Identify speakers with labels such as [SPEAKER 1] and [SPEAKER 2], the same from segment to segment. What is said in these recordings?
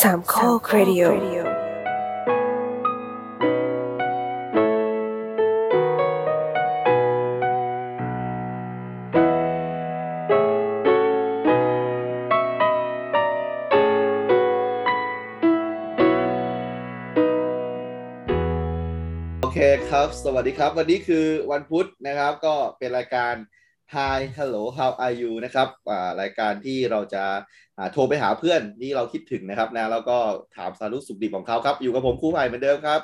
[SPEAKER 1] สามข้อครดิโอ
[SPEAKER 2] โอเคครับ สวัสดีครับ วันนี้คือวันพุธนะครับ ก็เป็นรายการ Hi Hello How are you นะครับอ่ารายการที่เราจะอ่าโทรไปหาเพื่อนที่เราคิดถึงนะครับนะ แล้วก็ถามสารุสุขดิบของเขาครับ อยู่กับผมครูไผ่เหมือนเดิมครับ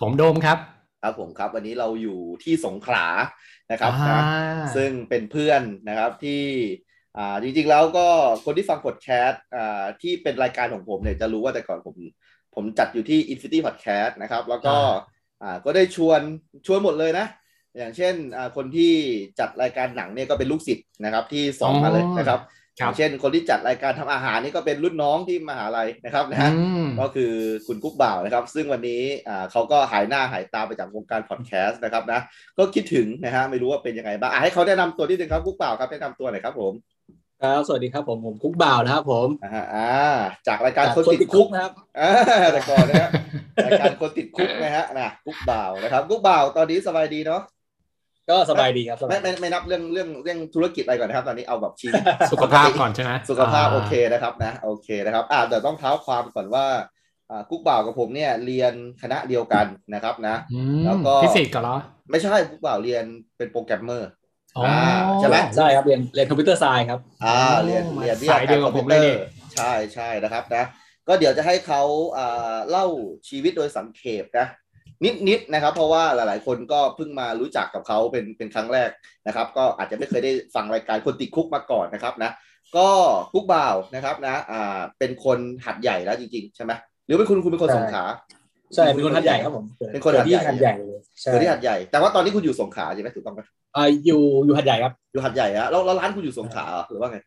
[SPEAKER 3] ผมโดมครับ
[SPEAKER 2] ครับผมครับ วันนี้เราอยู่ที่สงขลา นะครับนะ
[SPEAKER 3] อ่า
[SPEAKER 2] ซึ่งเป็นเพื่อนนะครับที่อ่าจริงๆแล้วก็คนที่ฟังพอดแคสต์อ่าที่เป็นรายการของผมเนี่ยจะรู้ว่าแต่ก่อนผมผมจัดอยู่ที่ Infinity Podcast นะครับ แล้วก็อ่าก็ได้ชวนชวนหมดเลยนะ อย่างเช่นอ่าคนที่จัดรายการหนังเนี่ยก็เป็นลูกศิษย์นะครับที่สอนมาเลยนะครับ
[SPEAKER 3] ค
[SPEAKER 2] อย่า
[SPEAKER 3] รับ
[SPEAKER 2] งเช่นคนที่จัดรายการทำอาหารนี่ก็เป็นรุ่นน้องที่มหาลัยนะครับนะ
[SPEAKER 3] อืม
[SPEAKER 2] ก็คือคุณกุ๊กบ่าวนะครับ ซึ่งวันนี้อ่าเขาก็หายหน้าหายตาไปจากวงการพอดแคสต์นะครับนะก็คิดถึงนะฮะไม่รู้ว่าเป็นยังไงบ้างอ่ะให้เขาแนะนำตัวนิดนึงครับกุ๊กบ่าวครับแนะนำตัวหน่อยครับผม
[SPEAKER 4] ครับสวัสดีครับผมผมคุกบ่าวนะครับผม
[SPEAKER 2] อ่าฮะอ่าจากรายการคนติดคุก
[SPEAKER 4] นะครับ
[SPEAKER 2] อ่าแต่ก่อนนะฮะรายการคนติดคุกนะฮะนะกุ๊กบ่าวนะครับกุ๊กบ่าวตอนนี้สบายดีเนาะ
[SPEAKER 4] ก็สบายดีครับสบา
[SPEAKER 2] ไม่
[SPEAKER 4] ย
[SPEAKER 2] ไม่ไม่นับเรื่องเรื่องเรื่องธุรกิจอะไรก่อนนะครับตอนนี้เอาแบบชีวิต
[SPEAKER 3] สุขภาพก่อนใช่ไหม
[SPEAKER 2] สุขภาพโอเคนะครับนะโอเคนะครับอ่าแต่ต้องเท้าความก่อนว่าอ่ากุ๊กบ่าวกับผมเนี่ยเรียนคณะเดียวกันนะครับนะ
[SPEAKER 3] อืม
[SPEAKER 2] แล้วก็
[SPEAKER 3] พิเศษก็เหรอ
[SPEAKER 2] ไม่ใช่กุ๊กบ่าวเรียนเป็นโปรแกรมเมอร์
[SPEAKER 3] อ๋อ
[SPEAKER 2] อ่าใช่ไหม
[SPEAKER 4] ใช่ครับเรียนเรียนคอมพิวเตอร์ไซน์ครับ
[SPEAKER 2] อ่า
[SPEAKER 3] อ๋อ
[SPEAKER 2] เรียนเรียน
[SPEAKER 3] สายเดียวกับผมเลยนี่
[SPEAKER 2] ใช่ใช่นะครับนะก็เดี๋ยวจะให้เขาอ่าเล่าชีวิตโดยสังเขปนะนิดๆนะครับ เพราะว่าหลาย ๆ คนก็เพิ่งมารู้จักกับเขาเป็นเป็นครั้งแรกนะครับ ก็อาจจะไม่เคยได้ฟังรายการคนติดคุกมาก่อนนะครับนะก็คุกบ่าวนะครับนะอ่าเป็นคนหัดใหญ่แล้วจริงๆใช่ไหมหรือเป็นคุณคุณเป็นคน
[SPEAKER 4] ใช่
[SPEAKER 2] สงขลา
[SPEAKER 4] ใช่เป็นคนหัดใหญ่ครับผม
[SPEAKER 2] เป็นคนหัดใหญ่
[SPEAKER 4] ที่หัดใหญ่เลยใช่
[SPEAKER 2] เกิดที่หัดใหญ่ แต่ว่าตอนนี้คุณอยู่สงขลาใช่ไหมถูกต้องไหม
[SPEAKER 4] อ่าอยู่อยู่หัดใหญ่ครับ
[SPEAKER 2] อยู่หัดใหญ่ฮะแล้วแล้วร้านคุณอยู่สงขลาเหรอหรือว่าไง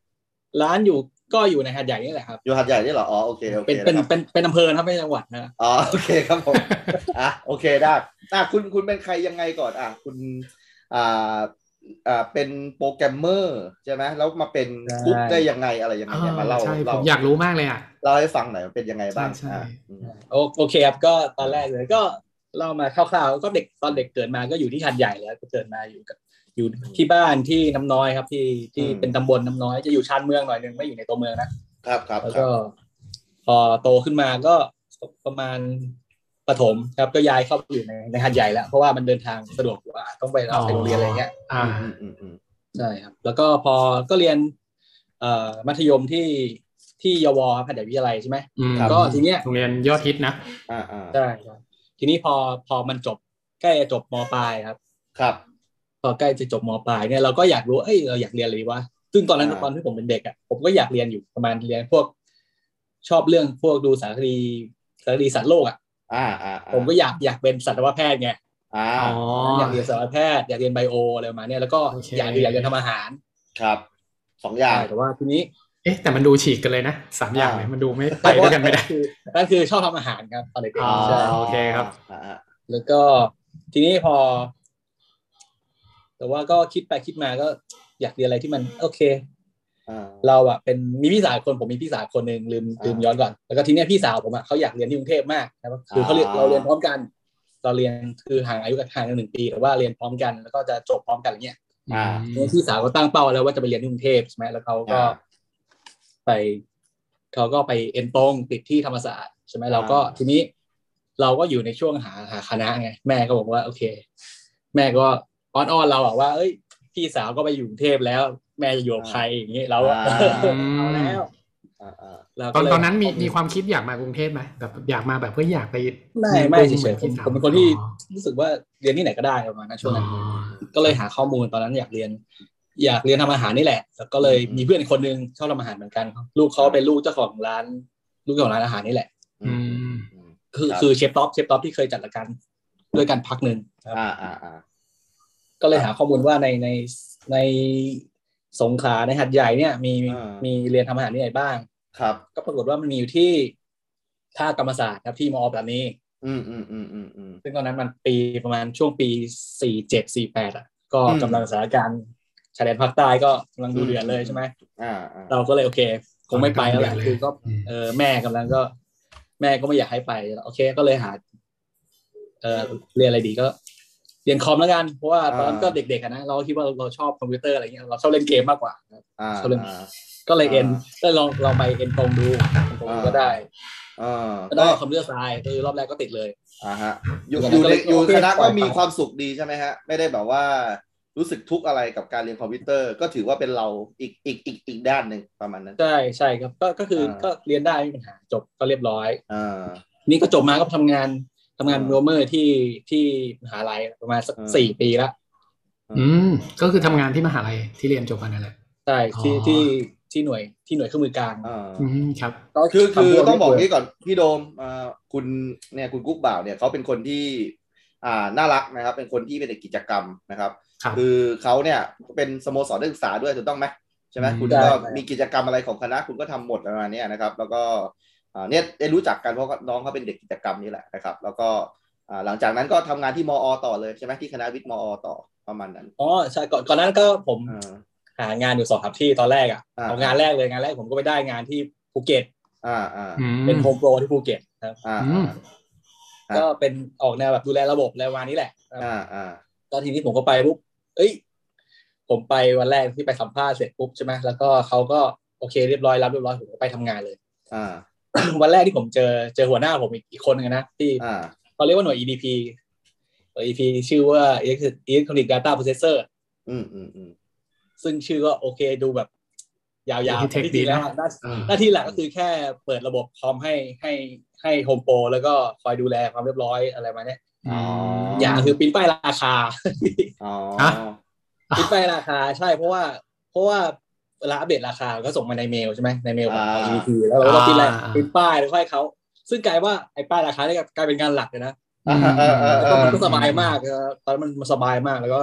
[SPEAKER 4] ร้านอยู่ก็อยู่ในหัดใหญ่นี่แหละครับ
[SPEAKER 2] อยู่หัดใหญ่นี่เหรออ๋อโอเคโอเค
[SPEAKER 4] เป็นเป็
[SPEAKER 2] นะ
[SPEAKER 4] น
[SPEAKER 2] ครับ
[SPEAKER 4] เป็นเป็นอำเภอนะครับไม่ใช่จังหวัดนะ
[SPEAKER 2] อ๋อโอเคครับผม อ่ะโอเคได้อ่ะคุณคุณเป็นใครยังไงก่อนอ่ะคุณอ่าอ่าเป็นโปรแกรมเมอร์ใช่ไหมแล้วมาเป็นกุ๊กได้ยังไงอะไรยังไงเนี่ยมาเล่า
[SPEAKER 3] ใช่
[SPEAKER 2] เล่า
[SPEAKER 3] ผมอยากรู้มากเลยอ่ะ
[SPEAKER 2] เล่าให้ฟังหน่อยมันเป็นยังไงบ้าง
[SPEAKER 3] ใช่ใช่
[SPEAKER 2] อ่ะอืม
[SPEAKER 4] โอโอเคครับก็ตอนแรกเลยก็เล่ามาคร่าวๆก็เด็กตอนเด็กเกิดมาก็อยู่ที่หัดใหญ่แล้วก็เกิดมาอยู่กับอยู่ที่บ้านที่น้ำน้อยครับที่ที่เป็นตำบลน้ำน้อยจะอยู่ชานเมืองหน่อยนึงไม่อยู่ในตัวเมืองนะ
[SPEAKER 2] ครับครับ
[SPEAKER 4] แล้ว
[SPEAKER 2] ครั
[SPEAKER 4] ก็
[SPEAKER 2] บ
[SPEAKER 4] พอโตขึ้นมาก็ประมาณประถมครับก็ย้ายเข้าไปอยู่ในในหัดใหญ่แล้วเพราะว่ามันเดินทางสะดวกกว่าต้องไปรับไปโรงเรียนอะไรเงี้ย
[SPEAKER 3] อ่า
[SPEAKER 2] อืมอืมอืม
[SPEAKER 4] ใช่ครับ แล้วก็พอก็เรียนเอ่อมัธยมที่ที่เยาวครับหัดใหญ่วิทยาลัยใช่ไหม
[SPEAKER 3] อืม
[SPEAKER 4] ก็ทีเนี้ย
[SPEAKER 3] โรงเรียนยอดฮิตนะ
[SPEAKER 2] อ่าอ่า
[SPEAKER 4] ใช่ครับทีนี้พอพอมันจบใกล้จะจบมปลายครับ
[SPEAKER 2] ครับ
[SPEAKER 4] พอใกล้จะจบมปลายเนี่ยเราก็อยากรู้เอ้ยเราอยากเรียนอะไรวะซึ่งตอนนั้น
[SPEAKER 2] อ่า
[SPEAKER 4] ตอนที่ผมเป็นเด็กอ่ะผมก็อยากเรียนอยู่ประมาณเรียนพวก ชอบเรื่องพวกดูสารคดีสารคดีสัตว์โลกอ่ะ
[SPEAKER 2] อ่าอ่าอ่า
[SPEAKER 4] ผมก็อยากอยากเป็นสัตวแพทย์ไง
[SPEAKER 2] อ่า
[SPEAKER 3] อ๋อ
[SPEAKER 4] อยากเรียนสัตวแพทย์อยากเรียนไบโออะไรประมาณเนี้ยแล้วก็
[SPEAKER 3] โอเค
[SPEAKER 4] อยากเรียนอยากเรียนทำอาหาร
[SPEAKER 2] ครับสองอย่าง
[SPEAKER 4] ใช่แต่ว่าทีนี้
[SPEAKER 3] เอ๊ะแต่มันดูฉีกกันเลยนะสามอย่างเลยมันดูไม่ไปด้วยกันไม่ได้
[SPEAKER 4] คือนั่นคือชอบทำอาหารครับตอนเด็ก
[SPEAKER 3] อ๋อ
[SPEAKER 4] ๆใช่
[SPEAKER 3] โเคครับ
[SPEAKER 2] อ่าอ่า
[SPEAKER 4] แล้วก็ทีนี้พอ แต่ว่าก็คิดไปคิดมาก็ อยากเรียนอะไรที่มัน โอเค
[SPEAKER 2] อ่า
[SPEAKER 4] เราอะเป็นมีพี่สาวคนผมมีพี่สาวคนหนึ่งลืม
[SPEAKER 2] อ่า
[SPEAKER 4] ลืมย้อนก่อนแล้วก็ทีเนี้ยพี่สาวผมอะเขาอยากเรียนที่กรุงเทพมากนะครับคือเขาเรียน
[SPEAKER 2] อ่า
[SPEAKER 4] เราเรียนพร้อมกันเราเรียนคือห่างอายุกันห่างกันหนึ่งปีแต่ว่าเรียนพร้อมกันแล้วก็จะจบพร้อมกันอะไรเงี้ย
[SPEAKER 2] อ่า
[SPEAKER 4] เนี่ยพี่สาวก็ตั้งเป้าแล้วว่าจะไปเรียนที่กรุงเทพใช่ไหมแล้วเขาก็
[SPEAKER 2] อ่า
[SPEAKER 4] ไปเขาก็ไปเอ็นตรงติดที่ธรรมศาสตร์ใช่ไหมเราก็
[SPEAKER 2] อ่า
[SPEAKER 4] ทีนี้ เราก็อยู่ในช่วงหาหาคณะไงแม่ก็บอกว่า โอเค แม่ก็อ้อนอ้อนๆเราอะว่า เอ้ย พี่สาวก็ไปอยู่กรุงเทพแล้ว แม่จะอยู่กับใครอย่างนี้เราก็
[SPEAKER 2] อ่า
[SPEAKER 4] เออเอาแล้ว
[SPEAKER 2] อ่าอ่า
[SPEAKER 4] เรา
[SPEAKER 3] ต
[SPEAKER 4] ก็
[SPEAKER 3] อน
[SPEAKER 4] เลย
[SPEAKER 3] ตอนนั้นมีมีความคิดอยากมากรุงเทพไหมแบบอยากมาแบบเพื่ออยากไป
[SPEAKER 4] ไม่
[SPEAKER 3] รียน
[SPEAKER 4] ไม่
[SPEAKER 3] รู้
[SPEAKER 4] เฉยๆผม
[SPEAKER 3] หอ
[SPEAKER 4] ผมเป็นคนที่รู้สึกว่าเรียนที่ไหนก็ได้ประมาณนั้นช่วงนั้น
[SPEAKER 3] อ๋อ
[SPEAKER 4] ก็เลยหาข้อมูลตอนนั้นอยากเรียน อยากเรียนทำอาหารนี่แหละแล้วก็เลยมีเพื่อนคนหนึงชอบทำอาหารเหมือนกัน ลูกเขาเป็นลูกเจ้าของร้าน ลูกเจ้าของร้านอาหารนี่แหละ
[SPEAKER 2] อืมอืมอืม
[SPEAKER 4] คือ
[SPEAKER 2] ครับ
[SPEAKER 4] คือเชฟท็อปเชฟท็อปที่เคยจัดรายการด้วยกันพักหนึ่ง
[SPEAKER 2] อ่าอ่าอ่า
[SPEAKER 4] ก็เลยหาข้อมูลว่าในในในสงขลาในหัดใหญ่เนี่ยมี
[SPEAKER 2] อ่ามี
[SPEAKER 4] มีเรียนทำอาหารที่ไหนบ้าง
[SPEAKER 2] ครับ
[SPEAKER 4] ก็ปรากฏว่ามันมีอยู่ที่ท่ากรรมศาสตร์ครับที่มอปรานี
[SPEAKER 2] อืมอืมอืมอืมอืม
[SPEAKER 4] ซึ่งตอนนั้นมันปีประมาณช่วงปีสี่เจ็ดสี่แปดอ่ะก็
[SPEAKER 2] อืม
[SPEAKER 4] กำลังสถานการณ์ชายแดนภาคใต้ก็กำลังดูเดือดเลยใช่ไหม
[SPEAKER 2] อ่าอ่า
[SPEAKER 4] เราก็เลยโอเค คงไม่ไปแล้วแหละ
[SPEAKER 3] เดือดเลย
[SPEAKER 4] คือก็
[SPEAKER 3] อืม
[SPEAKER 4] เออแม่กำลังก็ แม่ก็ไม่อยากให้ไปโอเค ก็เลยหา เอ่อเรียนอะไรดีก็เรียนคอมแล้วกันเพราะว่าตอนนั้นก็เด็กๆอะนะเราก็คิดว่าเราชอบคอมพิวเตอร์อะไรเงี้ยเราชอบเล่นเกมมากกว่า
[SPEAKER 2] อ่า
[SPEAKER 4] เขาเลย ก็เลยเอ็นก็ลองลองไปเอ็นตรงดูตรงก็ได้
[SPEAKER 2] อ่า
[SPEAKER 4] ก็
[SPEAKER 2] ก็
[SPEAKER 4] ได้คอมพิวเตอร์ไซน์คือรอบแรกก็ติดเลย
[SPEAKER 2] อ่าฮะอยู่
[SPEAKER 4] ก็
[SPEAKER 2] อยู่ใน
[SPEAKER 4] เลย
[SPEAKER 2] อยู่
[SPEAKER 4] โอเค
[SPEAKER 2] คณะ
[SPEAKER 4] ปล่
[SPEAKER 2] ก็
[SPEAKER 4] อยไป
[SPEAKER 2] มีความสุขดีใช่ไหมฮะ ไม่ได้แบบว่ารู้สึกทุกข์อะไรกับการเรียนคอมพิวเตอร์ ก็ถือว่าเป็นเราอีกอีกอีกอีกด้านหนึ่งประมาณนั้น
[SPEAKER 4] ใช่ใช่ครับก็ก็คืออา ก็เรียนได้ไม่มีปัญหาจบก็เรียบร้อย
[SPEAKER 2] อ่า
[SPEAKER 4] นี่ก็จบมาก็ทำงานทำงาน
[SPEAKER 2] อ่า
[SPEAKER 4] โรเมอร์ที่ที่มหาลัยประมาณสัก
[SPEAKER 2] อ่า
[SPEAKER 4] สี่ปีละ
[SPEAKER 3] อืมก็คือทำงานที่มหาลัยที่เรียนจบมานั่นแหละ
[SPEAKER 4] ใช่ที่
[SPEAKER 3] อ๋อ
[SPEAKER 4] ที่ที่หน่วยที่หน่วยเครื่องมือกลาง
[SPEAKER 2] อ่า
[SPEAKER 3] อืมครับ
[SPEAKER 2] คือคือ
[SPEAKER 4] ทำพว
[SPEAKER 2] ต้องบอก
[SPEAKER 4] นี้
[SPEAKER 2] นี้ก่อนพี่โดมอ่าคุณเนี่ยคุณกุ๊กบ่าวเนี่ยเขาเป็นคนที่อ่าน่ารักนะครับ เป็นคนที่เป็นเด็กกิจกรรมนะครับ
[SPEAKER 3] ครับ
[SPEAKER 2] คือเขาเนี่ยเป็นสโมสรนักศึกษาด้วยถูกต้องไหมใช่ไหม
[SPEAKER 3] อืม
[SPEAKER 2] คุณก็มีกิจกรรมอะไรของคณะคุณก็ทำหมดประมาณเนี้ยนะครับ แล้วก็อ่าเนี่ยได้รู้จักกันเพราะน้องเขาเป็นเด็กกิจกรรมนี่แหละนะครับ แล้วก็อ่าหลังจากนั้นก็ทำงานที่มอต่อเลยใช่ไหมที่คณะวิทย์มอต่อประมาณนั้น
[SPEAKER 4] อ๋อใช่ก่อนก่อนหนานั้นก็ผม
[SPEAKER 2] อ่า
[SPEAKER 4] หางานอยู่สองสามที่ตอนแรกอ่ะ
[SPEAKER 2] อ่า
[SPEAKER 4] เอางานแรกเลยงานแรกผมก็ไปได้งานที่ภูเก็ต
[SPEAKER 2] อ่าอ่า
[SPEAKER 3] อืม
[SPEAKER 4] เป็นโฮมโปรที่ภูเก็ตครับ
[SPEAKER 2] อ่า
[SPEAKER 3] อืม
[SPEAKER 2] า
[SPEAKER 4] ก็เป็นออกแนวแบบดูแลระบบอะไรประมาณนี้แหละครับ
[SPEAKER 2] อ่าอ่า
[SPEAKER 4] ก็ทีนี้ผมก็ไปปุ๊บ เอ้ย ผมไปวันแรกที่ไปสัมภาษณ์เสร็จปุ๊บใช่ไหมแล้วก็เขาก็โอเคเรียบร้อยรับเรียบร้อยผมก็ไปทำงานเลย
[SPEAKER 2] อ่า
[SPEAKER 4] วันแรกที่ผมเจอเจอหัวหน้าผมอีกอีกคนนึงนะที่
[SPEAKER 2] อ่า
[SPEAKER 4] เขาเรียกว่าหน่วย EDP หน่วย EDP ชื่อว่า Elect- Electronic Data Processor
[SPEAKER 2] อืมอืมอืม
[SPEAKER 4] ซึ่งชื่อก็โอเคดูแบบ ยาวๆ
[SPEAKER 3] Architect
[SPEAKER 4] ที่จริงแล้วหน้า
[SPEAKER 3] เออ
[SPEAKER 4] หน้าที่หลักก็คือแค่เปิดระบบคอมให้ให้ให้โฮมโปรแล้วก็คอยดูแลความเรียบร้อยอะไรมาเนี้ย
[SPEAKER 2] อ๋อ
[SPEAKER 4] อ
[SPEAKER 3] อ
[SPEAKER 4] ย่างคือปริ้นป้ายราค า
[SPEAKER 2] อ๋อ
[SPEAKER 3] ฮะ
[SPEAKER 4] คิดไปราคาใช่เพราะว่าเพราะว่าเวลาอัปเดตราคาก็ส่งมาในเมลใช่ไหมในเมลของ
[SPEAKER 2] อ่า
[SPEAKER 4] EDP แล้วเราก็ปิ้นอะไร
[SPEAKER 3] อ่า
[SPEAKER 4] ปิ้นป้ายแล้วค่อยเขา ซึ่งกลายว่าไอ้ป้ายราคาเนี่ยกลายเป็นงานหลักเลยนะ
[SPEAKER 2] อ่าเออเออ
[SPEAKER 4] แล้ว
[SPEAKER 2] เอ
[SPEAKER 4] ก็
[SPEAKER 2] อ
[SPEAKER 4] มันก็สบายมากนะครับตอนนั้นมันมันสบายมากแล้วก็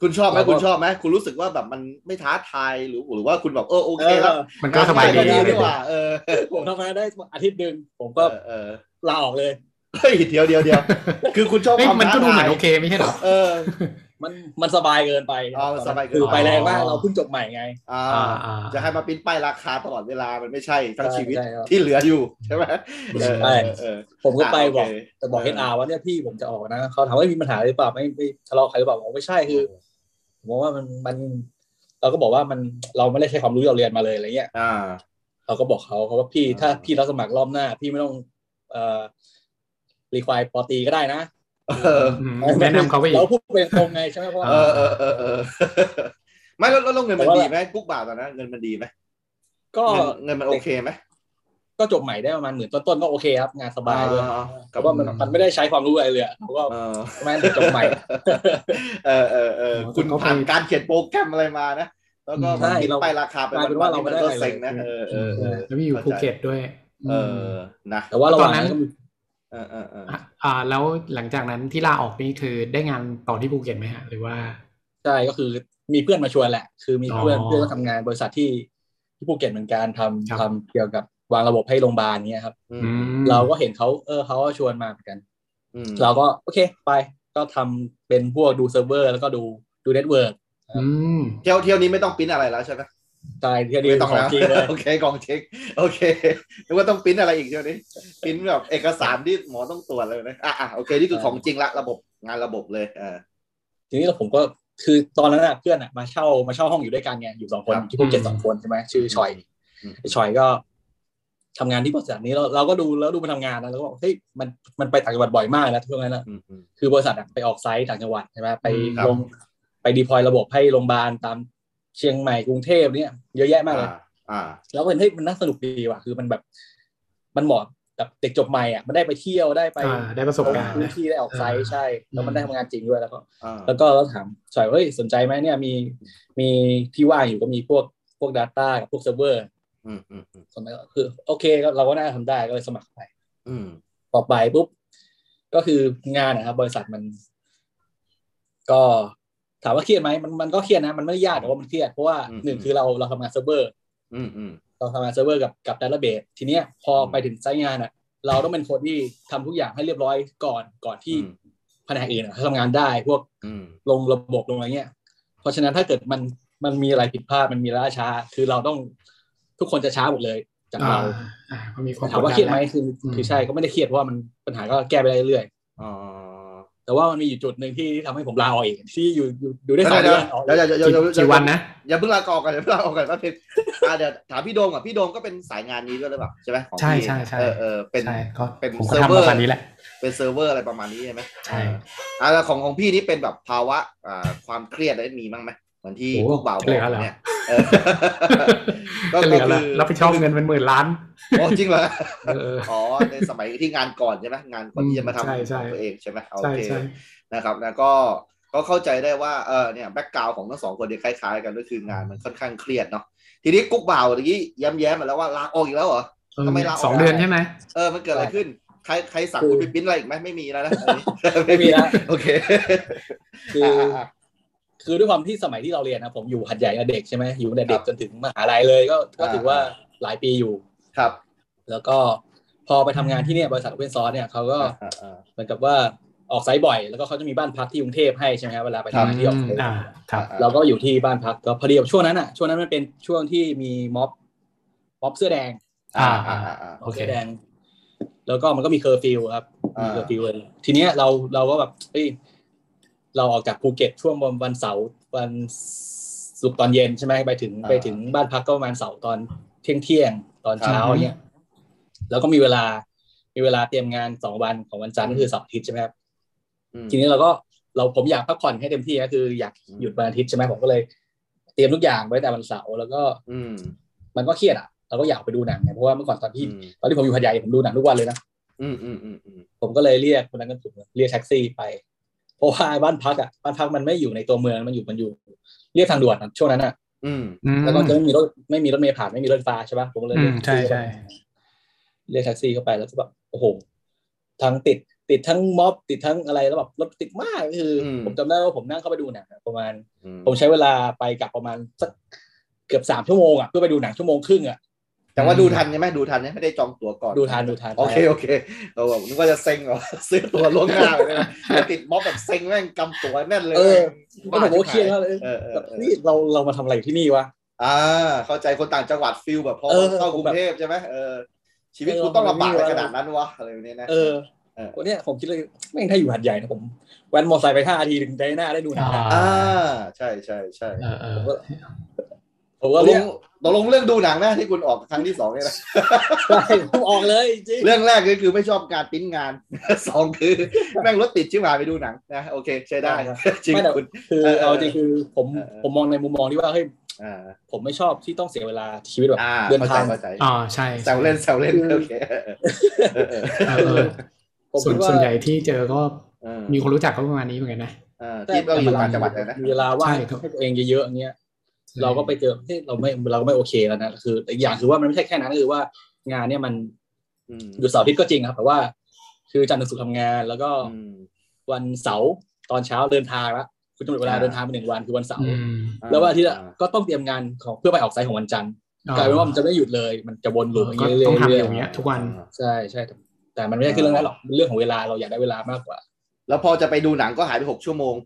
[SPEAKER 2] คุณชอบไหม
[SPEAKER 4] แล้วก็
[SPEAKER 2] คุณชอบไหมคุณรู้สึกว่าแบบมันไม่ท้าทายหรือหรือว่าคุณแบบเออโอเคแล้ว
[SPEAKER 3] มันก็สบาย
[SPEAKER 2] ง่ก
[SPEAKER 3] ดี
[SPEAKER 2] ว่นี้
[SPEAKER 3] เล
[SPEAKER 2] ดี
[SPEAKER 3] ย
[SPEAKER 2] กว่าเออ
[SPEAKER 4] ผมทำงานได้อาทิตย์หนึ่งผม
[SPEAKER 2] เอ
[SPEAKER 4] ก็
[SPEAKER 2] อเออ
[SPEAKER 4] ลาออกเลย
[SPEAKER 2] เฮ้ยเดียวเดียวเดียวคือคุณชอบ
[SPEAKER 3] เอ้ย
[SPEAKER 2] ความ
[SPEAKER 3] มันก็ดูเหมือน
[SPEAKER 2] ท้าทาย
[SPEAKER 3] โอเคไม่ใช่เหรอ
[SPEAKER 2] เออ
[SPEAKER 4] มันมันสบายเกินไป
[SPEAKER 2] อ๋อมันสบายเกินไป
[SPEAKER 4] คือไปแรงมาก
[SPEAKER 3] อ๋อ
[SPEAKER 4] เราเพิ่งจบใหม่ไง
[SPEAKER 2] อ่า
[SPEAKER 3] อ่าอ่า
[SPEAKER 2] จะให้มาปริ้นป้ายราคาตลอดเวลามันไม่ใช่ทั้งชีวิต
[SPEAKER 4] ใช่ครับ
[SPEAKER 2] ที่เหลืออยู่ใช่ไหมเออ
[SPEAKER 4] ใช่
[SPEAKER 2] เออเออ
[SPEAKER 4] ผมก็ไปบอก
[SPEAKER 2] อ่าโอเค
[SPEAKER 4] แต่บอกเฮดอาว่าเนี่ยพี่ผมจะออกนะเขาถามว่ามีปัญหาหรือเปล่าไม่ไม่ทะเลาะใครหรือเปล่าผมบอกไม่ใช่คือ ผมว่ามันมันเราก็บอกว่ามันเราไม่ได้ใช้ความรู้ที่เราเรียนมาเลยอะไรเงี้ย
[SPEAKER 2] อ่า
[SPEAKER 4] เราก็บอกเขาเขาว่าพี่
[SPEAKER 2] อ่า
[SPEAKER 4] ถ้าพี่รับสมัครรอบหน้า พี่ไม่ต้องเอ่อรีควายปอตีก็ได้นะ
[SPEAKER 2] เออ
[SPEAKER 3] อืมแนะนำเขาไปอีก
[SPEAKER 4] เราพูดเป็นตรงไงใช่ไหมเพราะว่า
[SPEAKER 2] เออเออเออเอ อไม่แล้วแล้วเงินมัน
[SPEAKER 4] แต่ว่า
[SPEAKER 2] ดีไหมกุ๊กบ่าวตอนนั้นเงินมันดีไหม
[SPEAKER 4] ก็
[SPEAKER 2] เงินเงินมันโอเคไหม
[SPEAKER 4] ก็จบใหม่ได้ประมาณหมื่นต้นๆก็โอเคครับงานสบายด้วย
[SPEAKER 2] อ่า
[SPEAKER 4] แต่ว่ามันมันไม่ได้ใช้ความรู้อะไรเลยอะเพราะว่า
[SPEAKER 2] เออ
[SPEAKER 4] ใช่ไหมจบใหม่
[SPEAKER 2] เออเออเออ
[SPEAKER 3] โอ้
[SPEAKER 2] คุณ
[SPEAKER 3] เขาไป
[SPEAKER 2] ผ่านการเขียนโปรแกรมอะไรมานะ แล้วก็
[SPEAKER 4] ใช่
[SPEAKER 2] มันติด
[SPEAKER 4] เรา
[SPEAKER 2] ไปราคาไป
[SPEAKER 4] กลายเป็นว่าเราไม่ได้
[SPEAKER 2] ก็
[SPEAKER 4] อะไรเลย
[SPEAKER 2] เซ็งนะเออเออเออ
[SPEAKER 3] แล้วมีอยู่ภูเก็ตด้วย
[SPEAKER 2] เออนะ
[SPEAKER 4] แต่ว่าระหว่าง
[SPEAKER 3] นั้น
[SPEAKER 4] นั้นก็มี
[SPEAKER 2] เออเออเออ
[SPEAKER 3] อ่า แล้วหลังจากนั้นที่ลาออกนี่คือได้งานต่อที่ภูเก็ตไหมฮะ หรือว่า
[SPEAKER 4] ใช่ก็คือมีเพื่อนมาชวนแหละ คือมีเพื่อน
[SPEAKER 3] อ๋อ
[SPEAKER 4] เพื่อนก็ทำงานบริษัทที่ที่ภูเก็ตเหมือนกันทำ
[SPEAKER 3] ครับ
[SPEAKER 4] ทำเกี่ยวกับวางระบบให้โรงพยาบาลเนี้ยครับ
[SPEAKER 2] อื
[SPEAKER 3] อื
[SPEAKER 2] ม
[SPEAKER 3] ม
[SPEAKER 4] เราก็เห็นเขาเออเขาก็ชวนมาเหมือนกัน
[SPEAKER 2] อืม
[SPEAKER 4] เราก็โอเคไปก็ทำเป็นพวกดูเซิร์ฟเวอร์ แล้วก็ดูดูเน็ตเวิร์ก
[SPEAKER 3] อืม
[SPEAKER 2] เที่ยวเที่ยวนี้ไม่ต้องปริ้นอะไรแล้วใช่ไหม
[SPEAKER 4] ใช่เที่ยวนี้
[SPEAKER 2] ไม่ต้อง
[SPEAKER 4] ของ
[SPEAKER 2] แล้ว
[SPEAKER 4] จริงเลย
[SPEAKER 2] โอเคกองเช็คโอเค นึกว่าต้องปริ้นอะไรอีกเที่ยวนี้ปริ้นแบบเอกสารที่หมอต้องตรวจเลยนะอ่ะอ่ะโอเคนี่คือของจริงละระบบงานระบบเลยเออ
[SPEAKER 4] ทีนี้เราผมก็คือตอนนั้นน่ะเพื่อนอ่ะมาเช่ามาเช่าห้องอยู่ด้วยกันไงอยู่สองคน
[SPEAKER 2] ครับ
[SPEAKER 4] ที่ภูเก็ต
[SPEAKER 3] อืม
[SPEAKER 4] สองคนใช่ไหมชื่อชอย
[SPEAKER 2] อืม
[SPEAKER 4] ไอ้ชอยก็ทำงานที่บริษัทนี้เราเราก็ดูแล้วดูมันทำงานนะแล้วก็บอกเฮ้ยมันมันไปต่างจังหวัดบ่อยมากนะช่วงนั้นนะ
[SPEAKER 2] อืมอืม
[SPEAKER 4] คือบริษัทอะไปออกไซต์ต่างจังหวัดใช่ไหมไป
[SPEAKER 2] ครับ
[SPEAKER 4] ลงไปดีพอยระบบให้โรงพยาบาลตามเชียงใหม่กรุงเทพเนี่ยเยอะแยะมากเลย
[SPEAKER 2] อ่าอ่า
[SPEAKER 4] แล้วก็เห็นเฮ้ยมันน่าสนุกดีว่ะคือมันแบบ มันเหมาะกับเด็กจบใหม่อ่ะมันได้ไปเที่ยวได้ไป
[SPEAKER 3] อ่าได้ประสบการณ์
[SPEAKER 4] พื้น
[SPEAKER 3] นะ
[SPEAKER 4] ที่ได้ออกไซต์ใช่ แล้วมันได้ทำงานจริงด้วยแล้วก็
[SPEAKER 2] อ่า
[SPEAKER 4] แล้วก็เราถามสอยว่าเฮ้ยสนใจไหมเนี่ยมีมีที่ว่างอยู่ก็มีพวกพวก Data กับพวกเซิร์ฟเวอร์
[SPEAKER 2] อืมอืมอืม
[SPEAKER 4] สนใจก็คือ โอเคก็เราก็น่าทำได้ก็เลยสมัครไป
[SPEAKER 2] อืม
[SPEAKER 4] ต่อไปปุ๊บก็คืองานนะครับ บริษัทมัน ก็ถามว่าเครียดไหมมันมันก็เครียดนะ มันไม่ได้ยากแต่ว่ามันเครียดเพราะว่าหนึ่งคือเราเราทำงานเซิร์ฟเวอร์
[SPEAKER 2] อืมอืม
[SPEAKER 4] เราทำงานเซิร์ฟเวอร์กับกับดัตเตอร์เบสทีเนี้ยพอไปถึงไซต์งานอ่ะ เราต้องเป็นคนที่ทำทุกอย่างให้เรียบร้อยก่อนก่อนที่
[SPEAKER 2] อืม
[SPEAKER 4] แผนกอื่นอะเขาทำงานได้ พวก
[SPEAKER 2] อืม
[SPEAKER 4] ลงระบบลงอะไรเงี้ย เพราะฉะนั้นถ้าเกิดมันมันมีอะไรผิดพลาดมันมีล่าช้า คือเราต้องทุกคนจะช้าหมดเลย จากเรา
[SPEAKER 3] อ่อ่าก็มีความ
[SPEAKER 4] ถามว่า
[SPEAKER 3] ดั
[SPEAKER 4] เครียดไหม
[SPEAKER 3] แล้
[SPEAKER 4] คือ
[SPEAKER 3] อืม
[SPEAKER 4] คือใช่ก็ไม่ได้เครียดเพราะว่ามันปัญหาก็แก้ไปเรื่อย
[SPEAKER 2] อ๋อ
[SPEAKER 4] ๆแต่ว่ามันมีอยู่จุดหนึ่งที่ทำให้ผมลาออกเองที่อยู่อยู่อยู่ได้
[SPEAKER 2] เดี๋ย
[SPEAKER 4] สอง
[SPEAKER 2] ว
[SPEAKER 4] เดื
[SPEAKER 2] เด
[SPEAKER 4] อออก
[SPEAKER 2] ี๋ยวนเดี๋ยวเดี๋ยวเดี๋ยว
[SPEAKER 3] กี่
[SPEAKER 2] เดี๋ยวเดี๋
[SPEAKER 3] กี่
[SPEAKER 2] ยว
[SPEAKER 3] วันนะ
[SPEAKER 2] อย่าเพิ่งลากอก่อนอย่าเพิ่งลากอก่อนแป๊บนึงอ่ะเดี๋ยวถามพี่โดมก่อนพี่โดมก็เป็นสายงานนี้ด้วยหรือเปล่าใช่ไหมของ
[SPEAKER 3] ใช่
[SPEAKER 2] พี่
[SPEAKER 3] ใช่ใช่
[SPEAKER 2] เออเออเป็น
[SPEAKER 3] ใช่ก็
[SPEAKER 2] เป็น
[SPEAKER 3] ผมก็
[SPEAKER 2] เซิร์ฟ
[SPEAKER 3] ทำ
[SPEAKER 2] เวอร์
[SPEAKER 3] มาขนาดนี้แหละ
[SPEAKER 2] เป็นเซิร์ฟเวอร์อะไรประมาณนี้ใช่ไหม
[SPEAKER 3] ใช่
[SPEAKER 2] อ่าแล้วของของพี่นี่เป็นแบบภาวะอ่าความเครียดอะไรมีบ้างไหมเหมือนที่
[SPEAKER 3] โอ้
[SPEAKER 2] พวกบ่าวบ
[SPEAKER 3] เหลื
[SPEAKER 2] อ
[SPEAKER 3] อก เหรอ
[SPEAKER 2] เนี่ยเอ อ ก็
[SPEAKER 3] จะเหลือละ
[SPEAKER 2] ก็คือ
[SPEAKER 3] รับผิดชอบเงินเป็นหมื่นล้าน
[SPEAKER 2] โอ้จริงเหรอ
[SPEAKER 3] เออ
[SPEAKER 2] อ๋อในสมัยที่งานก่อนใช่ไหมงานก่อนที่จะมาทำ
[SPEAKER 3] ใช่ใช่
[SPEAKER 2] ของตัวเองใช่ไหมโอ
[SPEAKER 3] ใช่
[SPEAKER 2] เค
[SPEAKER 3] ใช่
[SPEAKER 2] นะครับนะก็ก็เข้าใจได้ว่าเออเนี่ยแบ็กกราวของทั้งสองคนเนี่ยคล้าย ๆ กันก็คืองานมันค่อนข้างเครียดเนาะทีนี้กุ๊กบ่าวตะกี้ย้ำแย้มมาแล้วว่าลาออกอีกแล้วเหรอ
[SPEAKER 3] เออ
[SPEAKER 2] ทำไมลาออก
[SPEAKER 3] สองเดือนใช่ไหม
[SPEAKER 2] เออมันเกิดอะไรขึ้นใครใครสั่งคุณไปปริ้นอะไรอีกไหมไม่มีแล้วนะอันนี้
[SPEAKER 4] ไม่มีแล้ว
[SPEAKER 2] โอเค
[SPEAKER 4] คือ
[SPEAKER 2] อ่ะ
[SPEAKER 4] คือด้วยความที่สมัยที่เราเรียนนะผมอยู่หัดใหญ่กับเด็กใช่ไหมอยู่แต่เด็ก
[SPEAKER 2] ครับ
[SPEAKER 4] จนถึงมหาลัยเลยก็ก็
[SPEAKER 2] อ่า
[SPEAKER 4] ถือว่าหลายปีอยู่
[SPEAKER 2] ๆครับ
[SPEAKER 4] แล้วก็พอไปทำงานที่เนี่ยบริษัทเวนซอสเนี่ยเขาก็
[SPEAKER 2] อ่า
[SPEAKER 4] เหมือนกับว่าออกไซต์บ่อย แล้วก็เขาจะมีบ้านพักที่กรุงเทพให้ใช่ไหมครับเวลาไปทำงานที่ออกไซต์
[SPEAKER 3] อ่าครับ
[SPEAKER 2] อ่า
[SPEAKER 4] เราก็อยู่ที่บ้านพักก็พอดีกับช่วงนั้นอ่ะช่วงนั้นมันเป็นช่วงที่มีม็อบม็อบเสื้อแดง
[SPEAKER 2] ๆอ่าอ่าอ่าอ่า
[SPEAKER 3] โอเค
[SPEAKER 4] เสื้อแดง แล้วก็มันก็มีเคอร์ฟิวครับมี
[SPEAKER 2] อ่า
[SPEAKER 4] เคอร์ฟิวเลยทีเนี้ยเราเราก็แบบเอ้ยเราออกจากภูเก็ตช่วงวันเสาร์วันศุกร์ตอนเย็นใช่ไหมไปถึง
[SPEAKER 2] อ่า
[SPEAKER 4] ไปถึงบ้านพักก็ประมาณเสาร์ตอนเที่ยงเที่ยงๆตอนเช้าเนี่ยแล้วก็มีเวลามีเวลาเตรียมงานสองวันของวันจันทร์ก็คือเสาร์อาทิตย์ใช่ไหมครับ
[SPEAKER 2] อืม
[SPEAKER 4] ทีนี้เราก็เราผมอยากพักผ่อนให้เต็มที่ก็คืออยาก
[SPEAKER 2] อืม
[SPEAKER 4] หยุดวันอาทิตย์ใช่ไหมผมก็เลย เตรียมทุกอย่างไว้แต่วันเสาร์แล้วก็
[SPEAKER 2] อืม
[SPEAKER 4] มันก็เครียดอ่ะเราก็อยากไปดูหนังไงเพราะว่าเมื่อก่อนตอนที่
[SPEAKER 2] อืม
[SPEAKER 4] ตอนที่ผมอยู่พัทยาผมดูหนังทุกวันเลยนะ
[SPEAKER 2] อืมอืมอืมอืม
[SPEAKER 4] ผมก็เลยเรียกคนนั้นก็ถูกเรียกแท็กซี่ไป เพราะว่าบ้านพักอ่ะบ้านพักมันไม่อยู่ในตัวเมืองมันอยู่มันอยู่ เรียกทางด่วนอะช่วงนั้นอ่ะ
[SPEAKER 2] อืม
[SPEAKER 3] อืม
[SPEAKER 4] แล้วก็จะไม่มีรถไม่มีรถเมล์ผ่านไม่มีรถไฟฟ้าใช่ปะผมก็เลยเรียก
[SPEAKER 3] อืม
[SPEAKER 4] แท็กซี่
[SPEAKER 3] ใช่
[SPEAKER 4] เรียกแท็กซี่เข้าไปแล้วก็แบบโอ้โหทั้งติดติดทั้งม็อบติดทั้งอะไรแล้วแบบรถติดมากก็คืออผมจำได้ว่าผมนั่งเข้าไปดูหนังอะประมาณ
[SPEAKER 2] อืม
[SPEAKER 4] ผมใช้เวลาไปกลับประมาณสักเกือบสามชั่วโมงอ่ะเพื่อไปดูหนังชั่วโมงครึ่งอ่ะ
[SPEAKER 2] แต่ว่าดูทันใช่ไหมดูทันใช่ไหมไม่ได้จองตั๋วก่อน
[SPEAKER 4] ดูทานดูทาน
[SPEAKER 2] โอเค โอเคเราแบบนึกว่าจะเซ็งเหรอ ซื้อตัวล่วงหน้าไปเลยนะแต่ติดม็อบแบบเซ็งแม่งกำตัวแน่นเลย
[SPEAKER 4] เออ
[SPEAKER 2] บ้า
[SPEAKER 4] ผมก็เครียดมากเลย
[SPEAKER 2] เออเออ
[SPEAKER 4] แบบ
[SPEAKER 2] เออ
[SPEAKER 4] นี่เราเรามาทำอะไรอยู่ที่นี่วะ
[SPEAKER 2] อ่า เข้าใจคนต่างจังหวัดฟิลแบบพอ
[SPEAKER 4] เออ
[SPEAKER 2] เข้ากรุงเทพใช่ไหมเออ ชีวิตกูต้องลำบากอะไรขนาดนั้นวะอะไรแบบนี้นะ
[SPEAKER 4] เออ
[SPEAKER 2] เออ
[SPEAKER 4] วันเนี้ยผมคิดเลยแม่งถ้าอยู่หัดใหญ่นะผมแว้นมอเตอร์ไซค์ไปห้านาทีถึงได้หน้าได้ดูหนังอะ
[SPEAKER 2] อ่า ใช่ใช่ใช่
[SPEAKER 3] เออเออ
[SPEAKER 4] ผม
[SPEAKER 2] ต
[SPEAKER 4] ก็
[SPEAKER 2] กล
[SPEAKER 4] เรีย
[SPEAKER 2] ง
[SPEAKER 4] ก
[SPEAKER 2] ตกลงเรื่องดูหนังนะที่คุณออกครั้งที่สองเนี่ยนะ
[SPEAKER 4] ใช่ผมออกเลยจริง
[SPEAKER 2] เรื่องแรกก็คือไม่ชอบการปิ้นงาน สองคือ แม่งรถติดชิบหายไปดูหนังนะโอเค ใช้ ได้จริงคุณ
[SPEAKER 4] คือ
[SPEAKER 2] เออเออ
[SPEAKER 4] เอาจริงคือผม
[SPEAKER 2] เออเออ
[SPEAKER 4] ผมมองในมุมมองที่ว่าเฮ้ย
[SPEAKER 2] อ่า
[SPEAKER 4] ผมไม่ชอบที่ต้องเสียเวลาชีวิตแบบ
[SPEAKER 2] อ่า
[SPEAKER 4] เดิน
[SPEAKER 2] เข้าใจ
[SPEAKER 4] ทาง
[SPEAKER 2] เข้าใจ
[SPEAKER 3] อ่าใช่
[SPEAKER 2] แซวเล่นแซวเล่นโอเคเออเออ
[SPEAKER 3] เออเออ
[SPEAKER 4] ผม
[SPEAKER 3] ส่วน
[SPEAKER 4] คิดว่า
[SPEAKER 3] ส่วนใหญ่ที่เจอก็
[SPEAKER 2] เออ
[SPEAKER 3] มีคนรู้จักก็ประมาณนี้เหมือนกันนะ
[SPEAKER 2] เออที่เราอยู่ต่างจังหวัดเลยนะ
[SPEAKER 4] มีเวลาว่าง
[SPEAKER 3] ใช่ครับ
[SPEAKER 4] ให้ตัวเองเยอะๆอย่างเงี้ยเราก็ไปเจอเฮ้ยเราไม่เราก็ไม่โอเคแล้วนะคืออีกอย่างคือว่ามันไม่ใช่แค่นั้นคือว่างานเนี่ยมัน
[SPEAKER 2] อืม
[SPEAKER 4] หยุดเสาร์อาทิตย์ก็จริงครับ แต่ว่า คือจันทร์ถึงศุกร์ทำงานแล้วก็
[SPEAKER 2] อืม
[SPEAKER 4] วันเสาร์ตอนเช้าเดินทางละคุณกำหนดเวลา
[SPEAKER 2] อ่า
[SPEAKER 4] เดินทางไปหนึ่งวันคือวันเสาร์
[SPEAKER 3] อืม
[SPEAKER 4] แล้ววันอาทิตย์อะ
[SPEAKER 2] อ่
[SPEAKER 4] ก็ต้องเตรียมงานของเพื่อไปออกไซต์ของวันจันทร์
[SPEAKER 3] อ่
[SPEAKER 4] กลายเป็นว่ามันจะไม่หยุดเลยมันจะวนลูปอย่าง
[SPEAKER 3] ก็
[SPEAKER 4] เงี้ยเรื่
[SPEAKER 3] ต้องทำอ
[SPEAKER 4] อย
[SPEAKER 3] ย่างเงี้ย ทุกวัน
[SPEAKER 4] ๆใช่ใช่แต่แต่มันไม่ใช่คือเรื่องนั้นหรอกเรื่องของเวลาเราอยากได้เวลามากกว่า
[SPEAKER 2] แล้วพอจะไปดูหนังก็หายไปหกชั่วโมง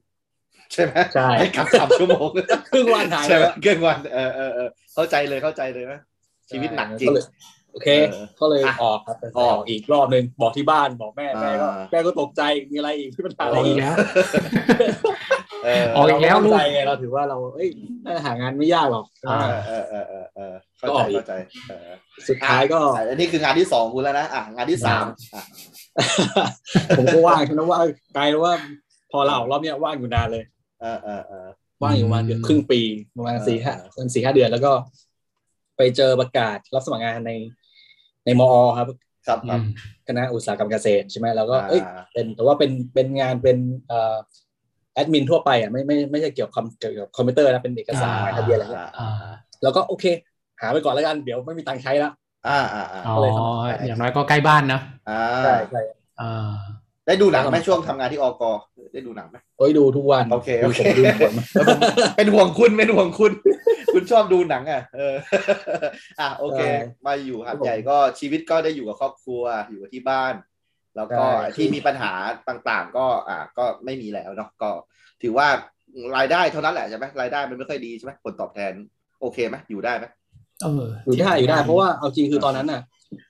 [SPEAKER 2] ใช่ไหม
[SPEAKER 4] ใช่
[SPEAKER 2] ห้กลับสามชั่วโมง
[SPEAKER 4] ครึ่งวันหาย
[SPEAKER 2] ใช่ไหม
[SPEAKER 4] แล้ว
[SPEAKER 2] เกินวันเออเออเออเข้าใจเลยเข้าใจเลยนะชีวิตหนักจริง
[SPEAKER 4] เลยโอเค
[SPEAKER 2] เออ
[SPEAKER 4] ก็เลย
[SPEAKER 2] อ่ะ
[SPEAKER 4] ออกครับไป
[SPEAKER 2] อ
[SPEAKER 4] อ
[SPEAKER 2] อ
[SPEAKER 4] อก กอีกรอบหนึ่งบอกที่บ้านบอกแม่แม่ก็
[SPEAKER 2] อ่า
[SPEAKER 4] แม่ก็ตกใจมีอะไรอีกที่ปัญหา
[SPEAKER 3] อ
[SPEAKER 4] อะไร
[SPEAKER 3] อกอี
[SPEAKER 4] อี
[SPEAKER 3] ก
[SPEAKER 4] ก
[SPEAKER 3] แล้ว
[SPEAKER 2] เออ
[SPEAKER 3] ออกอีกแล้ว
[SPEAKER 4] เรา
[SPEAKER 3] ลู
[SPEAKER 4] มั่น
[SPEAKER 3] ก
[SPEAKER 4] ใจไงเราถือว่าเราเอ้ยน่าจะหางานไม่ยากหรอก
[SPEAKER 3] อ่า
[SPEAKER 2] เออเออเออเออเข้า
[SPEAKER 4] ก็ออก
[SPEAKER 2] ใจ
[SPEAKER 4] อีก
[SPEAKER 2] เข้าใจเออ
[SPEAKER 4] สุดท้ายก็
[SPEAKER 2] อันนี้คืองานที่สองคุณแล้วนะอ่ะงานที่สามอ่ะ
[SPEAKER 4] ผมก็ว่างฉันว่า ไกลว่าพอเราออกรอบเนี้ยว่างอยู่นานเลย
[SPEAKER 2] เออเออเออ
[SPEAKER 4] ว่างอยู่ประมาณเดือนครึ่งปีประมาณ
[SPEAKER 2] เออ
[SPEAKER 4] สี่ห้าประมาณสี่ห้าเดือนแล้วก็ ไปเจอประกาศรับสมัครงานใน ในมอครับ
[SPEAKER 2] ครับค
[SPEAKER 3] อื
[SPEAKER 2] รับ
[SPEAKER 3] ม
[SPEAKER 4] คณะอุตสาหกรรมเกษตรใช่ไหมแล้วก็
[SPEAKER 2] า
[SPEAKER 4] เอ้ยเป็นแต่ว่าเป็นเป็นงานเป็นเอ่อแอดมินทั่วไปอ่ะไม่ไม่ไม่ใช่เกี่ยวกับคอมเกี่ยวกับคอมพิวเตอร์นะเป็นเอกสาร
[SPEAKER 3] อ่า
[SPEAKER 4] หมายทะเบียนอะไรเงี้ย
[SPEAKER 2] อ่า
[SPEAKER 4] แล้วก็โอเค หาไปก่อนแล้วกันเดี๋ยวไม่มีตังค์ใช้ละ
[SPEAKER 2] อ่าอ่าอ่า
[SPEAKER 3] อ๋อ
[SPEAKER 4] ก็เลยทำ
[SPEAKER 3] อย่างน้อยก็ใกล้บ้านเนอะ
[SPEAKER 2] อ่
[SPEAKER 4] ใช่
[SPEAKER 2] า
[SPEAKER 4] ใช่
[SPEAKER 3] อ่า
[SPEAKER 2] ได้ดูหนังไหมช่วงทำงานที่อกได้ดูหนังไหม
[SPEAKER 4] โอ้ยดูทุกวัน
[SPEAKER 2] โอเคโอเค
[SPEAKER 4] ดูผมดูผม
[SPEAKER 2] แล้วผม เป็นห่วงคุณเป็นห่วงคุณ คุณชอบดูหนังอ่ะเอ อ อ่ะโอเค มาอยู่หัดใหญ่ก็ชีวิตก็ได้อยู่กับครอบครัวอยู่กับที่บ้าน แล้วก็ที่มีปัญหาต่างๆ ก็อ่ะก็ไม่มีแล้วเนาะก็ ถือว่ารายได้เท่านั้นแหละใช่ไหมรายได้มันไม่ค่อยดีใช่ไหมผลตอบแทน โอเคไหมอยู่ได้ไหม
[SPEAKER 3] เออ
[SPEAKER 4] อยู่ได้อยู่ได้เพราะว่าเอาจริงคือตอนนั้นน่ะ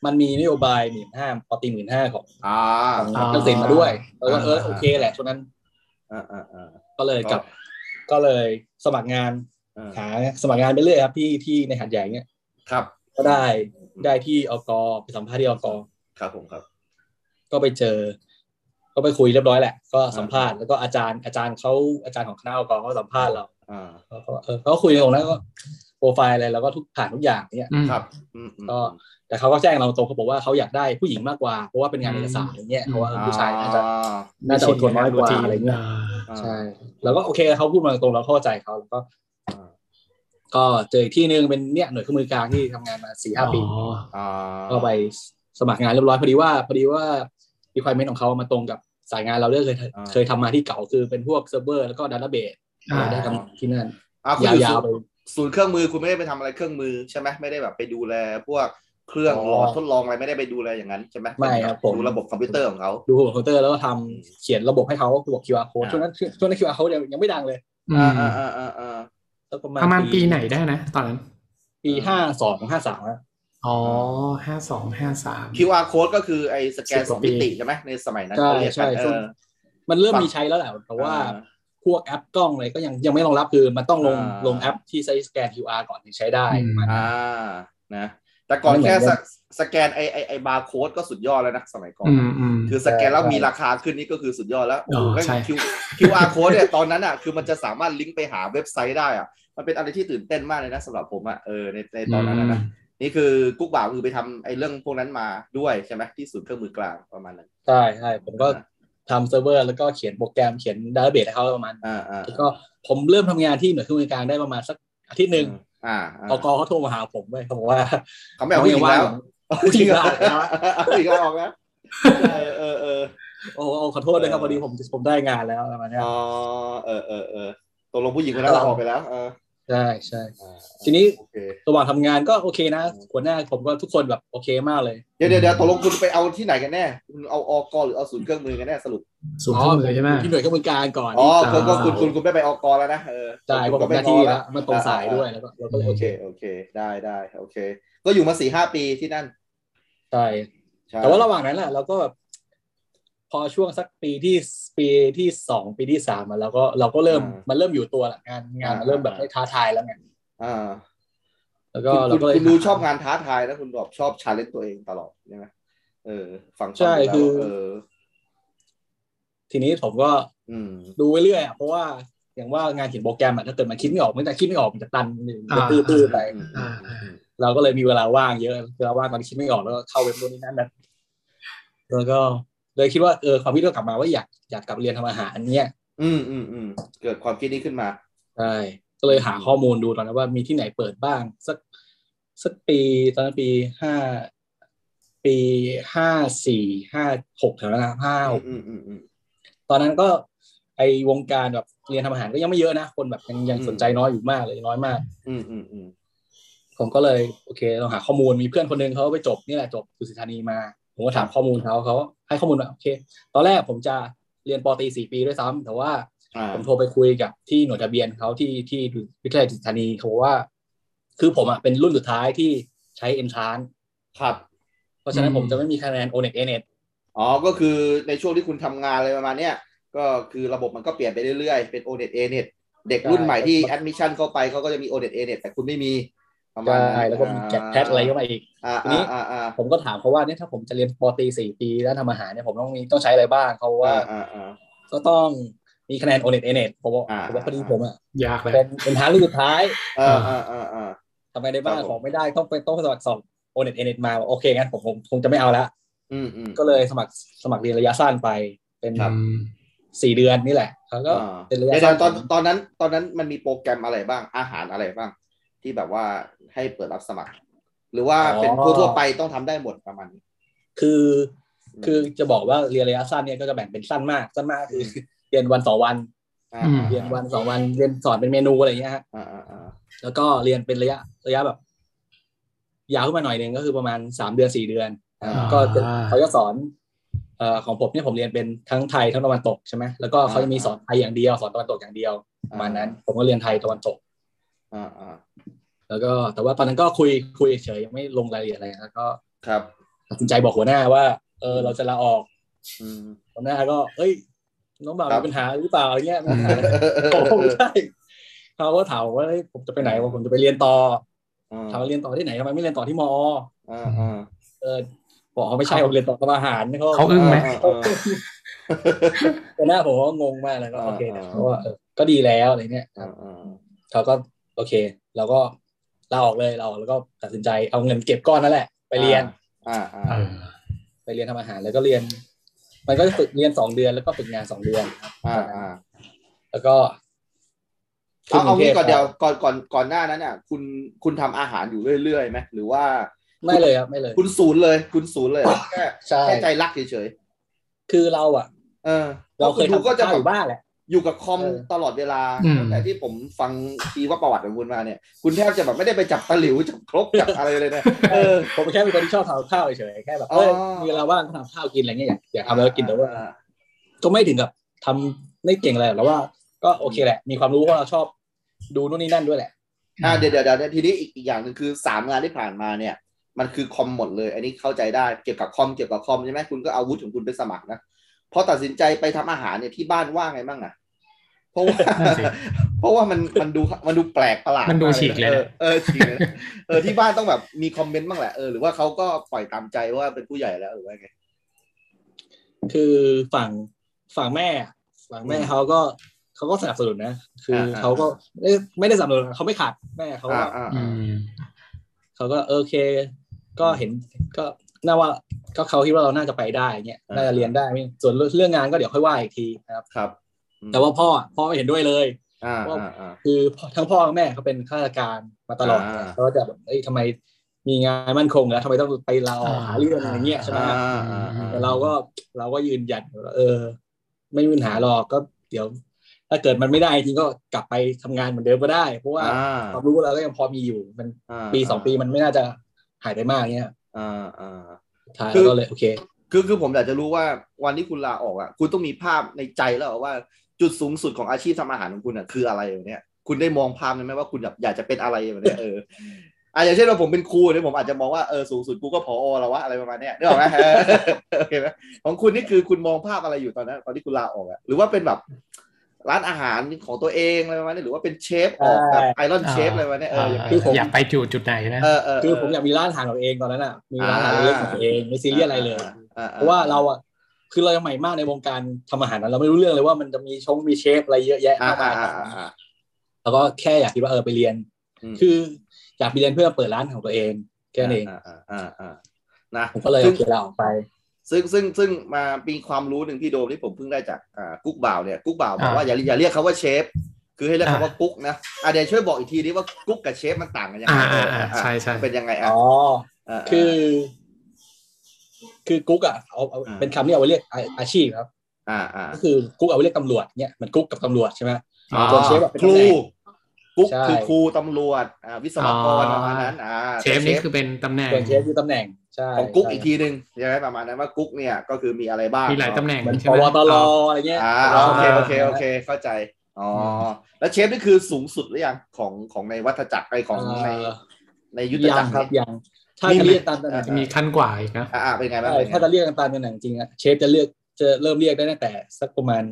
[SPEAKER 4] มันมีนโยบายหมื่นห้าปฏิหมื่นห้าของ
[SPEAKER 2] อ่า
[SPEAKER 4] ของเกษตรมาด้วยเราก็เออโอเคแหละช่วงนั้น
[SPEAKER 2] อ่าอ่าอ่า
[SPEAKER 4] ก็เลยกลับก็เลยสมัครงาน
[SPEAKER 2] อ่า
[SPEAKER 4] หาสมัครงานไปเรื่อยครับที่ที่ในหัดใหญ่เนี่ย
[SPEAKER 2] ครับ
[SPEAKER 4] ก็ได้ได้ที่อกไปสัมภาษณ์ที่อก
[SPEAKER 2] ครับผมครับ
[SPEAKER 4] ก็ไปเจอ ก็ไปคุยเรียบร้อยแหละ ก็สัมภาษณ์แล้วก็อาจารย์อาจารย์เขาอาจารย์ของคณะอกเขาสัมภาษณ์เรา
[SPEAKER 2] อ่า
[SPEAKER 4] เขาก็เออเขาก็คุยตรงนั้นก็โปรไฟล์อะไรเราก็ทุกผ่านทุกอย่างเนี่ย
[SPEAKER 3] อืม
[SPEAKER 2] ครับอืมอืม
[SPEAKER 4] ก็ แต่เขาก็แจ้งเราตรงเขาบอกว่าเขาอยากได้ผู้หญิงมากกว่าเพราะว่าเป็นงานเอกสารอย่างเงี้ย
[SPEAKER 3] อืม
[SPEAKER 4] เพราะว่าผู้ชายอาจจะ
[SPEAKER 2] อ่
[SPEAKER 4] น่าจะอดทนน้อยกว่าอะไรเงี้ย
[SPEAKER 2] อ่า
[SPEAKER 4] ใช่แล้วก็โอเคเขาพูดมาตรงเราเข้าใจเขาแล้วก็
[SPEAKER 2] อ่า
[SPEAKER 4] ก็เจออีกที่หนึ่งเป็นเนี่ยหน่วยเครื่องมือกลางที่ทำงานมาสี่ห้าปี
[SPEAKER 3] อ๋อ
[SPEAKER 2] อ่า
[SPEAKER 4] ก็ไปสมัครงานเรียบร้อยพอดีว่าพอดีว่า requirement ของเขามาตรงกับสายงานเราด้วยเคยเคยทำมาที่เก่าคือเป็นพวกเซิร์ฟเวอร์แล้วก็ดัตต้าเบส
[SPEAKER 3] อ่า
[SPEAKER 4] ได้ทำที่นั่น
[SPEAKER 2] อ่าคุณอย
[SPEAKER 4] ยาวๆไป
[SPEAKER 2] ู่ศูนย์เครื่องมือคุณไม่ได้ไปทำอะไรเครื่องมือใช่ไหมไม่ได้แบบไปดูแล พวกเครื่อง
[SPEAKER 4] อ๋อ
[SPEAKER 2] หลอดทดลองอะไรไม่ได้ไปดูแลอย่างนั้นใช่ไหม
[SPEAKER 4] ไม่ครับผม
[SPEAKER 2] ดูระบบคอมพิวเตอร์ของเขา
[SPEAKER 4] ดูหัวคอมพิวเตอร์แล้วก็ทำเขียนระบบให้เขาระบบ QR code
[SPEAKER 2] อ่า
[SPEAKER 4] ช่วงนั้นช่วงนั้น QR code ยังยังไม่ดังเลย
[SPEAKER 3] อืม
[SPEAKER 2] อ่าอ่าอ่าอ่าอ่า
[SPEAKER 4] แล้วประ
[SPEAKER 3] ประมา
[SPEAKER 4] มา
[SPEAKER 3] ณ
[SPEAKER 4] ณ
[SPEAKER 3] ปีไหนได้นะ ตอนนั้น
[SPEAKER 4] ปีห้าสองห้าสามอะ
[SPEAKER 3] อ๋อห้าสองห้าสาม
[SPEAKER 2] QR code ก็คือไอ้สแกน
[SPEAKER 3] 10
[SPEAKER 2] สองมิติใช่ไหมในสมัยนั้น
[SPEAKER 4] ใช่
[SPEAKER 2] เขาเรียกกั
[SPEAKER 4] ใช่
[SPEAKER 2] นเอ
[SPEAKER 4] ช่วง
[SPEAKER 2] อ
[SPEAKER 4] มันเริ่ม
[SPEAKER 2] ปรับ
[SPEAKER 4] มีใช้แล้วแหละแต่ว่า
[SPEAKER 2] เออ
[SPEAKER 4] พวกแอปกล้องอะไรก็ยังยังไม่รองรับคือมันต้องลง
[SPEAKER 2] อ่า
[SPEAKER 4] ลงแอปที่ใช้สแกน QR ก่อนถึงใช้ได้
[SPEAKER 3] อืม
[SPEAKER 4] มัน
[SPEAKER 2] อ่านะแต่ก่อน
[SPEAKER 4] ไม่เหมื
[SPEAKER 2] แค่
[SPEAKER 4] อน
[SPEAKER 2] ส
[SPEAKER 4] กัน
[SPEAKER 2] แสแกนไอไอไอบาร์โค้ดก็สุดยอดแล้วนะสมัยก่อน
[SPEAKER 3] อืมอืม
[SPEAKER 2] คือสแกนแล้ว
[SPEAKER 4] ใช่
[SPEAKER 2] มีราคาขึ้นนี่ก็คือสุดยอดแล้ว
[SPEAKER 3] อ๋อ
[SPEAKER 2] โอ้โหแม่ง
[SPEAKER 3] ใช่
[SPEAKER 2] Q QR code เนี่ยตอนนั้นอ่ะคือมันจะสามารถลิงก์ไปหาเว็บไซต์ได้อ่ะมันเป็นอะไรที่ตื่นเต้นมากเลยนะสำหรับผมอ่ะเออในในตอนนั้นอะนะนี่คือกุ๊กบ่าวคือไปทำไอ้เรื่องพวกนั้นมาด้วยใช่ไหมที่ศูนย์เครื่องมือกลางประมาณนั้น
[SPEAKER 4] ใช่ใช่ผมก็ทำเซิร์ฟเวอร์แล้วก็เขียนโปรแกรมเขียนดัตเตอร์เบสให้เขาประมาณ
[SPEAKER 2] อ่าอ่า
[SPEAKER 4] แล้วก็ผมเริ่มทำงานที่หน่วยเครื่องมือกลางได้ประมาณสักอาทิตย์หนึ่ง
[SPEAKER 2] อ่าอ่า
[SPEAKER 4] อกเขาโทรมาหาผมเว้ยเขาบอกว่า
[SPEAKER 2] เขาไม่เอาผู้หญิง
[SPEAKER 4] ว่าง
[SPEAKER 2] แล้ว
[SPEAKER 4] ผู้หญิง
[SPEAKER 2] เหร
[SPEAKER 4] ลาอ
[SPEAKER 2] อ
[SPEAKER 4] อกแล้ว
[SPEAKER 2] เอาผู้หญิงลาออกแล้วเออเออเออ
[SPEAKER 4] โอ้โอ้ขอโทษด้วยครับ
[SPEAKER 2] เอ
[SPEAKER 4] พ
[SPEAKER 2] อ
[SPEAKER 4] อดีผมผมได้งานแล้วประมาณเนี้ย
[SPEAKER 2] อ๋อเออเออเออตกลงผู้หญิงคนนั้นเราออกไปแล้วเออ
[SPEAKER 4] ใช่ใช่
[SPEAKER 2] อ่า
[SPEAKER 4] ทีนี้
[SPEAKER 2] โอเค
[SPEAKER 4] ระหว่างทำงานก็โอเคนะหัวหน้าผมก็ทุกคนแบบโอเคมากเลย
[SPEAKER 2] เดี๋ยวเดี๋ยวเดี๋ยวตกลงคุณไปเอาที่ไหนกันแน่ คุณเอาอกหรือเอาศูนย์เครื่องมือกันแน่สรุป
[SPEAKER 3] สูงขึ้นเลยใช่ไหม
[SPEAKER 4] ที่หน่วยเครื่องมือกลางก่อน
[SPEAKER 2] อ๋อ
[SPEAKER 3] ที่
[SPEAKER 2] คุณ
[SPEAKER 3] สาม
[SPEAKER 2] ก็คุณคุณคุณไม่ไปอกแล้วนะเออ
[SPEAKER 4] ใช่
[SPEAKER 2] คุ
[SPEAKER 4] ก็ผ
[SPEAKER 2] ณก็
[SPEAKER 4] ม
[SPEAKER 2] ไม่
[SPEAKER 4] หน้าที่
[SPEAKER 2] งอ
[SPEAKER 4] แล้วมันตรงสายด้วยแล้วก็เราก็เลย
[SPEAKER 2] โอ
[SPEAKER 4] โอ
[SPEAKER 2] เค
[SPEAKER 4] เค
[SPEAKER 2] โอเคได้ได้โอเค ก็อยู่มาสี่ห้าปีที่นั่น
[SPEAKER 4] ใช่
[SPEAKER 2] ใช่
[SPEAKER 4] แต่ว่าระหว่างนั้นแหละเราก็แบบพอช่วงสักปีที่ปีที่สองปีที่สามอะเราก็เราก็เริ่มมันเริ่มอยู่ตัวละงานงานมันเริ่มแบบไม่ท้าทายแล้วไง
[SPEAKER 2] อ่า
[SPEAKER 4] แล้ว
[SPEAKER 2] คุ
[SPEAKER 4] ก็
[SPEAKER 2] ณ
[SPEAKER 4] เรา
[SPEAKER 2] คุณ
[SPEAKER 4] ก็เลย
[SPEAKER 2] คุณดูชอบงานท้าทายนะคุณบอกชอบชาเลนจ์ตัวเองตลอดใช่ไหมเออฟังฟัง
[SPEAKER 4] ใช่
[SPEAKER 2] ดูแล้ว
[SPEAKER 4] คือ
[SPEAKER 2] เออ
[SPEAKER 4] ทีนี้ผมก็
[SPEAKER 2] อืม
[SPEAKER 4] ดูไปเรื่อยอะเพราะว่าอย่างว่างานเขียนโปรแกรมอะถ้าเกิดมันคิดไม่ออกมันจะคิดไม่ออกมันจะตันมันจะตื้อตื้อๆไป
[SPEAKER 2] อืม
[SPEAKER 3] อ่า
[SPEAKER 4] เราก็เลยมีเวลาว่างเยอะเวลาว่างตอนคิดไม่ออกแล้วก็เข้าเว็บนู่นนี่นั่นนั้นแล้วก็เลยคิดว่าเออความคิดเรากลับมาว่าอยากอยากกลับเรียนทำอาหารเนี่ย
[SPEAKER 2] อืมอืมอืมเกิดความคิดนี้ขึ้นมา
[SPEAKER 4] ใช่ก็เลยหาข้อมูลดูตอนนั้นว่ามีที่ไหนเปิดบ้าง สักสักปีตอนนั้นปีห้าปีห้าสี่ห้าหกแถวนั้นนะห้าหก
[SPEAKER 2] อืมอืมอืม
[SPEAKER 4] ตอนนั้นก็ไอวงการแบบเรียนทำอาหารก็ยังไม่เยอะนะ คนแบบยังยัง
[SPEAKER 2] อืม
[SPEAKER 4] สนใจน้อยอยู่มากเลยน้อยมาก
[SPEAKER 2] อืมอืมอืม
[SPEAKER 4] ผมก็เลยโอเคเราหาข้อมูลมีเพื่อนคนหนึงเขาไปจบนี่แหละจบดุสิตธานีมา ผมก็ถามข้อมูลเขาเขาให้ข้อมูลว่าโอเค ตอนแรกผมจะเรียนปอตรีสี่ปีด้วยซ้ำแต่ว่า
[SPEAKER 2] อ่า
[SPEAKER 4] ผมโทรไปคุยกับที่หน่วยทะเบียนเขาที่ที่วิทยาลัยจิตรธานีเขาบอกว่า คือผมอ่ะเป็นรุ่นสุดท้ายที่ใช้เอนทราน
[SPEAKER 2] ครับ
[SPEAKER 4] เพราะฉะนั้น
[SPEAKER 3] อืม
[SPEAKER 4] ผมจะไม่มีคะแนนโอเน็ตเอเน็ต
[SPEAKER 2] อ๋อ ก็คือในช่วงที่คุณทำงานอะไรประมาณเนี้ย ก็คือระบบมันก็เปลี่ยนไปเรื่อยๆ เป็น o n e t a n e t เด็กรุ่นใหม่ที่แอดมิชชั่นเข้าไปเขาก็จะมี o n e t a n e t แต่คุณไม่มีประมาณนั้น
[SPEAKER 4] ใช่แล้วก็มีแกะแพทอะไรเข้ามาอีก
[SPEAKER 2] อ่า
[SPEAKER 4] ทีนี้
[SPEAKER 2] อ่าอ่าอ่า
[SPEAKER 4] ผมก็ถามเขาว่าเนี่ยถ้าผมจะเรียนปอตรีสี่ปีแล้วทำอาหารเนี่ยผมต้องมีต้องใช้อะไรบ้างเขาบอกว่า
[SPEAKER 2] อ่าอ่า
[SPEAKER 4] ก็ต้องมีคะแนนโอเน็ตเอเน็ตผมบอก
[SPEAKER 2] อ่า
[SPEAKER 4] ผมว่าพอดีผมอ่ะ
[SPEAKER 3] ยากเลย
[SPEAKER 4] เป็นเป็นทางรุ่นสุดท้าย
[SPEAKER 2] อ่าอ่าอ่าอ่า
[SPEAKER 4] ทำไงได้บ้าง
[SPEAKER 2] ครับผม
[SPEAKER 4] ของไม่ได้ต้องไปต้องไปสมัครสอบโอเน็ตเอเน็ตมาบอกโอเคงั้นผมผมคงจะไม่เอาละ
[SPEAKER 2] อืมอืม
[SPEAKER 4] ก็เลยสมัครสมัครเรียนระยะสั้นไปเป็น
[SPEAKER 2] ครับ
[SPEAKER 4] สี่เดือนนี่แหละแล้วก็
[SPEAKER 2] อ่า
[SPEAKER 4] เป็นระยะ
[SPEAKER 2] เดี๋ยว
[SPEAKER 4] สั้น
[SPEAKER 2] ๆตอนตอนนั้นตอนนั้นมันมีโปรแกรมอะไรบ้างอาหารอะไรบ้าง ที่แบบว่าให้เปิดรับสมัคร หรือว่าเป็นทั่วๆไปต้องทำได้หมดประมาณนี้
[SPEAKER 4] คือคือจะบอกว่าเรียนระยะสั้นเนี่ยก็จะแบ่งเป็นสั้นมากสั้นมากคือ เรียนวันสองวัน
[SPEAKER 2] อ่า
[SPEAKER 3] อืม
[SPEAKER 4] เรียนวันสองวันเรียนสอนเป็นเมนูอะไรอย่างเงี้ยฮะ
[SPEAKER 2] อ่าอ่าอ่า
[SPEAKER 4] แล้วก็เรียนเป็นระยะระยะแบบ ยาวขึ้นมาหน่อยหนึ่งก็คือประมาณสามเดือนสี่เดือน
[SPEAKER 2] อ่า
[SPEAKER 3] อ่า
[SPEAKER 4] ก็จะเขาจะสอนเอ่อของผมเนี่ยผมเรียนเป็นทั้งไทยทั้งตะวันตกใช่ไหมแล้วก็เขาจะมีสอนไทยอย่างเดียวสอนตะวันตกอย่างเดียวประมาณนั้น ผมก็เรียนไทยตะวันตก
[SPEAKER 2] อ่าอ่า
[SPEAKER 4] แล้วก็แต่ว่าตอนนั้นก็คุยคุยเฉยยังไม่ลงรายละเอียดอะไรนะแล้วก็
[SPEAKER 2] ครับ
[SPEAKER 4] ตัดสินใจบอกหัวหน้าว่าเออเราจะลาออก
[SPEAKER 2] อืม
[SPEAKER 4] หัวหน้าก็ เอ้ยน้องบ่าว
[SPEAKER 2] ครั
[SPEAKER 4] มี
[SPEAKER 2] บ
[SPEAKER 4] ปัญหาหรือเปล่าอะไรเงี้ ยมีปัญหาอะไรโอ้ไม่ใช่เขาก็ถามว่าเอ้ยผมจะไปไหนว่าผมจะไปเรียนต่อถามว่าเรียนต่อที่ไหนทำไมไม่เรียนต่อที่มอ
[SPEAKER 2] อ่าอ่า
[SPEAKER 4] เออบอกเขาไม่ใช่ผมเรียนต่อกับอาหารเขา
[SPEAKER 3] เขาอึ้งไหม
[SPEAKER 2] อ่า
[SPEAKER 4] หัวหน้าผมก็งงมากแล้วก็
[SPEAKER 2] อ่า
[SPEAKER 4] โอเคแต่
[SPEAKER 2] อ่า
[SPEAKER 4] เขาว่าเออก็ดีแล้วอะไรเงี้ย
[SPEAKER 2] อ่าอ่า
[SPEAKER 4] เขาก็โอเคเราก็ลาออกเลยลาออกแล้วก็ตัดสินใจเอาเงินเก็บก้อนนั่นแหละ ไปเรียน
[SPEAKER 2] อ่าอ่า
[SPEAKER 3] เออ
[SPEAKER 4] ไปเรียนทำอาหารแล้วก็เรียน มันก็ฝึกเรียนสองเดือนแล้วก็ฝึกงานสองเดือนครับ
[SPEAKER 2] อ่าอ่า
[SPEAKER 4] แล้วก็
[SPEAKER 2] เอาเอางี้
[SPEAKER 4] ขึ้
[SPEAKER 2] ก่อนเดียว
[SPEAKER 4] กรุงทพ
[SPEAKER 2] ก่อนก่อนก่อนหน้านั้นเนี่ยคุณคุณทำอาหารอยู่เรื่อยๆไหมหรือว่า
[SPEAKER 4] ไม่เลยครับไม่เลย
[SPEAKER 2] คุณศูนย์เลย คุณศูนย์เลยเหรอแค่
[SPEAKER 4] ใช่
[SPEAKER 2] แค่ใจรักเฉย
[SPEAKER 4] คือเราอ่ะ
[SPEAKER 2] ๆเออ
[SPEAKER 4] เราเคย
[SPEAKER 2] พะณดู
[SPEAKER 4] ทำ
[SPEAKER 2] ก็
[SPEAKER 4] ก็
[SPEAKER 2] จะ
[SPEAKER 4] จะ
[SPEAKER 2] แบ
[SPEAKER 4] อบ ยู่บ้านแหละ
[SPEAKER 2] อยู่กับคอม
[SPEAKER 4] เออ
[SPEAKER 2] ตลอดเวลา
[SPEAKER 3] อืม
[SPEAKER 2] ตั้งแต่ที่ผมฟังทีว่าประวัติของคุณมาเนี่ย คุณแทบจะแบบไม่ได้ไปจับตะหลิวจับครกจับอะไรเลยนะเออ
[SPEAKER 4] ผมแค่เป็นคนที่ชอบทำข้าวเฉยๆแค่แบบเอ้ย
[SPEAKER 2] อ๋อ
[SPEAKER 4] มีเวลาว่างก็ทำข้าวกินอะไรเงี้ยอยากอยากทำแล้วก็กินแต่ว่า
[SPEAKER 2] อ่
[SPEAKER 4] ก็ไม่ถึงกับทำไม่เก่งอะไรหรอกแต่ว่าก็โอเคแหละ มีความรู้เพราะเราชอบดูนู่นนี่นั่นด้วยแหละ
[SPEAKER 2] อ่าเดี๋ยวเดี๋ยวเดี๋ยวทีนี้อีกอีกอย่างหนึ่งคือสามงานที่ผ่านมาเนี่ย มันคือคอมหมดเลย อันนี้เข้าใจได้เกี่ยวกับคอมเกี่ยวกับคอมใช่ไหมคุณก็เอาวุฒิของคุณไปสมัครนะพอตัดสินใจไปทำอาหารเนี่ยที่บ้านว่างไงบ้างอ่ะเพราะว่า
[SPEAKER 3] นั่นสิ
[SPEAKER 2] เพราะว่ามันมันดูมันดูแปลกประหลาด
[SPEAKER 3] มันดู
[SPEAKER 2] ากะ
[SPEAKER 3] ฉีกเลย
[SPEAKER 2] อ
[SPEAKER 3] นะ
[SPEAKER 2] อเออฉีกเลยนะเออที่บ้านต้องแบบมีคอมเมนต์บ้างแหละเออหรือว่าเขาก็ปล่อยตามใจว่าเป็นผู้ใหญ่แล้วหรือว่าไง
[SPEAKER 4] คือฝั่งฝั่งแม่ ฝั่งแม่
[SPEAKER 2] อืม
[SPEAKER 4] เขาก็เขาก็สนับสนุนนะ คืออา เขาก็ไม่ไม่ได้สนับสนุนเขาไม่ขาดแม่เขา
[SPEAKER 2] อ่า
[SPEAKER 4] ก็
[SPEAKER 2] อ่า
[SPEAKER 3] อืม
[SPEAKER 4] เขาก็โอเค ก็เห็นก็น่าว่าก็เขาคิดว่าเราน่าจะไปได้เงี้ยน่าจะเรียนได้ไม่ส่วนเรื่องงานก็เดี๋ยวค่อยว่าอีกทีนะครับ
[SPEAKER 2] ครับ
[SPEAKER 4] แต่ว่าพ่อพ่อไม่เห็นด้วยเลย
[SPEAKER 2] อ่าอ่าอ่า
[SPEAKER 4] คือพ่อทั้งพ่อทั้งแม่เขาเป็นข้าราชการมาตลอด
[SPEAKER 2] อ่า
[SPEAKER 4] เขาจะแบบเอ้ยทำไมมีงานมั่นคงแล้วทำไมต้องไปลาออก
[SPEAKER 3] อ่า
[SPEAKER 4] หาเรื่องอะไรเงี้ยใช่ไหม
[SPEAKER 2] อ่า
[SPEAKER 4] ครับ
[SPEAKER 2] อ่าอ่า
[SPEAKER 4] แต่เราก็เราก็ยืนหยัดว่าเออ ไม่มีปัญหาหรอกก็เดี๋ยว ถ้าเกิดมันไม่ได้จริงก็กลับไปทำงานเหมือนเดิมก็ได้ เพราะว่า
[SPEAKER 2] อ่า
[SPEAKER 4] ความรู้เราก็ยังพอมีอยู่ มันปีสองปีมันไม่น่าจะหายไปมากเนี้ย
[SPEAKER 2] อ่าอ่า
[SPEAKER 4] ท้าย
[SPEAKER 2] คือ
[SPEAKER 4] เราก็เลยโอเค
[SPEAKER 2] คือคือผมอยากจะรู้ว่าวันที่คุณลาออกอ่ะคุณต้องมีภาพในใจแล้วว่าจุดสูงสุดของอาชีพทำอาหารของคุณอ่ะคืออะไรอย่างเนี้ยคุณได้มองภาพนั้นไหมว่าคุณอยากอยากจะเป็นอะไรอย่างเนี้ยเอออ่ะอย่างเช่นว่าผมเป็นครูเนี่ยผมอาจจะมองว่าเออสูงสุดกูก็พอแล้ววะอะไรประมาณเนี้ยได้หรอกไหม โอเคไหมของคุณนี่คือคุณมองภาพอะไรอยู่ตอนนั้นตอนที่คุณลาออกอ่ะหรือว่าเป็นแบบร้านอาหารของตัวเองอะไรประมาณนี้หรือว่าเป็นเชฟออกแบบไอรอนเชฟอะไรประมาณเนี้ยเอออย่าง
[SPEAKER 3] อ่า
[SPEAKER 2] ไร
[SPEAKER 4] คือผม
[SPEAKER 3] อยากไปจุดจุดไหนนะ
[SPEAKER 2] เออเออ
[SPEAKER 4] คือผมอยากมีร้านอาหารของตัวเองตอนนั้นอ่ะมีร้านอาหารเล็กๆของตัวเองไม่ซีเรียสอะไรเลย
[SPEAKER 2] อ่
[SPEAKER 4] เพราะว่าเราอ่ะคือเรายังใหม่มากในวงการทำอาหารนะเราไม่รู้เรื่องเลยว่ามันจะมีชงมีเชฟอะไรเยอะแยะ
[SPEAKER 2] อ่าม
[SPEAKER 4] า
[SPEAKER 2] อ่าม
[SPEAKER 4] กาย
[SPEAKER 2] อ่าอ่า
[SPEAKER 4] แล้วก็แค่อยากคิดว่าเออไปเรียน
[SPEAKER 2] อืม
[SPEAKER 4] คืออยากไปเรียนเพื่อเปิดร้านของตัวเองแค่นั้นเอง
[SPEAKER 2] าาอ่าอ่านะ
[SPEAKER 4] ผมก็เลย
[SPEAKER 2] ซึ่
[SPEAKER 4] โอง เคลาออกไป
[SPEAKER 2] ซึ่งซึ่งซึ่งมามีความรู้หนึ่งพี่โดมที่ผมเพิ่งได้จากอ่ากุ๊กบ่าวเนี่ยกุ๊กบ่าวบอก
[SPEAKER 3] อ่า
[SPEAKER 2] ว่าอย่าอย่าเรียกเขาว่าเชฟ คือให้เรียก
[SPEAKER 3] อ่า
[SPEAKER 2] เขาว่ากุ๊กนะอ่ะเดี๋ยวช่วยบอกอีกทีนี้ว่ากุ๊กกับเชฟมันต่างกันยังไง
[SPEAKER 3] อ่าอ่าอ่า
[SPEAKER 2] อ่ะ
[SPEAKER 3] ใช่ใช่
[SPEAKER 2] เป็นยังไงอ่ะ
[SPEAKER 4] อ๋อ
[SPEAKER 2] า
[SPEAKER 4] คือ คือกุ๊กอ่ะเอาเอา
[SPEAKER 2] อ่า
[SPEAKER 4] เป็นคำที่เอาไว้เรียกอาอาชีพครับ
[SPEAKER 2] อ่าอ่า
[SPEAKER 4] ก็คือกุ๊กเอาไว้เรียกตำรวจเนี่ยมันกุ๊กกับตำรวจใช่ไหม
[SPEAKER 3] อ๋อ
[SPEAKER 4] ส่วนเชฟอะเป็น
[SPEAKER 2] ครู
[SPEAKER 4] ตำแหน่ง
[SPEAKER 2] กุ๊ก
[SPEAKER 4] ใช่
[SPEAKER 2] คือครูตำรวจอ่าวิศวกรป
[SPEAKER 3] อ๋อ
[SPEAKER 2] ระมาณนั้นอ่า
[SPEAKER 3] เชฟนี่คือเป็นตำแหน่ง
[SPEAKER 4] ส่วนเชฟคือตำแหน่งใช่
[SPEAKER 2] ของกุ๊ก
[SPEAKER 4] ใช่
[SPEAKER 2] อีกทีหนึ่งใช่ไหมประมาณนั้นว่ากุ๊กเนี่ยก็คือมีอะไรบ้าง
[SPEAKER 3] มีหลายตำแหน่ง
[SPEAKER 4] เหมือน
[SPEAKER 3] ใช่
[SPEAKER 4] ป
[SPEAKER 3] ไหม
[SPEAKER 4] วตร
[SPEAKER 3] อ๋อ
[SPEAKER 4] อะไรเงี้ย
[SPEAKER 2] อ่า
[SPEAKER 4] ปวตร
[SPEAKER 2] โอเคโอเคโอเคเข้าใจอ๋อแล้วเชฟนี่คือสูงสุดหรือยังของของในวัฏจักรไอของใน
[SPEAKER 4] เอ่อ
[SPEAKER 2] ในยุทธจักร
[SPEAKER 4] ครับ
[SPEAKER 2] เนี่ย
[SPEAKER 4] ยังถ้า
[SPEAKER 2] มี
[SPEAKER 4] จะ
[SPEAKER 2] ไหม
[SPEAKER 4] เรียกตามตำแหน่ง
[SPEAKER 3] จะมีขั้นกว่าอีกนะ
[SPEAKER 2] อ่าเป็นไงบ้าง
[SPEAKER 4] ใช่ถ้าจะเรียกตามตำแหน่งจริงอะเชฟจะเลือกจะเริ่มเรียกได้ตั้งแต่สักประมาณ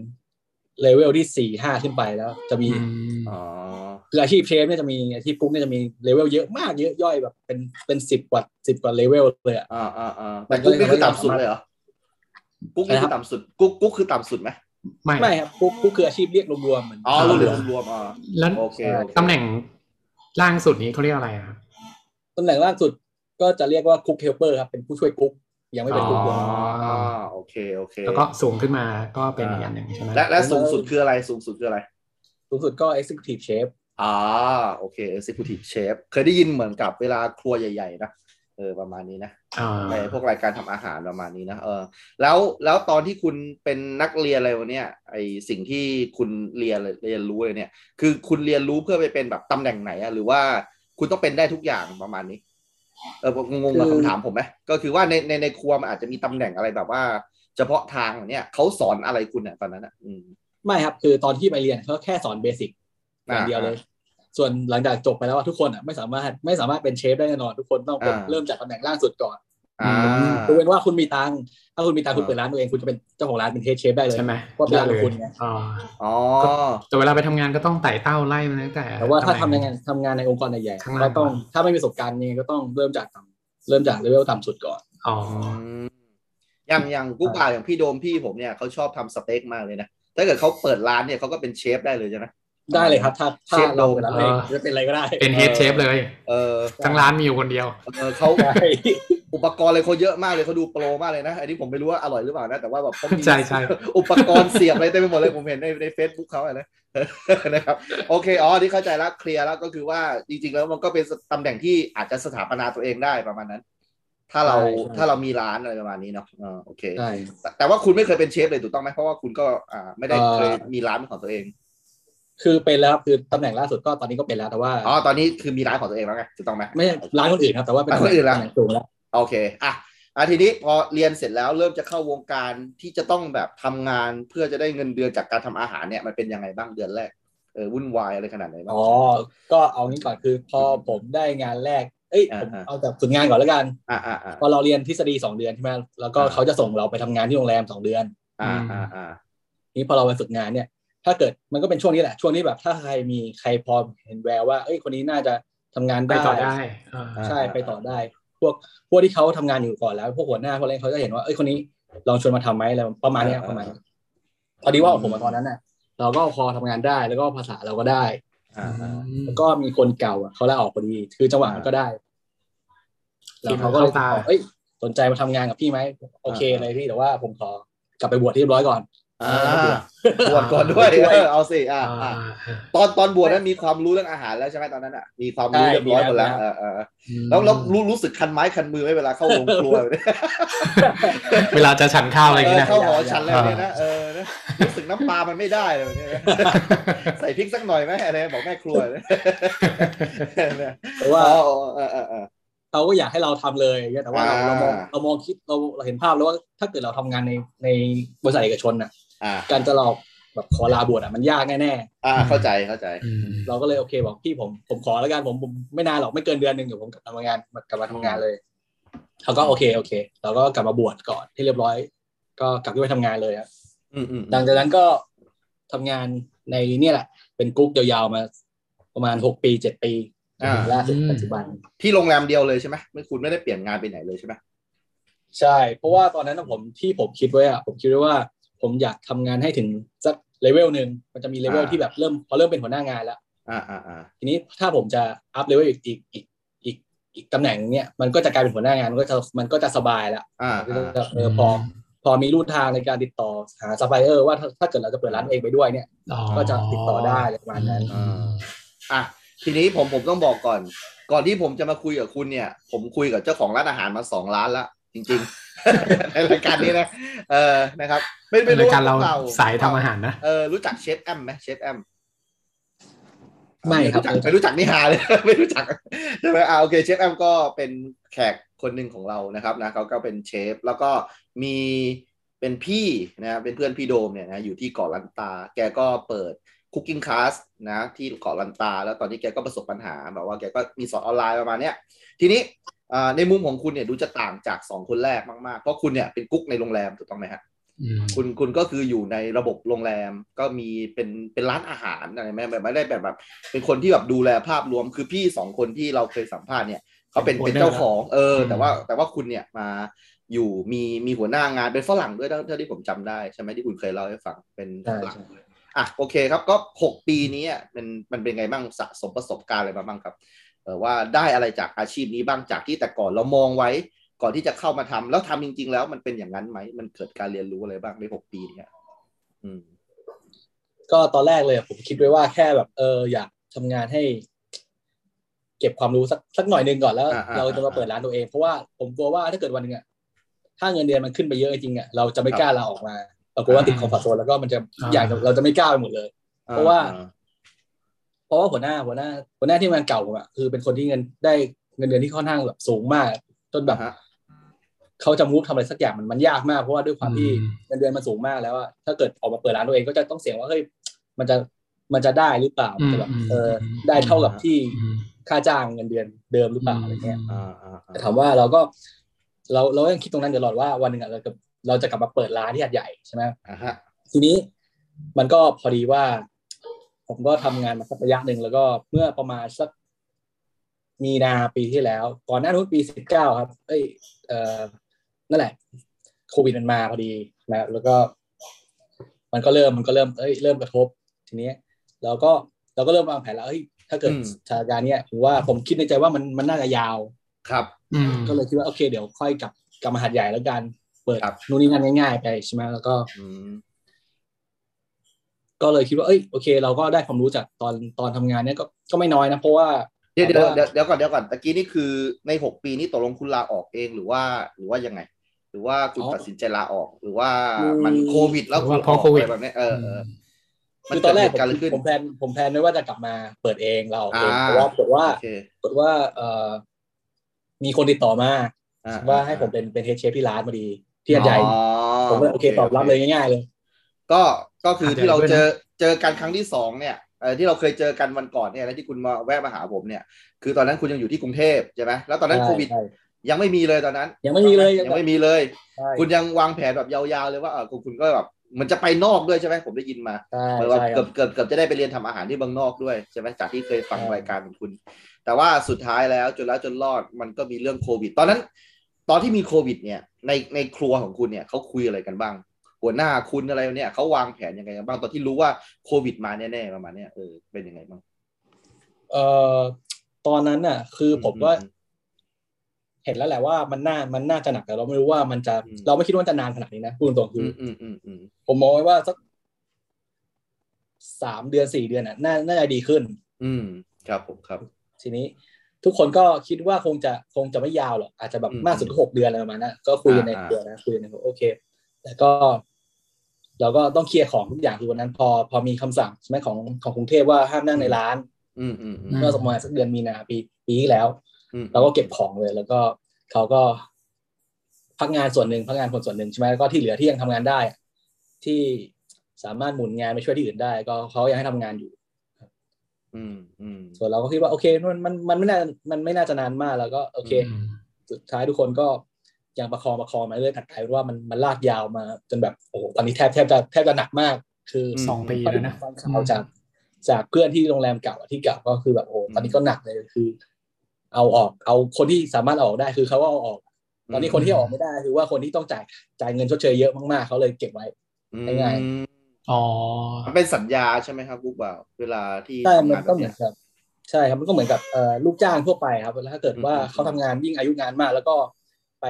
[SPEAKER 4] เลเวลที่สี่ห้าขึ้นไปแล้ว จะมี
[SPEAKER 3] อืม
[SPEAKER 2] อ๋อ
[SPEAKER 4] คืออาชีพเชฟเนี่ยจะมีอาชีพกุ๊กเนี่ยจะมีเลเวลเยอะมากเยอะย่อยแบบเป็นเป็นสิบกว่าสิบกว่าเลเวลเลยอะ
[SPEAKER 2] อ่าอ่าอ่าแต่กุ๊กนี่คือต่ำสุดเลยเหรอกุ๊กนี่คือต่ำสุดกุ๊กกุ๊กคือต่ำสุดไหม
[SPEAKER 3] ไม่
[SPEAKER 4] ไม่ครับกุ๊กกุ๊กคืออาชีพเรียกรวมๆเหมือน
[SPEAKER 2] อ๋อ
[SPEAKER 3] ค
[SPEAKER 2] ร
[SPEAKER 4] ตำแหน่
[SPEAKER 2] วมรวม
[SPEAKER 3] บ
[SPEAKER 4] ง
[SPEAKER 2] รวมอ่า
[SPEAKER 3] แล้ว
[SPEAKER 2] โอเคโอเค
[SPEAKER 3] ตำแหน่งล่างสุดนี้เขาเรียกอะไรอะครับ
[SPEAKER 4] ตำแหน่งล่าสุดก็จะเรียกว่าคุกเฮลเปอร์ครับเป็นผู้ช่วยกุ๊กยังไม่เป็น
[SPEAKER 2] อ๋
[SPEAKER 4] กุ๊กเล
[SPEAKER 2] อย อ่าโอเคโอเค
[SPEAKER 3] แล้วก็สูงขึ้นมาก็เป็นอีกอันหนึ่งใช่ไหม
[SPEAKER 2] และและสูงสุดคืออะไรสูงสุดคืออะไร
[SPEAKER 4] สูงสุดก็ executive chef
[SPEAKER 2] อ่าโอเค executive chef เคยได้ยินเหมือนกับเวลาครัวใหญ่ๆนะเออประมาณนี้นะ
[SPEAKER 3] อ่า
[SPEAKER 2] ในพวกรายการทำอาหารประมาณนี้นะเออแล้วแล้วตอนที่คุณเป็นนักเรียนอะไรวะเนี่ยไอสิ่งที่คุณเรียนเรียนรู้เลยเนี่ย คือคุณเรียนรู้เพื่อไปเป็นแบบตำแหน่งไหนอะหรือว่าคุณต้องเป็นได้ทุกอย่างประมาณนี้ เออผมงงกับ
[SPEAKER 4] คือ
[SPEAKER 2] คำถามผมไหมก็คือว่าในในในครัวมันอาจจะมีตำแหน่งอะไรแบบว่า เฉพาะทางเนี่ยเขาสอนอะไรคุณเนี่ยตอนนั้นอะอืม
[SPEAKER 4] ไม่ครับคือตอนที่ไปเรียนเขาแค่สอนเบสิกอย่างเดียวเลย ส่วนหลังจากจบไปแล้วอะทุกคนอ่ะไม่สามารถไม่สามารถเป็นเชฟได้แน่นอนทุกคนต้องเป็น
[SPEAKER 2] อ่า
[SPEAKER 4] เริ่มจากตำแหน่งล่างสุดก่อน
[SPEAKER 2] อ่า
[SPEAKER 4] ยกเว้นว่าคุณมีตังค์ถ้าคุณมีตังค์คุณ
[SPEAKER 2] อ่า
[SPEAKER 4] เปิดร้านตัวเองคุณจะเป็นเจ้าของร้านเป็นเชฟเชฟได้เลย
[SPEAKER 3] ใช่ไหม
[SPEAKER 4] ว่าเป็นร้านของคุณไง
[SPEAKER 3] อ่า
[SPEAKER 2] อ๋อ
[SPEAKER 3] แต่เวลาไปทำงานก็ต้องไต่เต้าไล่มันตั้งแต่
[SPEAKER 4] แต่ว่าถ้าทำ
[SPEAKER 3] สมัย
[SPEAKER 4] งานทำงานในองค์กรใหญ่ๆ
[SPEAKER 3] ข้างล่าง
[SPEAKER 4] ก็ต้องถ้าไม่มีประสบการณ์ยังไงก็ต้องเริ่มจากต่ำเริ่มจากเลเวลต่ำสุดก่อน
[SPEAKER 3] อ๋อ
[SPEAKER 2] อย่างอย่างกุ๊กป่าอย่างพี่โดมพี่ผมเนี่ยเขาชอบทำสเต็กมากเลยนะ ถ้าเกิดเขาเปิดร้านเนี่ยเขาก็เป็นเชฟได้เลยใช่ไหม
[SPEAKER 4] ได้เลยครับ ถ้าถ้า
[SPEAKER 2] เชฟ
[SPEAKER 4] เรา
[SPEAKER 2] โดม
[SPEAKER 4] เป็นร้านเอง
[SPEAKER 3] เออ
[SPEAKER 4] จะเป็นอะไรก็ได้
[SPEAKER 3] เป็นเฮดเชฟเลย
[SPEAKER 2] เออ
[SPEAKER 3] ทั้งร้านมีอยู่คนเดียว
[SPEAKER 2] เออเขา
[SPEAKER 4] ใช่
[SPEAKER 2] อุปกรณ์อะไรเขาเยอะมากเลยเขาดูโปรมากเลยนะ อันนี้ผมไม่รู้ว่าอร่อยหรือเปล่านะ แต่ว่าแบบเขามี
[SPEAKER 3] ใช่ใช่
[SPEAKER 2] อุปกรณ์เสียบอะไรเต็มไปหมดเลยผมเห็นในในเฟซบุ๊กเขาอะนะ นะครับโอเคอ๋อนี่เข้าใจแล้วเคลียร์แล้วก็คือว่าจริงๆแล้วมันก็เป็นตำแหน่งที่อาจจะสถาปนาตัวเองได้ประมาณนั้น ถ้าเราถ้าเรามีร้านอะไรประมาณนี้เนาะอ่าโอเค
[SPEAKER 4] ใช่
[SPEAKER 2] แต่แต่ว่าคุณไม่เคยเป็นเชฟเลยถูกต้องไหมเพราะว่าคุณก็อ่าไม่ได้
[SPEAKER 4] เอ่อ
[SPEAKER 2] เคยมีร้านเป็นของตัวเอง
[SPEAKER 4] คือเป็นแล้วครับคือตำแหน่งล่าสุดก็ตอนนี้ก็เป็นแล้วแต่ว่า
[SPEAKER 2] อ๋อตอนนี้คือมีร้านของตัวเองแล้วไงถูกต้องไหม
[SPEAKER 4] ไม่ใช่ร้านคนอื่นครับแต่ว่าเป็น
[SPEAKER 2] ร้านคนอื่นแล้ว
[SPEAKER 4] ตำแหงสูงแล้ว
[SPEAKER 2] โอเคอ่ะอ่ะทีนี้พอเรียนเสร็จแล้วเริ่มจะเข้าวงการที่จะต้องแบบทำงานเพื่อจะได้เงินเดือนจากการทำอาหารเนี่ยมันเป็นยังไงบ้างเดือนแรกเออวุ่นวายอะไรขนาดไหนบ้าง
[SPEAKER 4] อ๋อก็เอางี้ก่อนคือพอผมได้งานแรก เอ้ยผม
[SPEAKER 2] อ่าฮะ
[SPEAKER 4] เอาจากฝึกงานก่อนแล้วกัน
[SPEAKER 2] อ่าอ่าอ่า
[SPEAKER 4] พอเราเรียนทฤษฎีสองเดือนใช่ไหมแล้วก็
[SPEAKER 2] อ่า
[SPEAKER 4] เขาจะส่งเราไปทำงานที่โรงแรมสองเดือน
[SPEAKER 2] อ่าอ่าอ่า
[SPEAKER 4] นี้พอเราไปฝึกงานเนี่ย ถ้าเกิดมันก็เป็นช่วงนี้แหละช่วงนี้แบบถ้าใครมีใครพอเห็นแววว่าเอ้ยคนนี้น่าจะทำงาน
[SPEAKER 3] ไป
[SPEAKER 4] ได้
[SPEAKER 3] ต่อได้อ่า
[SPEAKER 4] ใช่ไปต่อได้ พวกพวกที่เขาทำงานอยู่ก่อนแล้ว พวกหัวหน้าพวกอะไรเขาจะเห็นว่าเอ้ยคนนี้ลองชวนมาทำไหมอะไรประมาณเนี้ยประมาณนี้พอดีว่าผมมาตอนนั้นน่ะ เราก็พอทำงานได้แล้วก็ภาษาเราก็ได้
[SPEAKER 2] อ่าอ่า
[SPEAKER 4] แล้วก็มีคนเก่าอ่ะเขาลาออกพอดี คือจังหวะมันก็ได้แล้วเขาก็เลยบอกเอ้ยสนใจมาทำงานกับพี่ไหมโอเค
[SPEAKER 2] อ่า
[SPEAKER 4] เลยพี่แต่ว่าผมขอกลับไปบวชที่เรียบร้อยก่อน
[SPEAKER 2] อ่าบวชก่อนด้วยเออเอาสิอ่า
[SPEAKER 3] อ่า
[SPEAKER 2] อ่าตอนตอนบวชนั้นมีความรู้เรื่องอาหารแล้วใช่ไหมตอนนั้นอ่ะมีความรู้
[SPEAKER 4] ใช่
[SPEAKER 2] เรียบร้อยหมดแล้ว
[SPEAKER 4] มีแล้ว
[SPEAKER 2] เออเออ แล้วแล้วรู้รู้สึกคันไม้คันมือไหมเวลาเข้าโรงครัวเนี่ย
[SPEAKER 3] เวลาจะฉันข้าวอะไรอย่าง
[SPEAKER 2] เออ
[SPEAKER 3] งี้นะ
[SPEAKER 2] เข้าหอฉันอะไรเนี่ยนะเออนะรู้สึกน้ำปลามันไม่ได้เลยเนี่ยนะใส่พริกสักหน่อยไหมอะไรบอกแม่ครัวเนี่ย เนี่ย
[SPEAKER 4] แต่ว่า
[SPEAKER 2] อ๋อเออเออเออ
[SPEAKER 4] เขาก็อยากให้เราทำเลยเนี่ยแต่ว่าเรา
[SPEAKER 2] อ่า
[SPEAKER 4] เรามองเรามองคิดเราเราเห็นภาพแล้วว่าถ้าเกิดเราทำงานในในบริษัทเอกชนน่ะ
[SPEAKER 2] อ่า
[SPEAKER 4] การจะเราแบบขอลาบวชอ่ะมันยากแน่
[SPEAKER 2] อ่าเข้าใจเข้าใจ
[SPEAKER 4] ๆเราก็เลยโอเคบอกพี่ผมผมขอแล้วกันผมผมไม่นานหรอกไม่เกินเดือนหนึ่งเดี๋ยวผมกลับทำงานกลับมาทำงานเลยเขาก็โอเคโอเค เราก็กลับมาบวชก่อนที่เรียบร้อย ก็กลับไปทำงานเลยครับ
[SPEAKER 2] อืมอืม
[SPEAKER 4] หลังจากนั้นก็ทำงานในเนี่ยแหละ เป็นกรุ๊ปยาวๆมา ประมาณหกปีเจ็ดปี
[SPEAKER 2] อ่า
[SPEAKER 4] ล่าสุด
[SPEAKER 3] อืม
[SPEAKER 4] ปัจจุบัน
[SPEAKER 2] ที่โรงแรมเดียวเลยใช่ไหมไม่คุณไม่ได้เปลี่ยนงานไปไหนเลยใช่ไหม
[SPEAKER 4] ใช่เพราะว่าตอนนั้นนะผมที่ผมคิดไว้อะผมคิดไว้ว่า ผมอยากทำงานให้ถึงสักเลเวลหนึ่งมันจะมีเลเวลที่แบบเริ่มพอเริ่มเป็นหัวหน้างานแล้ว
[SPEAKER 2] อ่าอ่าอ่า
[SPEAKER 4] ทีนี้ถ้าผมจะอัพเลเวลอีกอีกอีกอีกอีกตำแหน่งเนี้ยมันก็จะกลายเป็นหัวหน้างานมันก็จะมันก็จะสบายแล้ว
[SPEAKER 2] อ่า
[SPEAKER 4] มันก็
[SPEAKER 2] อ่า
[SPEAKER 4] จะเออพอพอมีรูทางในการติดต่อหาซัพพลายเออร์ว่าถ้าถ้าเกิดเราจะเปิดร้านเองไปด้วยเนี่ยก็จะติดต่อได้อะไรประมาณนั้น
[SPEAKER 2] อ่าอ่ะทีนี้ผมผมต้องบอกก่อน ก่อนที่ผมจะมาคุยกับคุณเนี่ย ผมคุยกับเจ้าของร้านอาหารมาสองร้านละจริง ๆ ในรายการนี้นะเออนะครับ ไม่ไม่
[SPEAKER 3] ราย
[SPEAKER 2] รู้
[SPEAKER 3] การเรา
[SPEAKER 2] ว่
[SPEAKER 3] สายทำอาหารนะ
[SPEAKER 2] เออรู้จักเชฟแอมไหมเชฟแอม
[SPEAKER 4] ไม่ครับ
[SPEAKER 2] จักไม่รู้จักนี่ฮาเลย ไม่รู้จักใช่ไหมอ่าโอเคเชฟแอมก็เป็นแขกคนหนึ่งของเรานะครับนะเขาก็เป็นเชฟแล้วก็มีเป็นพี่นะเป็นเพื่อนพี่โดมเนี่ยนะอยู่ที่เกาะลันตา แกก็เปิดคุกกิ้งคลาสนะที่เกาะลันตา แล้วตอนนี้แกก็ประสบปัญหาแบบว่าแกก็มีสอนออนไลน์ประมาณเนี้ยทีนี้อ่าในมุมของคุณเนี่ยดูจะต่างจากสองคนแรกมากๆเพราะคุณเนี่ยเป็นกุ๊กในโรงแรมถูกต้องไหมฮะ คุณคุณก็คืออยู่ในระบบโรงแรมก็มีเป็นเป็นร้านอาหารอะไรไหมแบบไม่ได้แบบแบบ เป็นคนที่แบบดูแลภาพรวมคือพี่สองคนที่เราเคยสัมภาษณ์เนี่ยเขาเป็น
[SPEAKER 3] เป็
[SPEAKER 2] เป็น น
[SPEAKER 3] owner
[SPEAKER 2] เจ้าของเออ
[SPEAKER 3] อืม
[SPEAKER 2] แต่ว่าแต่ว่าคุณเนี่ยมาอยู่มีมีหัวหน้างานเป็นฝรั่งด้วยเท่าเท่าที่ผมจำได้ใช่ไหมที่คุณเคยเล่าให้ฟังเป็น
[SPEAKER 4] ใช่
[SPEAKER 2] ฝรั่ง
[SPEAKER 4] ใช่
[SPEAKER 2] เลยอ่ะโอเคครับก็หกปีนี้อ่ะมันมันเป็นไงบ้างสะสมประสบการณ์อะไรมาบ้างครับเออว่าได้อะไรจากอาชีพนี้บ้างจากที่แต่ก่อนเรามองไว้ ก่อนที่จะเข้ามาทำแล้วทำจริง ๆ แล้วมันเป็นอย่างนั้นไหมมันเกิดการเรียนรู้อะไรบ้างในหกปีเนี่ยอืม
[SPEAKER 4] ก็ตอนแรกเลยผมคิดไว้ว่าแค่แบบเอออยากทำงานให้ เก็บความรู้สักสักหน่อยหนึ่งก่อนแล้ว
[SPEAKER 2] อ่าอ่า
[SPEAKER 4] เราจะมาเปิดร้านตัวเองเพราะว่าผมกลัวว่าถ้าเกิดวันหนึงอะถ้าเงินเดือนมันขึ้นไปเยอะจริงๆอะเราจะไม่กล้าลาออกมาเรากลัวว่าติดคอมฟอร์ทโซนแล้วก็มันจะ
[SPEAKER 3] อ่า
[SPEAKER 4] อยากเราจะไม่กล้าไปหมดเลย เพราะว่า เพราะว่าหัวหน้าหัวหน้า หัวหน้าที่ทำงานเก่าผมอะคือเป็นคนที่เงินได้เงินเดือนที่ค่อนข้างแบบสูงมาก จนแบบ
[SPEAKER 2] อ่าฮะ
[SPEAKER 4] เขาจะมูฟทำอะไรสักอย่างมันมันยากมากเพราะว่าด้วยความที่ เงินเดือนมันสูงมากแล้วอะถ้าเกิดออกมาเปิดร้านตัวเองก็จะต้องเสี่ยงว่าเฮ้ยมันจะ มันจะได้หรือเปล่ามันจะแบบ
[SPEAKER 3] อืม
[SPEAKER 4] เอออ
[SPEAKER 3] ม
[SPEAKER 4] ได้เท่ากับที่
[SPEAKER 3] อืม
[SPEAKER 4] ค่าจ้างเงินเดือนเดิมหรือเปล่าอะไรเงี้ย
[SPEAKER 2] อ่าอ่า
[SPEAKER 4] แต่ถามว่าเราก็เราเราก็ยังคิดตรงนั้นตลอดว่าวันหนึ่งอะเราจะเราจะกลับมาเปิดร้านที่หาดใหญ่ใช่ไหม
[SPEAKER 2] อ่าฮะ
[SPEAKER 4] ทีนี้มันก็พอดีว่า ผมก็ทำงานมาสักระยะหนึ่งแล้วก็เมื่อประมาณสักมีนาปีที่แล้ว ก่อนหน้านู้นปีสิบเก้าครับ เอ้ยเออนั่นแหละโควิดมันมาพอดีนะแล้วก็ มันก็เริ่มมันก็เริ่มเอ้ยเริ่มกระทบ ทีนี้เราก็เราก็เริ่มวางแผนแล้วเอ้ยถ้าเกิดสถานการณ์เนี้ยผมว่าผมคิดในใจว่ามันมันน่าจะยาว
[SPEAKER 2] ครับ
[SPEAKER 3] อืม
[SPEAKER 4] ก็เลยคิดว่าโอเคเดี๋ยวค่อยกลับกลับมาหาดใหญ่แล้วกันเปิด
[SPEAKER 2] ครับ
[SPEAKER 4] นู่นนี่นั่นง่ายๆไปใช่ไหมแล้วก็
[SPEAKER 2] อืม
[SPEAKER 4] ก็เลยคิดว่าเอ้ยโอเค เราก็ได้ความรู้จากตอนตอนทำงานเนี้ยก็ก็ไม่น้อยนะ เพราะว่า
[SPEAKER 2] เดี๋ยวเดี๋ยว
[SPEAKER 4] แต่ว่า
[SPEAKER 2] เดี๋ยวเดี๋ยวก่อนเดี๋ยวก่อนตะกี้นี่คือในหกปีนี้ตกลงคุณลาออกเองหรือว่าหรือว่ายังไง หรือว่าคุณตัดสินใจลาออกหรือว่ามันโควิด แล้วณกไปแบบเนี้ยเออเออ
[SPEAKER 4] คือตอนแรกผ
[SPEAKER 2] เด
[SPEAKER 4] ม
[SPEAKER 2] เหตุณ์ะไขึ้น
[SPEAKER 4] ผมแพลนผมแพลนไว้ว่าจะกลับมาเปิดเองเราเอง
[SPEAKER 2] อ่า
[SPEAKER 4] เพราะว่าเกิดว่า
[SPEAKER 2] โอเค
[SPEAKER 4] เกิดว่าเอ่อมีคนติดต่อมา
[SPEAKER 2] อ่
[SPEAKER 4] ว่าให้ผมเป็นเป็นเฮดเชฟที่ร้านพอดีที่หาดใหญ่
[SPEAKER 2] อ๋อ
[SPEAKER 4] ผมก็เลยโอเคตอบรับเลยง่ายๆเลย
[SPEAKER 2] ก็ก็คือที่เราเจอเจอกันครั้งที่สองเนี่ยเอ่อที่เราเคยเจอกันวันก่อนเนี่ยแล้วที่คุณมาแวะมาหาผมเนี่ย คือตอนนั้นคุณยังอยู่ที่กรุงเทพใช่ไหมแล้วตอนนั้น
[SPEAKER 4] ใช่
[SPEAKER 2] โควิด
[SPEAKER 4] ใช่
[SPEAKER 2] ยังไม่มีเลยตอนนั้น
[SPEAKER 4] ยังไม่มีเลย
[SPEAKER 2] ยังไม่มีเลย
[SPEAKER 4] ใช่
[SPEAKER 2] คุณยังวางแผนแบบยาวๆเลยว่าเออคุณคุณก็แบบเหมันจะไปนอกด้วยใช่ไหมผมได้ยินมา
[SPEAKER 4] ใช่
[SPEAKER 2] เหมือนว่า
[SPEAKER 4] ใช่ครั
[SPEAKER 2] เกือ
[SPEAKER 4] บบ
[SPEAKER 2] เกือบเกือบจะได้ไปเรียนทำอาหารที่เมืองนอกด้วยใช่ไหมจากที่เคยฟังรายการของคุณ แต่ว่าสุดท้ายแล้วจนแล้วจนรอดมันก็มีเรื่องโควิด ตอนนั้น ตอนที่มีโควิด เนี่ย ในในครัวของคุณเนี่ยเขาคุยอะไรกันบ้าง หัวหน้าคุณอะไรเนี่ยเขาวางแผนยังไงกันบ้างตอนที่รู้ว่าโควิดมาแน่ๆประมาณเนี้ยเออเป็นยังไงบ้าง
[SPEAKER 4] เอ่อตอนนั้นน่ะ คือผมก็
[SPEAKER 2] อื
[SPEAKER 4] เห็นแล้วแหละว่ามันน่ามันน่าจะหนักแต่เราไม่รู้ว่ามันจะ
[SPEAKER 2] อืม
[SPEAKER 4] เราไม่คิดว่ามันจะนานขนาดนี้นะพูดตรงๆคือ
[SPEAKER 2] ม
[SPEAKER 4] อ
[SPEAKER 2] อืมอืมอืม
[SPEAKER 4] ผมมองไว้ว่าสักสามเดือนสี่เดือนน่ะน่าน่าจะดีขึ้น
[SPEAKER 2] อืมครับผมครับ
[SPEAKER 4] ทีนี้ ทุกคนก็คิดว่าคงจะคงจะไม่ยาวหรอกอาจจะแบบ
[SPEAKER 2] อืม
[SPEAKER 4] มากสุดก็หกเดือนอะไรประมาณนั้นก็คุยกันใน
[SPEAKER 2] อ่า
[SPEAKER 4] เดือนนะคุยกันในโอเคแต่ก็ เราก็ต้องเคลียร์ของทุกอย่างคือวันนั้น พอพอมีคำสั่งใช่ไหมของของกรุงเทพว่าห้ามนั่งในร้าน
[SPEAKER 2] อืมอืมอืม
[SPEAKER 4] เมื่อประมาณสักเดือนมีนาปีปีที่แล้ว
[SPEAKER 2] อืม
[SPEAKER 4] เราก็เก็บของเลย แล้วก็เขาก็พักงานส่วนหนึ่งพักงานคนส่วนหนึ่งใช่ไหมแล้วก็ที่เหลือที่ยังทำงานได้อะที่สามารถหมุนงานไปช่วยที่อื่นได้ ก็เขายังให้ทำงานอยู่
[SPEAKER 2] อืมอืม
[SPEAKER 4] ส่วนเราก็คิดว่าโอเคมันมันมันไม่น่ามันไม่น่าจะนานมากแล้วก็โอเค
[SPEAKER 3] อืม
[SPEAKER 4] สุดท้ายทุกคนก็ยังประคองประคองมาเรื่อยแต่กลายเป็นว่ามันมันลากยาวมา จนแบบโอ้โหตอนนี้แทบแทบจะแทบจะหนักมาก คือ
[SPEAKER 2] ม
[SPEAKER 3] สองปี
[SPEAKER 4] ตอน
[SPEAKER 3] แล้ว
[SPEAKER 4] นี้
[SPEAKER 3] นะ
[SPEAKER 4] ฟังข่าวจากจากเพื่อนที่โรงแรมเก่าอะที่เก่าก็คือแบบโอ้โหตอนนี้ก็หนักเลยคือ เอาออก เอาคนที่สามารถเอาออกได้คือเขาก็เอาออก ตอนนี้คนที่ออกไม่ได้คือว่าคนที่ต้องจ่ายจ่ายเงินชดเชยเยอะมากๆเขาเลยเก็บไว้ ยังไง
[SPEAKER 2] อืม
[SPEAKER 3] อ๋อ
[SPEAKER 2] มันเป็นสัญญาใช่ไหมครับลูกบ่าวเวลาที่
[SPEAKER 4] ใช่
[SPEAKER 2] ทำ
[SPEAKER 4] มั
[SPEAKER 2] งาน นแบ
[SPEAKER 4] ก็
[SPEAKER 2] บ
[SPEAKER 4] เหมื
[SPEAKER 2] เนี้
[SPEAKER 4] อย นกับใช่ครับมันก็เหมือนกับเอ่อลูกจ้างทั่วไปครับแล้วถ้าเกิดว่า
[SPEAKER 2] อืม
[SPEAKER 4] เขาทำงานยิ่งอายุงานมาก แล้วก็ไป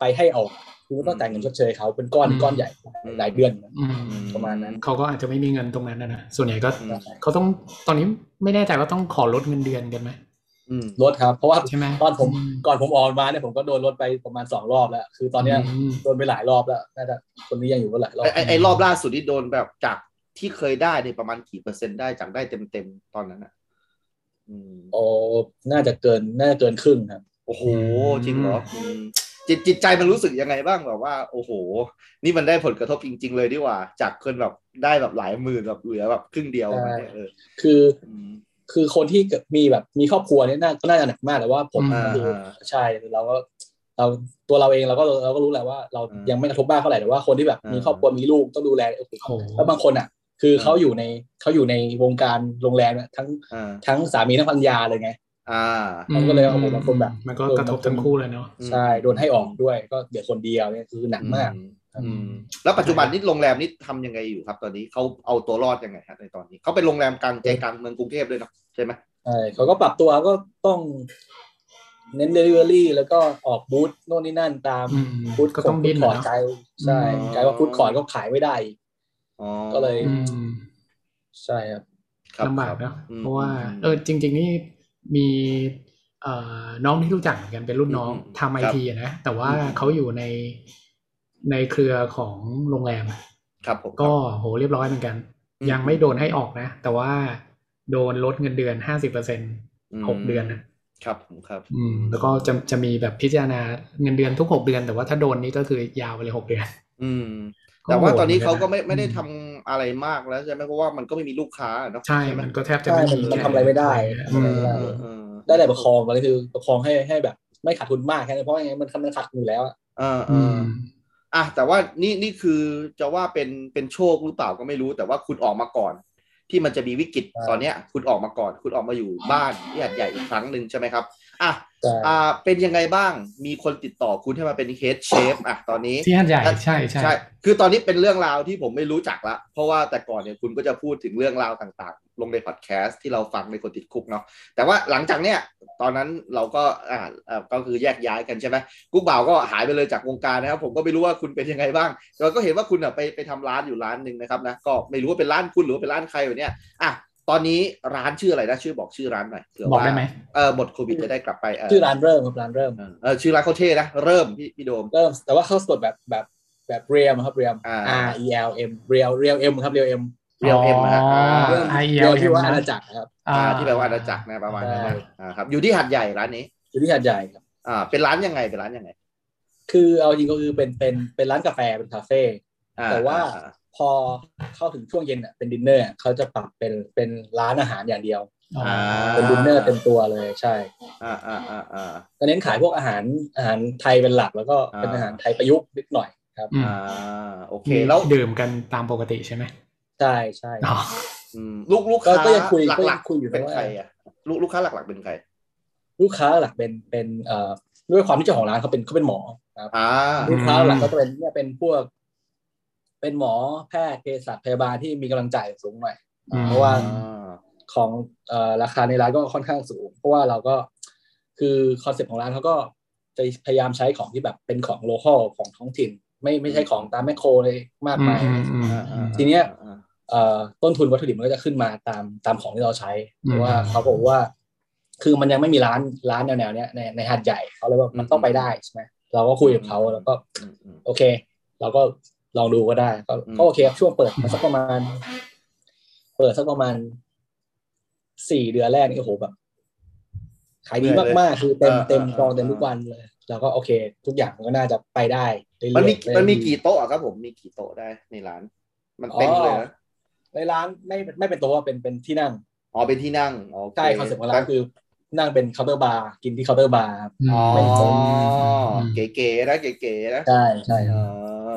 [SPEAKER 4] ไปให้ออกคือต้องจ่ายเงินชดเชยเขาเป็นก้อน
[SPEAKER 3] อืม
[SPEAKER 4] ก้อนใหญ่
[SPEAKER 2] อืม
[SPEAKER 4] หลายเดือนนะ
[SPEAKER 3] อืม
[SPEAKER 4] ประมาณนั้น
[SPEAKER 3] เขาก็อาจจะไม่มีเงินตรงนั้นนะนะส่วนใหญ่ก็
[SPEAKER 2] อืม
[SPEAKER 3] เขาต้องตอนนี้ไม่แน่ใจว่าต้องขอลดเงินเดือนกันไหม
[SPEAKER 2] อืม
[SPEAKER 4] ลดครับ เพราะว่า
[SPEAKER 3] ใช่ไหม
[SPEAKER 4] ตอนผม
[SPEAKER 3] ม
[SPEAKER 4] ก่อนผมออกมาเนี่ยผมก็โดนลดไปประมาณสองรอบแล้ว คือตอนเนี้ย
[SPEAKER 3] ม
[SPEAKER 4] โดนไปหลายรอบแล้วน่าจะคนนี้ยังอยู่ก็หลายรอบ
[SPEAKER 2] ไอไอ้ไอรอบล่าสุดที่โดนแบบจากที่เคยได้เนี่ยประมาณกี่เปอร์เซ็นต์ได้จากได้เต็มเต็มๆตอนนั้นอ่ะอืม
[SPEAKER 4] โอ้น่าจะเกินน่าจะเกินครึ่งครับ
[SPEAKER 2] โอ้โห จริงเหรออืมจิตจิตใจมันรู้สึกยังไงบ้างแบบว่า โอ้โห นี่มันได้ผลกระทบจริง ๆ เลยดีกว่า จากคนแบบได้แบบหลายหมื่นแบบเหลือแบบครึ่งเดียวประมาณเนี้ยเออ
[SPEAKER 4] คือ
[SPEAKER 2] อืม
[SPEAKER 4] คือคนที่เกิดมีแบบมีครอบครัวเนี่ยน่าก็น่าจะหนักมากแต่ว่าผม
[SPEAKER 3] อ่า
[SPEAKER 4] คือใช่เราก็เราตัวเราเองเราก็เราก็รู้แหละว่า เรา
[SPEAKER 2] อ่ายั
[SPEAKER 4] ยังไม่กระทบบ้านเท่าไหร่แต่ว่าคนที่แบบ
[SPEAKER 2] อ่ามี
[SPEAKER 4] มีครอบครัวมีลูกต้องดูแลโอ้โห
[SPEAKER 3] โอ้โห
[SPEAKER 4] แล้วบางคนอ่ะ คืออา เขาอยู่ในเขาอยู่ในวงการโรงแรมเนี่ยทั้ง
[SPEAKER 2] อ่า
[SPEAKER 4] ทั้งสามีทั้งภรรยาเลยไง
[SPEAKER 2] อ่า
[SPEAKER 4] มันก็เลยเอาผมมาคนแบบ
[SPEAKER 3] มันก็กระทบทั้งคู่เลยเนาะ
[SPEAKER 4] ใช่โดนให้ออกด้วยก็เดี๋ยวคนเดียวเนี่ยคือหนักมาก
[SPEAKER 2] อืมแล้วปัจจุบันนี้โรงแรมนี้ทำยังไงอยู่ครับ ตอนนี้เขาเอาตัวรอดยังไงครับในตอนนี้เขาเป็นโรงแรมกลางใจกลางเมืองกรุงเทพด้วยเนอะใช่ไหม
[SPEAKER 4] ใช่เขาก็ปรับตัวก็ต้องเน้นเดลิเวอรี่แล้วก็ออกบูธโน่นนี่นั่นตาม
[SPEAKER 3] อืม
[SPEAKER 4] บูธ
[SPEAKER 3] ก็ต้องดิ้น
[SPEAKER 4] ข
[SPEAKER 3] อะ
[SPEAKER 4] อด
[SPEAKER 3] เนาะ
[SPEAKER 4] ไกลใช่
[SPEAKER 2] อืม
[SPEAKER 4] ไกลว่าฟูดคอร์ดก็ขายไม่ได้อีก
[SPEAKER 2] อ๋อ
[SPEAKER 4] ก็เลย
[SPEAKER 3] อืม
[SPEAKER 4] ใช่ครับ
[SPEAKER 2] ครับ
[SPEAKER 3] ลำบา
[SPEAKER 2] ค
[SPEAKER 3] ก
[SPEAKER 2] รับ
[SPEAKER 3] เนอะ
[SPEAKER 2] อืม
[SPEAKER 3] เพราะว่า
[SPEAKER 2] อืม
[SPEAKER 3] เออจริง ๆ นี่มีเอ่อน้องที่รู้จักเหมือนกันเป็นรุ่นน้อง
[SPEAKER 2] อืมอืม
[SPEAKER 3] ทำไอทีอะนะแต่ว่า
[SPEAKER 2] อืม
[SPEAKER 3] เขาอยู่ในในเครือของโรงแรมอะ
[SPEAKER 2] ครับผม
[SPEAKER 3] ก็
[SPEAKER 2] ครับ
[SPEAKER 3] โหเรียบร้อยเหมือนกัน
[SPEAKER 2] อืม
[SPEAKER 3] ยังไม่โดนให้ออกนะ แต่ว่าโดนลดเงินเดือนห้าสิบเปอร์เซ็นหกเดือนนะครับ
[SPEAKER 2] ผมครับ
[SPEAKER 3] อืม แล้วก็จะจะมีแบบพิจารณาเงินเดือนทุกหกเดือน แต่ว่าถ้าโดนนี่ก็คือยาวไปเลยหกเดือน
[SPEAKER 2] อืม แต่ว่าตอนนี้เขาก็ไม่
[SPEAKER 3] โหดหมื
[SPEAKER 2] ไม่ได้
[SPEAKER 3] กัะ
[SPEAKER 2] ทำ อะไรมากแล้วใช่ไหมเพราะว่ามันก็ไม่มีลูกค้าอะเนาะ
[SPEAKER 3] ใช่
[SPEAKER 2] ไหม
[SPEAKER 3] มันก็แทบจะ
[SPEAKER 4] ใช่มันมันทำอะไรไม่ได้
[SPEAKER 3] อืม
[SPEAKER 2] เออเออ
[SPEAKER 4] ได้แต่ประคองก็คือประคองให้ให้แบบ ไม่ขาดทุนมากแค่นั้นเพราะยังไงมันมันขาดทุนอยู่แล้วอะ
[SPEAKER 2] เออเอออ่ะแต่ว่านี่นี่คือจะว่าเป็นเป็นโชคหรือเปล่าก็ไม่รู้ แต่ว่าคุณออกมาก่อน ที่มันจะมีวิกฤตตอนเนี้ย คุณออกมาก่อน คุณออกมาอยู่บ้านที่หัดใหญ่อีกครั้งหนึ่งใช่ไหมครับอ่ะ
[SPEAKER 4] ใช่
[SPEAKER 2] อ่าเป็นยังไงบ้าง มีคนติดต่อคุณให้มาเป็นเฮดเชฟอ่ะตอนนี้
[SPEAKER 3] ที่หันใหญ่ใช่ใช่
[SPEAKER 2] คือตอนนี้เป็นเรื่องราวที่ผมไม่รู้จักละ เพราะว่าแต่ก่อนเนี่ยคุณก็จะพูดถึงเรื่องราวต่างๆ ลงในพอดแคสต์ที่เราฟังในคนติดคุกเนาะ แต่ว่าหลังจากเนี้ยตอนนั้นเราก็อ่าเอ่อก็คือแยกย้ายกันใช่ไหมกุ๊กบ่าวก็หายไปเลยจากวงการนะครับ ผมก็ไม่รู้ว่าคุณเป็นยังไงบ้างเราก็เห็นว่าคุณอ่ะไปไปทำร้านอยู่ร้านหนึ่งนะครับนะก็ไม่รู้ว่าเป็นร้านคุณหรือว่าเป็นร้านใครอยู่เนี่ยอ่ะตอนนี้ร้านชื่ออะไรนะชื่อบอกชื่อร้านหน่อยเผื่อ
[SPEAKER 3] บอก
[SPEAKER 2] ว่า
[SPEAKER 3] ได้ไหม
[SPEAKER 2] เออหมดโควิดจะได้กลับไปเ
[SPEAKER 4] ชื่อร้านเริ่มครับร้านเริ่ม
[SPEAKER 2] เออเออชื่อร้านเขาเท่นะเริ่มพี่พี่โดม
[SPEAKER 4] เริ่ม แต่ว่าเข้าสะกดแบบแบบแบบเรียมครับเรียม
[SPEAKER 2] อ่า
[SPEAKER 4] R E L M เรียวเรียวเอ็มครับเรียวเอ็ม
[SPEAKER 2] เรียวเอ็มนะฮะอ่า
[SPEAKER 3] อ๋อ I E L M
[SPEAKER 4] เรียวที่ว่า
[SPEAKER 3] นะ
[SPEAKER 4] อาณาจักรนะครับ
[SPEAKER 2] อ่าที่แปลว่าอาณาจักรนะประมาณนั้นนะ
[SPEAKER 4] ใช่
[SPEAKER 2] อ่าครับอยู่ที่หัดใหญ่ร้านนี้
[SPEAKER 4] อยู่ที่หาดใหญ่ครับ
[SPEAKER 2] อ่าเป็นร้านยังไงเป็นร้านยังไง
[SPEAKER 4] คือเอาจริงก็คือเป็นเป็นเป็นร้านกาแฟเป็นคาเฟ่
[SPEAKER 2] อ่
[SPEAKER 4] แต่ว่า
[SPEAKER 2] อ่
[SPEAKER 4] พอเข้าถึงช่วงเย็นอ่ะเป็นดินเนอร์เขาจะปรับเป็นเป็นร้านอาหารอย่างเดียว
[SPEAKER 3] อ๋อ
[SPEAKER 2] อ่า
[SPEAKER 4] เป็นดินเนอร์เต็มตัวเลยใช่
[SPEAKER 2] อ่าอ่าอ่าอ่า
[SPEAKER 4] ก็เน้นขายพวกอาหารอาหารไทยเป็นหลัก แล้วก็เป็น
[SPEAKER 2] อ่า
[SPEAKER 4] อาหารไทยประยุกต์นิดหน่อยครับ
[SPEAKER 3] อืม
[SPEAKER 2] อ่าโอเค
[SPEAKER 3] มี
[SPEAKER 2] แล้ว
[SPEAKER 3] ดื่มกันตามปกติใช่ไหม
[SPEAKER 4] ใช่ใช่
[SPEAKER 3] อ๋อ
[SPEAKER 2] อืมลูกลูก
[SPEAKER 4] ก็
[SPEAKER 2] ค้า
[SPEAKER 4] ก็ยังคุยก็
[SPEAKER 2] ห
[SPEAKER 4] ยั
[SPEAKER 2] ลั
[SPEAKER 4] ง
[SPEAKER 2] ก
[SPEAKER 4] คุยอยู่
[SPEAKER 2] ๆ
[SPEAKER 4] นะ
[SPEAKER 2] เป็น
[SPEAKER 4] ว่า
[SPEAKER 2] ใครอ่ะลูกลูกค้าหลักๆเป็นใคร
[SPEAKER 4] ลูกค้าหลักเป็นเป็นเอ่อด้วยความที่เจ้าของร้านเขาเป็นเขาเป็นหมอครับ
[SPEAKER 2] อ่า
[SPEAKER 3] อื
[SPEAKER 4] ลู
[SPEAKER 3] ม
[SPEAKER 4] กค้าหลักก็จะเป็นเนี่ยเป็นพวก เป็นหมอแพทย์เภสัชพยาบาลที่มีกำลังจ่ายสูงหน่อย
[SPEAKER 3] อืม
[SPEAKER 4] เพราะว่า
[SPEAKER 2] อ่า
[SPEAKER 4] ของเอ่อราคาในร้านก็ค่อนข้างสูง เพราะว่าเราก็คือคอนเซ็ปต์ของร้านเขาก็จะพยายามใช้ของที่แบบเป็นของโลคอลของท้องถิ่น ไม่ไม่ใช่ของตามแมคโครเลยมากมาย
[SPEAKER 3] อืมอืม
[SPEAKER 2] อ่า
[SPEAKER 3] อื
[SPEAKER 2] อ่าม
[SPEAKER 4] ทีเนี้ย
[SPEAKER 2] อ่า
[SPEAKER 4] เอ่อต้นทุนวัตถุดิบมันก็จะขึ้นมาตามตามของที่เราใช้
[SPEAKER 3] อืม
[SPEAKER 4] เพราะว่าเขาบอกว่า คือมันยังไม่มีร้านร้านแนวๆเนี้ยในในหาดใหญ่เขาเลยว่ามันต้องไปได้ใช่ไหมเราก็คุยกับเขาแล้วก็
[SPEAKER 2] อืมอืม
[SPEAKER 4] โอเค เราก็ลองดูก็ได้ ก็
[SPEAKER 2] อืม
[SPEAKER 4] ก็โอเคครับช่วงเปิดมาสักประมาณ เปิดสักประมาณสี่เดือนแรกนี่โอ้โหแบบขายดีมากๆคือเต็มเต็มกองเต็มทุกวันเลยเราก็โอเค ทุกอย่างมันก็น่าจะไปได้เรื่อยๆ
[SPEAKER 2] มันมี
[SPEAKER 4] เรื่อยๆ
[SPEAKER 2] มันมีกี่โต๊ะอะครับผมมีกี่โต๊ะได้ในร้าน มันเต็มเลยนะ
[SPEAKER 4] ในร้านไม่ไม่เป็นโต๊ะเป็นเป็นที่นั่ง
[SPEAKER 2] อ๋อเป็นที่นั่งอ๋อโอเค
[SPEAKER 4] ใช่คอนเซ็ปต์ของร้านคือนั่งเป็นเคาน์เตอร์บาร์กินที่เคาน์เตอร์บาร์ครับ
[SPEAKER 2] อ๋อ
[SPEAKER 4] ไม่ตรง
[SPEAKER 2] เก๋ๆนะเก๋ๆนะ
[SPEAKER 4] ใช่ใช่
[SPEAKER 2] เอ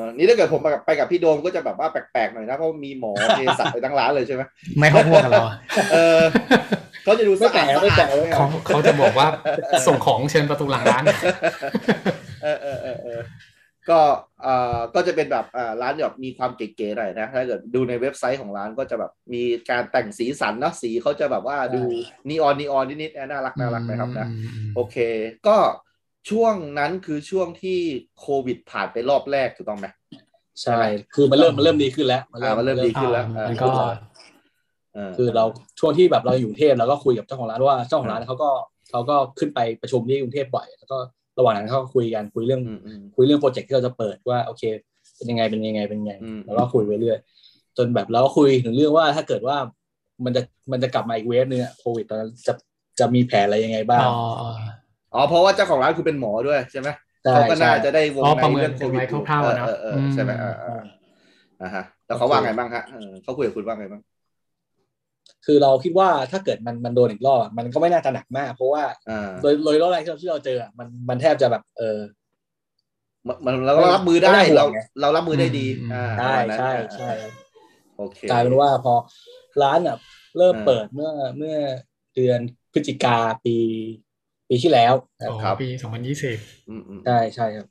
[SPEAKER 2] อนี่ถ้าเกิดผมไปกับไปกับพี่โดมก็จะแบบว่าแปลกๆหน่อยนะเพราะมีหมอ เภสัชไปทั้งร้านเลยใช่ไหม
[SPEAKER 3] ไม่เข้าพวก กันแล้วอะ
[SPEAKER 2] เอ อเขาจะดู
[SPEAKER 4] ไม่
[SPEAKER 2] สะ
[SPEAKER 4] แปล
[SPEAKER 2] อาก ด
[SPEAKER 4] ไม่
[SPEAKER 2] สะ
[SPEAKER 4] แปล
[SPEAKER 2] อาก ด
[SPEAKER 4] ไม่แปล
[SPEAKER 3] เขา
[SPEAKER 4] ก
[SPEAKER 3] เขาจะบอกว่าส่งของเชิญประตูหลังร้าน
[SPEAKER 2] เออเออเออเออก็เอ่อก็จะเป็นแบบเอ่อร้านแบบมีความเก๋ๆหน่อยนะถ้าเกิดดูในเว็บไซต์ของร้านก็จะแบบมีการแต่งสีสันเนอะสีเขาจะแบบว่าดูนีออนนีออนนิดๆนะน่ารักน่ารักนะครับนะ โอเค ก็ช่วงนั้นคือช่วงที่โควิดผ่านไปรอบแรกถูกต้องไหม
[SPEAKER 4] ใช่ คือมันเริ่มมันเริ่มดีขึ้นแล้ว
[SPEAKER 2] อ่ามันเริ่มดี ขึ้นแล้ว
[SPEAKER 3] อ่ามัน
[SPEAKER 2] เออ
[SPEAKER 3] ก็
[SPEAKER 4] คือเราช่วงที่แบบเราอยู่กรุงเทพเราก็คุยกับเจ้าของร้านว่าเจ้าของร้านเขาก็เขาก็ขึ้นไปประชุมที่กรุงเทพบ่อยแล้วก็ระหว่างนั้นเขาก็คุยกันคุยเรื่อง
[SPEAKER 2] อืมอืม
[SPEAKER 4] คุยเรื่องโปรเจกต์ที่เราจะเปิดว่าโอเค เป็นยังไงเป็นยังไงเป็นยังไง
[SPEAKER 2] อืม
[SPEAKER 4] แล้วก็คุยไปเรื่อยจนแบบเราก็คุยถึงเรื่องว่าถ้าเกิดว่ามันจะมันจะกลับมาอีกเวฟนึงอะโควิดตอนนั้นจะจะมีแผนอะไรยังไงบ้าง
[SPEAKER 3] อ๋ออ๋อ
[SPEAKER 2] อ๋อเพราะว่าเจ้าของร้านคือเป็นหมอด้วยใช่ไหม
[SPEAKER 4] ใช่
[SPEAKER 2] เขาก็
[SPEAKER 4] ใช่
[SPEAKER 2] น่าจะได้วง
[SPEAKER 3] อ๋อ
[SPEAKER 2] ใน
[SPEAKER 3] ประเมิ
[SPEAKER 2] เรื่
[SPEAKER 3] น
[SPEAKER 2] องโค
[SPEAKER 3] กัน
[SPEAKER 2] วิด
[SPEAKER 3] ไว้คร่าวๆอะเนาะ
[SPEAKER 2] เออเออเออใช่ไหมเออเอ
[SPEAKER 4] อ่า
[SPEAKER 2] ออ่าฮะแล้วเขาว่าไงบ้างฮะเออเขาคุยกับคุณว่าไงบ้าง
[SPEAKER 4] คือเราคิดว่าถ้าเกิดมันมันโดนอีกรอบอะมันก็ไม่น่าจะหนักมาก เพราะว่า
[SPEAKER 2] อ่า
[SPEAKER 4] โดยโดยรอบแรกที่เราที่เราเจออะมันมันแทบจะแบบเออ
[SPEAKER 2] มันมันเราก็รับมือได้
[SPEAKER 4] ไม่ได้ห่
[SPEAKER 2] เรา
[SPEAKER 4] วงไง
[SPEAKER 2] เรารับมือได้ดีอ่า
[SPEAKER 4] ใช่
[SPEAKER 2] ประมาณนั้น
[SPEAKER 4] ใช่ใช่
[SPEAKER 2] โอเค
[SPEAKER 4] กลายเป็นว่าพอร้านอ่ะเริ่ม
[SPEAKER 2] อ่า
[SPEAKER 4] เปิดเมื่อเมื่อเดือนพฤศจิกาปีปีที่แล้วครับ
[SPEAKER 3] โอ้โหปีสองพันยี่สิบ
[SPEAKER 2] อืมอืม
[SPEAKER 4] ใช่ใช่ครับ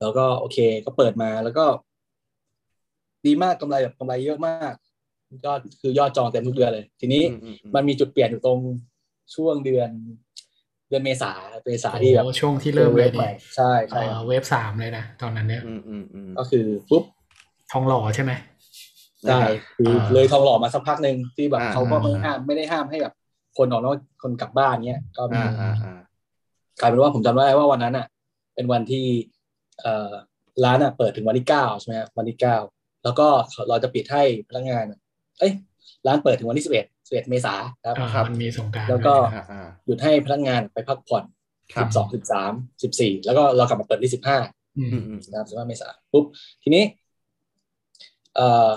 [SPEAKER 4] แล้วก็โอเคก็เปิดมาแล้วก็ ดีมากกำไรแบบกำไรเยอะมากยอดคือยอดจองเต็มทุกเดือนเลย ทีนี้
[SPEAKER 2] อือื
[SPEAKER 4] มันมีจุดเปลี่ยนอยู่ตรงช่วงเดือน เดือนเมษาเมษา
[SPEAKER 3] โอ้
[SPEAKER 4] ที่แบบ
[SPEAKER 3] โหช่วงที่เริ่มเลย
[SPEAKER 4] ให
[SPEAKER 3] นี่
[SPEAKER 4] ใช่ใช่ค
[SPEAKER 3] เอ่
[SPEAKER 4] รั
[SPEAKER 3] อบ เวฟสามเลยนะตอนนั้นเนี่ย
[SPEAKER 2] อืมอืมอืม
[SPEAKER 4] ก็คือปุ๊บ
[SPEAKER 3] ทองหล่อใช่ไหม
[SPEAKER 2] นะ
[SPEAKER 4] ใช่
[SPEAKER 2] ฮะ
[SPEAKER 4] คือ
[SPEAKER 3] อ่า
[SPEAKER 4] เลยทองหล่อมาสักพักหนึ่งที่แบบ
[SPEAKER 2] อ่า
[SPEAKER 4] เขาก็ไม่ห้ามไม่ได้ห้ามให้แบบ คนออกนอกคนกลับบ้านเนี้ยก็มี
[SPEAKER 2] อ่าอ่าอ่าก
[SPEAKER 4] ลายเป็นว่าผมจำได้ว่าวันนั้นอ่ะ เป็นวันที่เอ่อร้านอ่ะเปิดถึงวันที่เก้าใช่ไหมฮะวันที่เก้าแล้วก็เราจะปิดให้พนักงานอะเอ้ยร้านเปิดถึงวันที่สิบเอ็ดสิบเอ็ดเมษาครับ
[SPEAKER 3] ามันมีสงกราร
[SPEAKER 4] แล้วก็
[SPEAKER 2] อ่าอ่า
[SPEAKER 4] หยุดให้พนักงานไปพักผ่อน
[SPEAKER 2] ครั
[SPEAKER 4] สิ
[SPEAKER 2] บบ
[SPEAKER 4] สองสิบสามสิบสี่แล้วก็เรากลับมาเปิดที่สิบห้า
[SPEAKER 2] อืมอืม
[SPEAKER 4] นะครับ15เมษาปุ๊บทีนี้ เอ่อ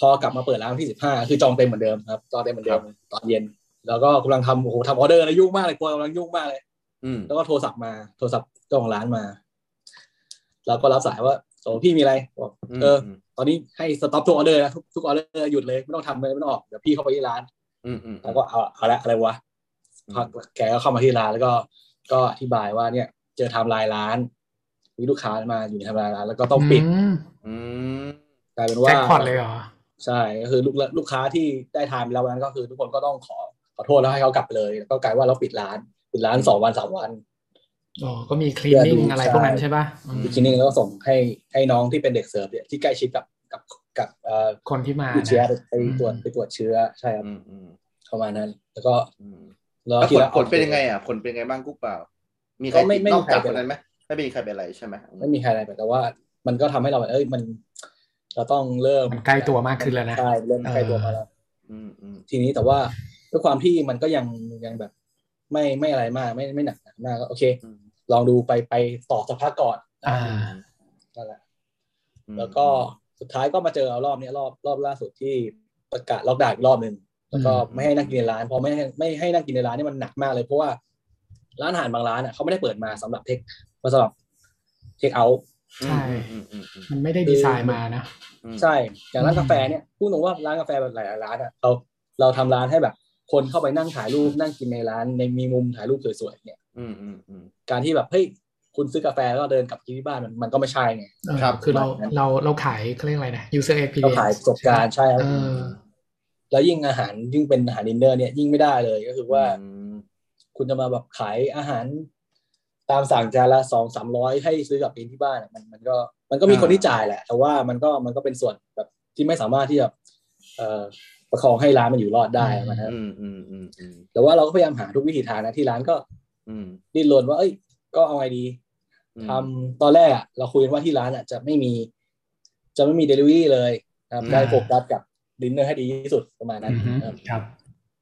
[SPEAKER 4] พอกลับมาเปิดร้านวันที่สิบห้าคือจองเต็มเหมือนเดิมครับจองเต็มเหมือนเดิมตอนเย็น แล้วก็กำลังทำโอ้โหทำออเดอร์นะยุ่งมากเลยกลัวกำลังยุ่งมากเลย
[SPEAKER 2] อืม
[SPEAKER 4] แล้วก็โทรศัพท์มาโทรศัพท์เจ้าของร้านมาแล้วก็รับสายว่าโอ้พี่มีอะไรบอก เอ ตอนนี้ให้สต็อปทุกออเดอร์นะทุกทุกออเดอร์หยุดเลยไม่ต้องทำเลยไม่ต้องออกเดี๋ยวพี่เข้าไปที่ร้าน
[SPEAKER 2] อืมอืม
[SPEAKER 4] แล้วก็เอาเอาละอะไรวะพักแกก็เข้ามาที่ร้านแล้วก็ก็อธิบายว่าเนี่ย เจอไทำลายร้าน มีลูกค้ามาอยู่ในไทำลายร้าน แล้วก็ต้องปิด
[SPEAKER 3] ม
[SPEAKER 2] อืม
[SPEAKER 4] กลายเป็นว่า
[SPEAKER 3] แจ็คพอตเลยเหรอ
[SPEAKER 4] ใช่ก็คือลูกลูกค้าที่ได้ทานไปแล้ววันนั้นก็คือ ทุกคนก็ต้องขอขอโทษแล้วให้เขากลับไปเลยแล้วก็กลายว่าเราปิดร้านปิดร้านสองวันสามวัน
[SPEAKER 3] อ๋อก็มีคลีนนิ่
[SPEAKER 4] เพื่
[SPEAKER 3] ง
[SPEAKER 4] อดู
[SPEAKER 3] อะไรพวกนั้น
[SPEAKER 4] ใช่
[SPEAKER 3] ใช่ป่ะอืม
[SPEAKER 4] บิกินี่แล้วก็ส่งให้ให้น้องที่เป็นเด็กเสิร์ฟเนี่ยที่ใกล้ชิดกับกับกับเอ่อ
[SPEAKER 3] คนที่มา
[SPEAKER 4] ผู้เชื้อ
[SPEAKER 3] นะ
[SPEAKER 4] ไปตรวจไปตรวจเชื้อใช่ครับ
[SPEAKER 2] อืมอืม
[SPEAKER 4] ประมาณนั้น แล้วก็
[SPEAKER 2] อืม
[SPEAKER 4] แล้
[SPEAKER 2] แล้วว
[SPEAKER 4] ที่
[SPEAKER 2] ผล
[SPEAKER 4] ละ
[SPEAKER 2] ผลเป็นยังไงอ่ะผลเป็นยังไงบ้างกุ๊กเปล่า มีใคร
[SPEAKER 4] ก็ไม่
[SPEAKER 2] ติด
[SPEAKER 4] ไม่มี
[SPEAKER 2] นอกจาก
[SPEAKER 4] ใครเป็
[SPEAKER 2] คน นนั้นไหมไม่มีใครเป็นไรใช่ไหมอืม
[SPEAKER 4] ไม่มีใครอะไรแต่ว่า มันก็ทำให้เราแบบเอ้ยมันเราต้องเริ่ม
[SPEAKER 3] มันใกล้ตัวมากขึ้นแล้วนะ
[SPEAKER 4] ใช่เริ่มใกล้ตัวมาแล้ว
[SPEAKER 2] อืมอืม
[SPEAKER 4] ทีนี้แต่ว่าด้วยความที่มันก็ยังยังแบบ ไม่ไม่อะไรมากไม่ไม่หนักหนามากก็โอเค
[SPEAKER 2] อืม
[SPEAKER 4] ลองดูไปไปต่อสักพักก่อน
[SPEAKER 3] อ่า
[SPEAKER 4] นั่นแหละ
[SPEAKER 2] อืม
[SPEAKER 4] แล้วก็สุดท้ายก็มาเจอเอารอบเนี้ยรอบรอบล่าสุดที่ประกาศล็อกดาวน์อีกรอบหนึ่งแล้วก็
[SPEAKER 3] อืม
[SPEAKER 4] ไม่ให้นั่งกินในร้านพอไม่ให้ไม่ให้นั่งกินในร้านเนี่ยมันหนักมากเลยเพราะว่าร้านอาหารบางร้านอ่ะเขาไม่ได้เปิดมาสำหรับเทคมาสำหรับเทคเอา
[SPEAKER 3] ใช่
[SPEAKER 2] อืมอืมอืม
[SPEAKER 3] มันไม่ได้ดีไซน์มานะ
[SPEAKER 2] อืม
[SPEAKER 4] ใช่ อย่างร้านกาแฟเนี่ยพูดตรงว่าร้านกาแฟแบบหลายๆร้านอ่ะเราเราทำร้านให้แบบ คนเข้าไปนั่งถ่ายรูปนั่งกินในร้านในมีมุมถ่ายรูปสวยๆเนี่ย
[SPEAKER 2] อืมอืมอืม
[SPEAKER 4] การที่แบบเฮ้ยคุณซื้อกาแฟแล้วเดินกลับที่บ้านมันมันก็ไม่ใช่ไง
[SPEAKER 3] เออ
[SPEAKER 2] ครับ
[SPEAKER 3] คือเรา
[SPEAKER 4] ประมาณนั้น
[SPEAKER 3] เราเราขายเขาเรียกอะไรนะ user
[SPEAKER 4] เรา
[SPEAKER 3] experience
[SPEAKER 4] ขายประสบการณ์ใช่ครับ
[SPEAKER 3] เออ
[SPEAKER 4] แล้วยิ่งอาหารยิ่งเป็นอาหารดินเนอร์เนี่ยยิ่งไม่ได้เลยก็คือว่า
[SPEAKER 2] อืม
[SPEAKER 4] คุณจะมาแบบขายอาหาร ตามสั่งจานละสองสามร้อยให้ซื้อกลับไปที่บ้านอะมันมันก็มันก็มีคนที่จ่ายแหละ แต่ว่ามันก็มันก็เป็นส่วนแบบที่ไม่สามารถที่แบบเอ่อประคองให้ร้านมันอยู่รอดได้ประมาณนั้น
[SPEAKER 2] อืมอืมอืมอืม
[SPEAKER 4] แต่ว่าเราก็พยายามหาทุกวิถีทางนะที่ร้านก็
[SPEAKER 2] อืม
[SPEAKER 4] ดิ้นรนว่าเอ้ยก็เอาไงดี
[SPEAKER 2] อืม
[SPEAKER 4] ทำตอนแรกอะเราคุยกันว่าที่ร้านอะจะไม่มี จะไม่มีเดลิเวอรี่เลยนะครับ
[SPEAKER 3] อืม
[SPEAKER 4] ได้โฟกัสกับดินเนอร์ให้ดีที่สุดประมาณนั้น
[SPEAKER 3] อือฮึ
[SPEAKER 4] นะครับ
[SPEAKER 3] ครับ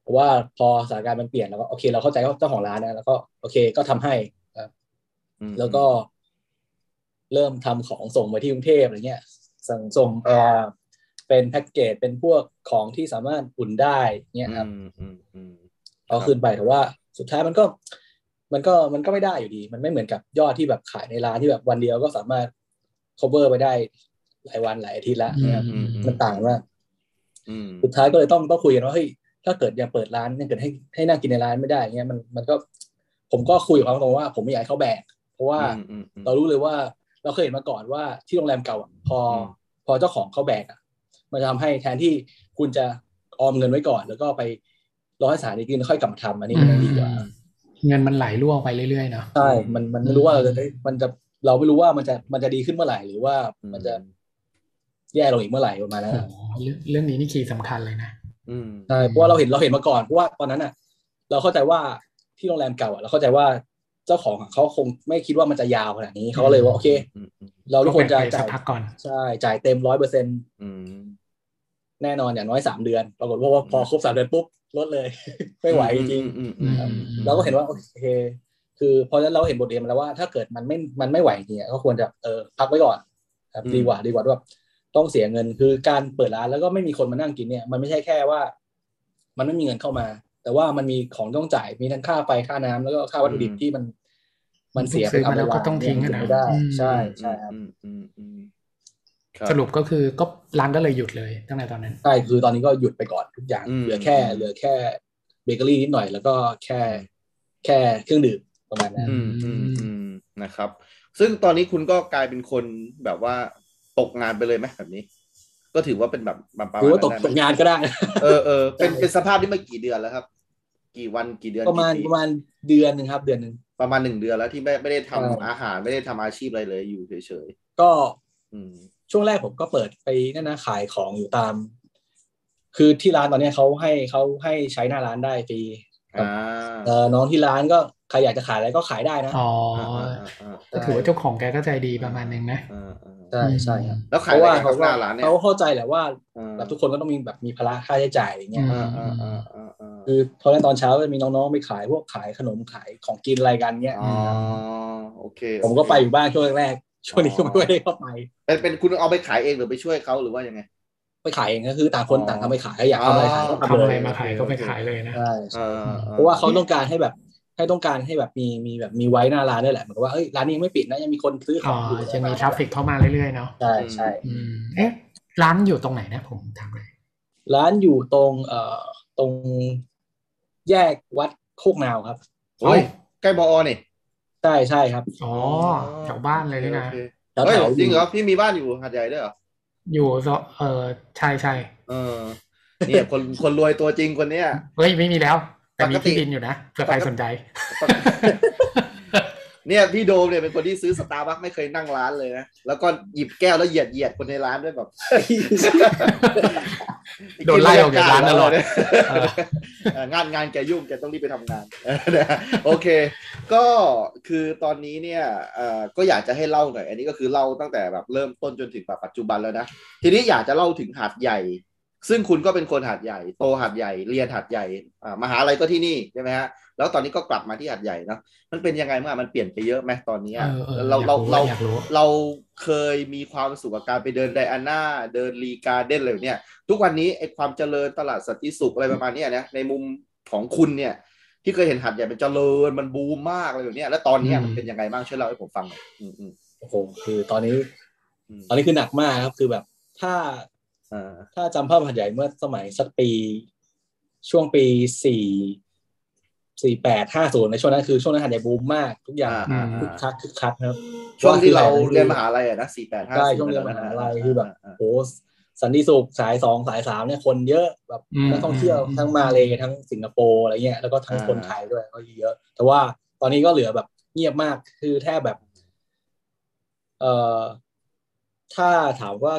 [SPEAKER 4] เพราะว่าพอสถานการณ์มันเปลี่ยนแล้วก็โอเค เราเข้าใจว่าเจ้าของร้านนะแล้วก็โอเคก็ทำให้นะครับ
[SPEAKER 2] อืม
[SPEAKER 4] แล้วก็ เริ่มทำของส่งไปที่กรุงเทพอะไรเงี้ยสั่งส่งเอ่อเป็นแพ็กเกจเป็นพวกของที่สามารถอุ่นได้เงี้ยครับ
[SPEAKER 2] อืมอืมอืม
[SPEAKER 4] เอาคืนไปแต่ว่าสุดท้ายมันก็ มันก็มันก็ไม่ได้อยู่ดี มันไม่เหมือนกับยอดที่แบบขายในร้านที่แบบวันเดียวก็สามารถ cover ไปได้หลายวันหลายอาทิตย์ละ
[SPEAKER 3] อืม
[SPEAKER 4] นะครับ
[SPEAKER 3] อืมอื
[SPEAKER 4] มั
[SPEAKER 3] ม
[SPEAKER 4] นต่างมาก
[SPEAKER 2] อืม
[SPEAKER 4] สุดท้ายก็เลยต้องต้องคุยกันว่าเฮ้ยถ้าเกิดยังเปิดร้านยังเกิดให้ให้นั่งกินในร้านไม่ได้เงี้ยมันมันก็ผมก็คุยกับเขาตรงๆว่า ผมไม่อยากให้เขาแบกเพราะว่า
[SPEAKER 2] อืมอืม
[SPEAKER 4] เรารู้เลยว่าเราเคยเห็นมาก่อนว่าที่โรงแรมเก่าอะพอ
[SPEAKER 2] อืม
[SPEAKER 4] พอเจ้าของเขาแบกอ่ะ มันจะทำให้แทนที่คุณจะออมเงินไว้ก่อน แล้วก็ไปรอให้สถานีกินค่อยกลับมาทำอันนี้มันดีกว่า
[SPEAKER 3] เงินมันไหลล่วงไปเรื่อยๆเนาะ
[SPEAKER 4] ใช่มันมันไม่รู้ว่าเราจะได้มันจะเราไม่รู้ว่ามันจะมันจะดีขึ้นเมื่อไหร่ หรือว่ามันจะแย่ลงอีกเมื่อไหร่ประมาณนั้น
[SPEAKER 3] โอ้
[SPEAKER 4] อะ
[SPEAKER 3] โหเรื่องเรื่องนี้นี่คีย์สำคัญเลยนะ
[SPEAKER 2] อืม
[SPEAKER 4] ใช่เพราะว่าเราเห็นเราเห็นมาก่อนเพราะว่าตอนนั้นอ่ะ เราเข้าใจว่าที่โรงแรมเก่าอ่ะเราเข้าใจว่าเจ้าของอะเขาคงไม่คิดว่ามันจะยาวขนาดนี้เขาก็เลยว่าโอเค
[SPEAKER 2] อืมอืม
[SPEAKER 4] เราทุกคนจะ
[SPEAKER 3] ก็แบ่งไปสั
[SPEAKER 4] จ่าก ย
[SPEAKER 3] พักก่อน
[SPEAKER 4] ใช่จ่ายเต็มร้อยเปอร์เซ็น
[SPEAKER 2] อืม
[SPEAKER 4] แน่นอนอย่างน้อยสามเดือน ปรากฏว่าพอพอ
[SPEAKER 2] อืม
[SPEAKER 4] ครบสามเดือนปุ๊บลดเลย ไม่ไหวจริง
[SPEAKER 2] อืมอืมอืม
[SPEAKER 3] อืม
[SPEAKER 4] เราก็เห็นว่าโอเค คือเพราะฉะนั้นเราเห็นบทเรียนมาแล้วว่าถ้าเกิดมันไม่มันไม่ไหวจริงอะก็ควรจะเออพักไว้ก่อนครับดีกว่าดีกว่าแบบต้องเสียเงินคือการเปิดร้านแล้วก็ไม่มีคนมานั่งกินเนี่ย มันไม่ใช่แค่ว่า มันไม่มีเงินเข้ามา แต่ว่ามันมีของต้องจ่ายมีทั้งค่าไฟค่าน้ำแล้วก็ค่าวัตถุดิบที่มัน มันเสียไป
[SPEAKER 3] ซื้อมาแล้ว
[SPEAKER 4] บ
[SPEAKER 3] ก็ต้องทิ้งอะนะ
[SPEAKER 4] ไม่ได้
[SPEAKER 3] อืม
[SPEAKER 4] ใช่ใช่ครับ
[SPEAKER 2] อืมอืมอืม
[SPEAKER 3] สรุปก็คือก็ร้านก็เลยหยุดเลยตั้งแต่ตอนนั้น
[SPEAKER 4] ใช่คือตอนนี้ก็หยุดไปก่อนทุกอย่าง
[SPEAKER 2] ม
[SPEAKER 4] เหลือแค่เหลือแค่เบเกอรี่นิดหน่อยแล้วก็แค่แค่เครื่องดื่มประมาณนั้น
[SPEAKER 2] อืมอืมอืมนะครับ ซึ่งตอนนี้คุณก็กลายเป็นคนแบบว่าตกงานไปเลยไหมแบบนี้ ก็ถือว่าเป็นแบบแบบประ
[SPEAKER 4] หรือ
[SPEAKER 2] มาณ
[SPEAKER 4] ว่าตก
[SPEAKER 2] นั้น
[SPEAKER 4] ต
[SPEAKER 2] ได้
[SPEAKER 4] ก
[SPEAKER 2] ไหม
[SPEAKER 4] งานก็ได้
[SPEAKER 2] เออเออเป็นเป็นสภาพนี้มากี่เดือนแล้วครับ กี่วันกี่เดือน
[SPEAKER 4] ประมาณ
[SPEAKER 2] กี่
[SPEAKER 4] ป
[SPEAKER 2] ปี
[SPEAKER 4] ระมาณเดือนหนึ่งครับ เดือนหนึ่ง
[SPEAKER 2] ประมาณหนึ่งเดือนแล้วที่ไม่ไม่ได้ทำ
[SPEAKER 4] ใช่
[SPEAKER 2] อาหารไม่ได้ทำอาชีพอะไรเลยอยู่เฉย
[SPEAKER 4] ก็
[SPEAKER 2] ๆอืม
[SPEAKER 4] ช่วงแรกผมก็เปิดไปนั่นนะขายของอยู่ตาม คือที่ร้านตอนเนี้ยเขาให้เขาให้ใช้หน้าร้านได้ฟรี
[SPEAKER 2] อ่า
[SPEAKER 4] เอ่อน้องที่ร้านก็ใครอยากจะขายอะไรก็ขายได้นะ
[SPEAKER 3] อ๋อ
[SPEAKER 2] อ่า
[SPEAKER 3] อ
[SPEAKER 2] อ่า
[SPEAKER 3] ก็ถือว่าเจ้าของแกก็ใจดีประมาณนึงนะ
[SPEAKER 2] อ่าอ่า
[SPEAKER 4] ใช่ใช่ครับ
[SPEAKER 2] แล้ว
[SPEAKER 4] เพ
[SPEAKER 2] ขาย
[SPEAKER 4] ราะ
[SPEAKER 2] อะไร
[SPEAKER 4] ว่าเขา
[SPEAKER 2] กันค
[SPEAKER 4] ก็
[SPEAKER 2] รับหน้าร้านเนี่ย
[SPEAKER 4] เขาเข้าใจแหละว่า
[SPEAKER 2] อ่า
[SPEAKER 4] แบบทุกคนก็ต้องมีแบบมีภาระค่าใช้จ่ายอย่างเงี้ย
[SPEAKER 3] อืม
[SPEAKER 2] อ่าอ่าอ่าอ่าอ่า
[SPEAKER 4] คือตอนแรกตอนเช้าก็จะมีน้องๆไปขายพวกขายขนมขายของกินอะไรกันเนี่ย
[SPEAKER 2] อ๋อโอเค
[SPEAKER 4] ผมก็ไปอยู่บ้างช่วงแรก ช่วงนี้ก็ไม่ค่อยได้เข้าไป
[SPEAKER 2] เป็นเป็นคุณเอาไปขายเองหรือไปช่วยเขาหรือว่ายังไง
[SPEAKER 4] ไปขายเองก็คือต่างคน
[SPEAKER 2] อ๋อ
[SPEAKER 4] ต่างทำไปขายอยากทำอะไรขายก็
[SPEAKER 3] ทำ
[SPEAKER 4] ทำ
[SPEAKER 3] อะไร
[SPEAKER 4] เลย
[SPEAKER 3] มาขายก็ไปขายเลยนะ
[SPEAKER 4] ใช่
[SPEAKER 2] เออออ
[SPEAKER 4] เพราะว่าเขาต้องการให้แบบให้ต้องการให้แบบมีมีแบบมีไว้หน้าร้านด้วยแหละเหมือนกับว่าเอ้ยร้านนี้ยังไม่ปิดนะยังมีคนซื้อข
[SPEAKER 3] อ๋
[SPEAKER 4] อ
[SPEAKER 3] อง
[SPEAKER 4] อยู่
[SPEAKER 3] จะมีทราฟฟิกเข้ามาเรื่อยๆเนาะ
[SPEAKER 4] ใช่ใช่
[SPEAKER 3] อืมเอ๊ะร้านอยู่ตรงไหนนะผมถามเลย
[SPEAKER 4] ร้านอยู่ตรงเอ่อตรงแยกวัดโคกนาวครับ
[SPEAKER 2] โอ้ยใกล้บอนี่
[SPEAKER 4] ใช่ใช่ครับ
[SPEAKER 3] อ๋อแถวบ้านเลยด้วยนะ
[SPEAKER 2] โอค
[SPEAKER 4] แถว
[SPEAKER 2] เฮ้ย
[SPEAKER 4] แถว
[SPEAKER 2] จริงเหรอพี่มีบ้านอยู่หาดใหญ่ด้วยเหรอ
[SPEAKER 3] อยู่ซอเออใช่ใช่
[SPEAKER 2] เออเนี่ย คนคนรวยตัวจริงคนเนี้ย
[SPEAKER 3] เฮ้ยไม่มีแล้ว แต่มี
[SPEAKER 2] ปกติ
[SPEAKER 3] ที่ดินอยู่นะเผื่อใครสนใจ
[SPEAKER 2] เนี่ยพี่โดมเนี่ยเป็นคนที่ซื้อสตาร์บัคไม่เคยนั่งร้านเลยนะแล้วก็หยิบแก้วแล้วเหยียดเหยียดคนในร้านด้วยแบบ
[SPEAKER 3] โดนไล่ออกจากร้านตลอ ด เออ
[SPEAKER 2] เอ่องานงานแกยุ่งแกต้องรีบไปทำงาน เออนะโอเค ก็คือตอนนี้เนี่ยเอ่อก็อยากจะให้เล่าหน่อย อันนี้ก็คือเล่าตั้งแต่แบบเริ่มต้นจนถึงแบบปัจจุบันแล้วนะ ทีนี้อยากจะเล่าถึงหาดใหญ่ ซึ่งคุณก็เป็นคนหาดใหญ่ โตหาดใหญ่ เรียนหาดใหญ่อ่ามหาลัยก็ที่นี่ใช่ไหมฮะ แล้วตอนนี้ก็กลับมาที่หาดใหญ่เนาะ มันเป็นยังไงบ้างมันเปลี่ยนไปเยอะไหมตอนนี้
[SPEAKER 3] เอ
[SPEAKER 2] อะ
[SPEAKER 3] อออ
[SPEAKER 2] เราเราเรา
[SPEAKER 3] อยากรู้
[SPEAKER 2] เราเคยมีความสุขกับการไปเดินไดอาน่าเดินรีการ์เด้นอะไรแบบเนี่ย ทุกวันนี้ไอความเจริญตลาดสันติสุขอะไรประมาณเนี้ยนะในมุมของคุณเนี่ย ที่เคยเห็นหัดใหญ่มันเจริญมันบูมมากอะไรแบบเนี้ยแล้วตอนเนี้ย
[SPEAKER 3] อืม
[SPEAKER 2] มันเป็นยังไงบ้างช่วยเล่าให้ผมฟังหน่อยอืมอืม
[SPEAKER 4] โอ้โหคือตอนนี้
[SPEAKER 2] อืม
[SPEAKER 4] ตอนนี้คือหนักมากครับคือแบบถ้า
[SPEAKER 2] อ่า
[SPEAKER 4] ถ้าจำภาพหัดใหญ่เมื่อสมัยสักปี ช่วงปีสี่สี่แปดห้าศูนย์ในช่วงนั้นคือช่วงนั้นหัดใหญ่บูมมาก ทุกอย่าง
[SPEAKER 2] อ่า
[SPEAKER 4] คึกคักคึกคักครับ
[SPEAKER 2] ช่วงที่เรา
[SPEAKER 4] ว่าคือ
[SPEAKER 2] เรียนมหาลัยอะนะสี่แปดห้า
[SPEAKER 4] ใช่ช่วงเรียนมหาลัยคือแบบ
[SPEAKER 2] า
[SPEAKER 4] โหสันติสุขสายสองสายสามเนี่ยคนเยอะแบบ
[SPEAKER 3] อืม
[SPEAKER 4] นักท่องเที่ยว
[SPEAKER 3] อืม
[SPEAKER 4] ทั้งมาเลยทั้งสิงคโปร์อะไรเงี้ยแล้วก็ทั้งคนไทยด้วยก็เยอะ แต่ว่าตอนนี้ก็เหลือแบบเงียบมากคือแทบแบบ เอ่อถ้าถามว่า